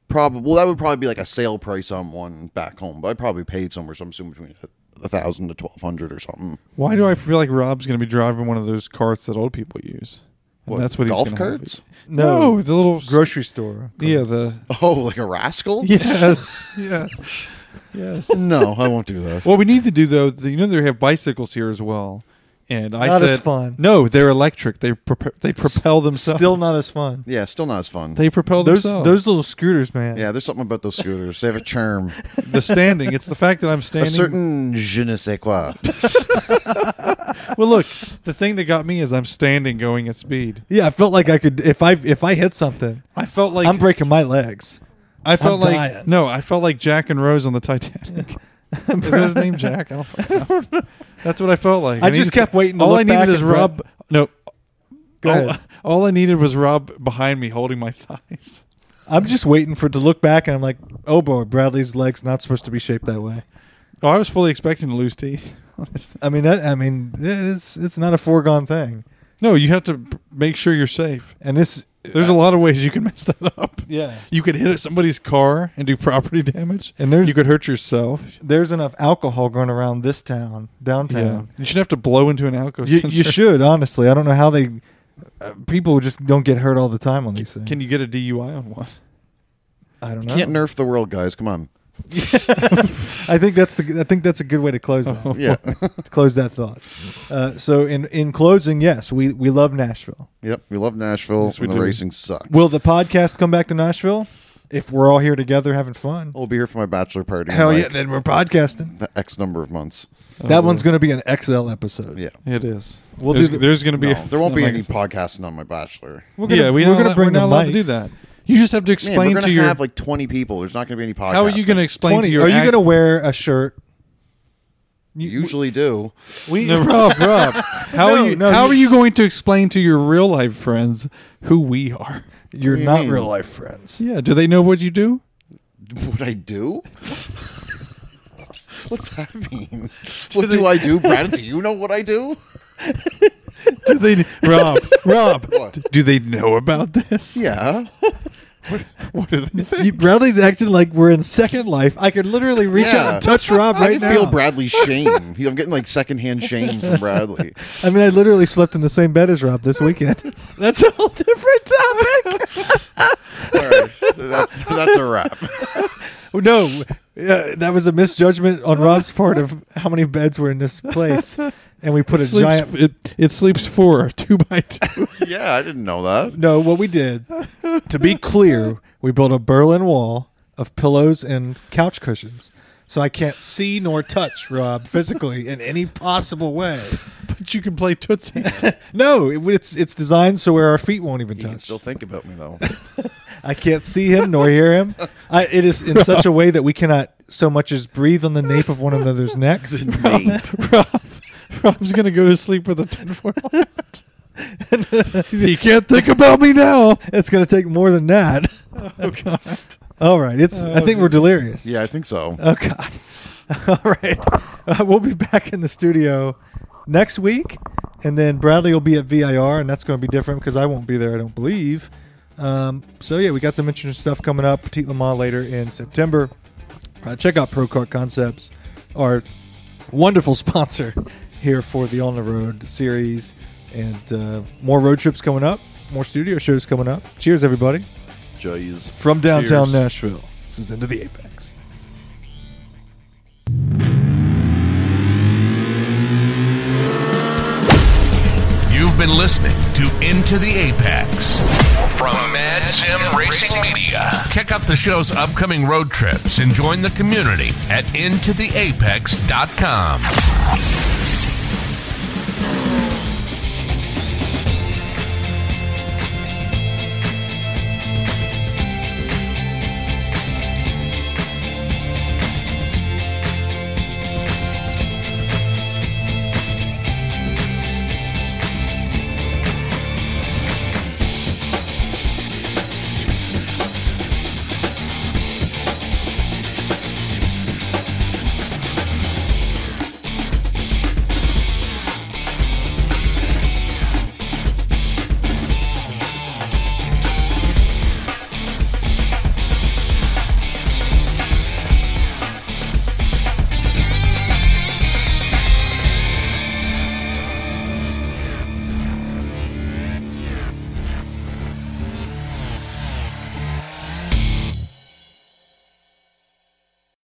Speaker 6: probably well, that would probably be like a sale price on one back home, but I probably paid somewhere, so I'm assuming between a thousand to twelve hundred or something.
Speaker 5: Why do I feel like Rob's gonna be driving one of those carts that old people use? And
Speaker 6: What,
Speaker 5: that's what
Speaker 6: golf
Speaker 5: he's gonna have.
Speaker 6: carts?
Speaker 5: No,
Speaker 4: No.
Speaker 5: the little
Speaker 4: Grocery store. *laughs*
Speaker 5: Yeah, the
Speaker 6: Oh, like a rascal?
Speaker 5: yes, *laughs* yes, yes.
Speaker 6: No, I won't
Speaker 5: *laughs*
Speaker 6: do that.
Speaker 5: What we need to do though, the, you know, they have bicycles here as well, and I
Speaker 4: Not
Speaker 5: said,
Speaker 4: as fun.
Speaker 5: No, they're electric. They prop- they propel themselves.
Speaker 4: Still not as fun.
Speaker 6: yeah, still not as fun.
Speaker 5: they propel
Speaker 4: Those
Speaker 5: themselves.
Speaker 4: those little scooters, man.
Speaker 6: yeah, there's something about those scooters. They have a charm.
Speaker 5: *laughs* the standing. It's the fact that I'm
Speaker 6: a
Speaker 5: standing.
Speaker 6: certain je ne sais quoi.
Speaker 5: Oh. well, look, the thing that got me is I'm standing, going at speed.
Speaker 4: Yeah, I felt like I could if I if I hit something,
Speaker 5: I felt like
Speaker 4: I'm breaking my legs.
Speaker 5: I felt
Speaker 4: I'm
Speaker 5: like
Speaker 4: dying.
Speaker 5: no, I felt like Jack and Rose on
Speaker 4: *laughs*
Speaker 5: the Titanic. is that his name Jack? I don't fucking know. That's what I felt like.
Speaker 4: I
Speaker 5: needed
Speaker 4: just kept
Speaker 5: to-
Speaker 4: waiting to
Speaker 5: all I
Speaker 4: look back
Speaker 5: needed is
Speaker 4: and Brett-
Speaker 5: Rob. No,
Speaker 4: Go
Speaker 5: all,
Speaker 4: ahead.
Speaker 5: *laughs* all I needed was Rob behind me holding my thighs.
Speaker 4: I'm just waiting for it to look back, and I'm like, oh boy, Bradley's legs not supposed to be shaped that way.
Speaker 5: Oh, I was fully expecting to lose teeth. honestly.
Speaker 4: I mean, that, I mean, it's it's not a foregone thing,
Speaker 5: No, you have to b- make sure you're safe.
Speaker 4: and this
Speaker 5: There's a lot of ways you can *laughs* mess that up.
Speaker 4: Yeah.
Speaker 5: You could hit somebody's car and do property *laughs* damage.
Speaker 4: And there's-
Speaker 5: you could hurt yourself.
Speaker 4: there's enough alcohol going around this town downtown.
Speaker 5: You should have to blow into an alcohol *laughs*
Speaker 4: You,
Speaker 5: sensor.
Speaker 4: you should honestly. I don't know how they uh, people just don't get hurt all the time on these things.
Speaker 5: Can you get a DUI on one?
Speaker 4: I don't know.
Speaker 6: Can't nerf the world, guys. Come on.
Speaker 4: I think that's the I think that's a good way to close
Speaker 5: Oh,
Speaker 4: that.
Speaker 6: Yeah.
Speaker 4: *laughs* to close that thought. Uh, so in in closing, yes, we we love Nashville.
Speaker 6: *laughs* yep. We love Nashville.
Speaker 5: we
Speaker 6: and the
Speaker 5: do.
Speaker 6: racing sucks.
Speaker 4: Will the podcast come back to Nashville if we're all here together having fun?
Speaker 6: we'll be here for my bachelor party. in,
Speaker 4: Hell yeah,
Speaker 6: Oh, like,
Speaker 4: then we're podcasting.
Speaker 6: the X number of months.
Speaker 4: that one's going to be an XL episode.
Speaker 6: Yeah.
Speaker 5: It is.
Speaker 4: We'll
Speaker 5: there's
Speaker 4: do the-
Speaker 5: there's going to be.
Speaker 6: No, there won't be
Speaker 5: like-
Speaker 6: any podcasting on my bachelor.
Speaker 4: We're gonna,
Speaker 5: yeah, we
Speaker 4: we're
Speaker 5: are
Speaker 4: going to bring
Speaker 5: we're not
Speaker 4: the
Speaker 5: allowed to
Speaker 4: mics.
Speaker 5: do that. You just have to
Speaker 6: Man, we're
Speaker 5: explain
Speaker 6: gonna
Speaker 5: to your.
Speaker 6: have like 20 people. There's not gonna be any podcasts.
Speaker 5: how are you going to explain to
Speaker 4: Twenty.
Speaker 5: your?
Speaker 4: Are you
Speaker 5: act-
Speaker 4: going to wear a shirt?
Speaker 6: Usually do. *laughs*
Speaker 4: We *laughs*
Speaker 5: No, Rob, Rob. How
Speaker 4: No,
Speaker 5: are you?
Speaker 4: no,
Speaker 5: how
Speaker 4: you-
Speaker 5: are you going to explain to your real life friends who we are? *laughs*
Speaker 4: you're
Speaker 6: you
Speaker 4: not
Speaker 6: mean?
Speaker 4: real life friends.
Speaker 5: Yeah. Do they know what you do?
Speaker 6: What I do? *laughs* What's that mean? What do I do,
Speaker 5: *laughs*
Speaker 6: Brad? Do you know what I do?
Speaker 5: Do they, *laughs* Rob?
Speaker 4: *laughs*
Speaker 5: Rob.
Speaker 6: What?
Speaker 5: *laughs* Do they know about this?
Speaker 6: Yeah.
Speaker 5: What do they think?
Speaker 4: You, Bradley's acting like we're in Second Life. I could literally reach out
Speaker 6: Yeah.
Speaker 4: and touch Rob
Speaker 6: I
Speaker 4: right
Speaker 6: can
Speaker 4: now.
Speaker 6: feel
Speaker 5: *laughs*
Speaker 6: Bradley's shame. He- I'm getting like secondhand shame from Bradley.
Speaker 4: I mean, I literally slept in the same bed as Rob this weekend. *laughs* That's a whole different topic.
Speaker 6: All right. That- that's
Speaker 5: *laughs*
Speaker 6: a wrap.
Speaker 4: Oh, No, uh, that was a misjudgment on Rob's part of how many beds were in this place, and we put a
Speaker 5: Sleeps-
Speaker 4: giant.
Speaker 5: It, it sleeps four, *laughs* two by two.
Speaker 6: Yeah, I didn't know that.
Speaker 4: No, what we did, to be clear, we built a Berlin wall of pillows and couch cushions, so I can't see nor touch Rob physically in any possible way.
Speaker 5: but you can play *laughs* Tootsies.
Speaker 4: No, it, it's it's designed so where our feet won't even
Speaker 6: You can
Speaker 4: touch.
Speaker 6: still think about me though.
Speaker 4: I can't see him nor hear him. I, it is in such a way that we cannot so much as breathe on the nape of one another's necks.
Speaker 5: *laughs* Rob, Rob's gonna go to sleep with a tin foil.
Speaker 4: *laughs*
Speaker 5: he can't think about me now.
Speaker 4: It's going to take more than that.
Speaker 5: Oh God. Oh,
Speaker 4: All right, it's. I think we're delirious.
Speaker 6: Yeah, I think so.
Speaker 4: Oh
Speaker 5: Uh,
Speaker 4: God. *laughs* All right, uh, we'll be back in the studio next week, and then Bradley will be at VIR, and that's going to be different because I won't be there. I don't believe. Um, so yeah, we got some interesting stuff coming up. Petit Le Mans later in September. Uh, check out Pro Kart Concepts, our wonderful *laughs* sponsor here for the On the Road series, and uh, more road trips coming up, more studio shows coming up. Cheers, everybody!
Speaker 6: Jeez.
Speaker 4: From downtown Nashville, this is Into the Apex.
Speaker 3: You've been listening to Into the Apex.
Speaker 8: From Mad Sim Racing Media.
Speaker 3: Check out the show's upcoming road trips and join the community at intotheapex.com.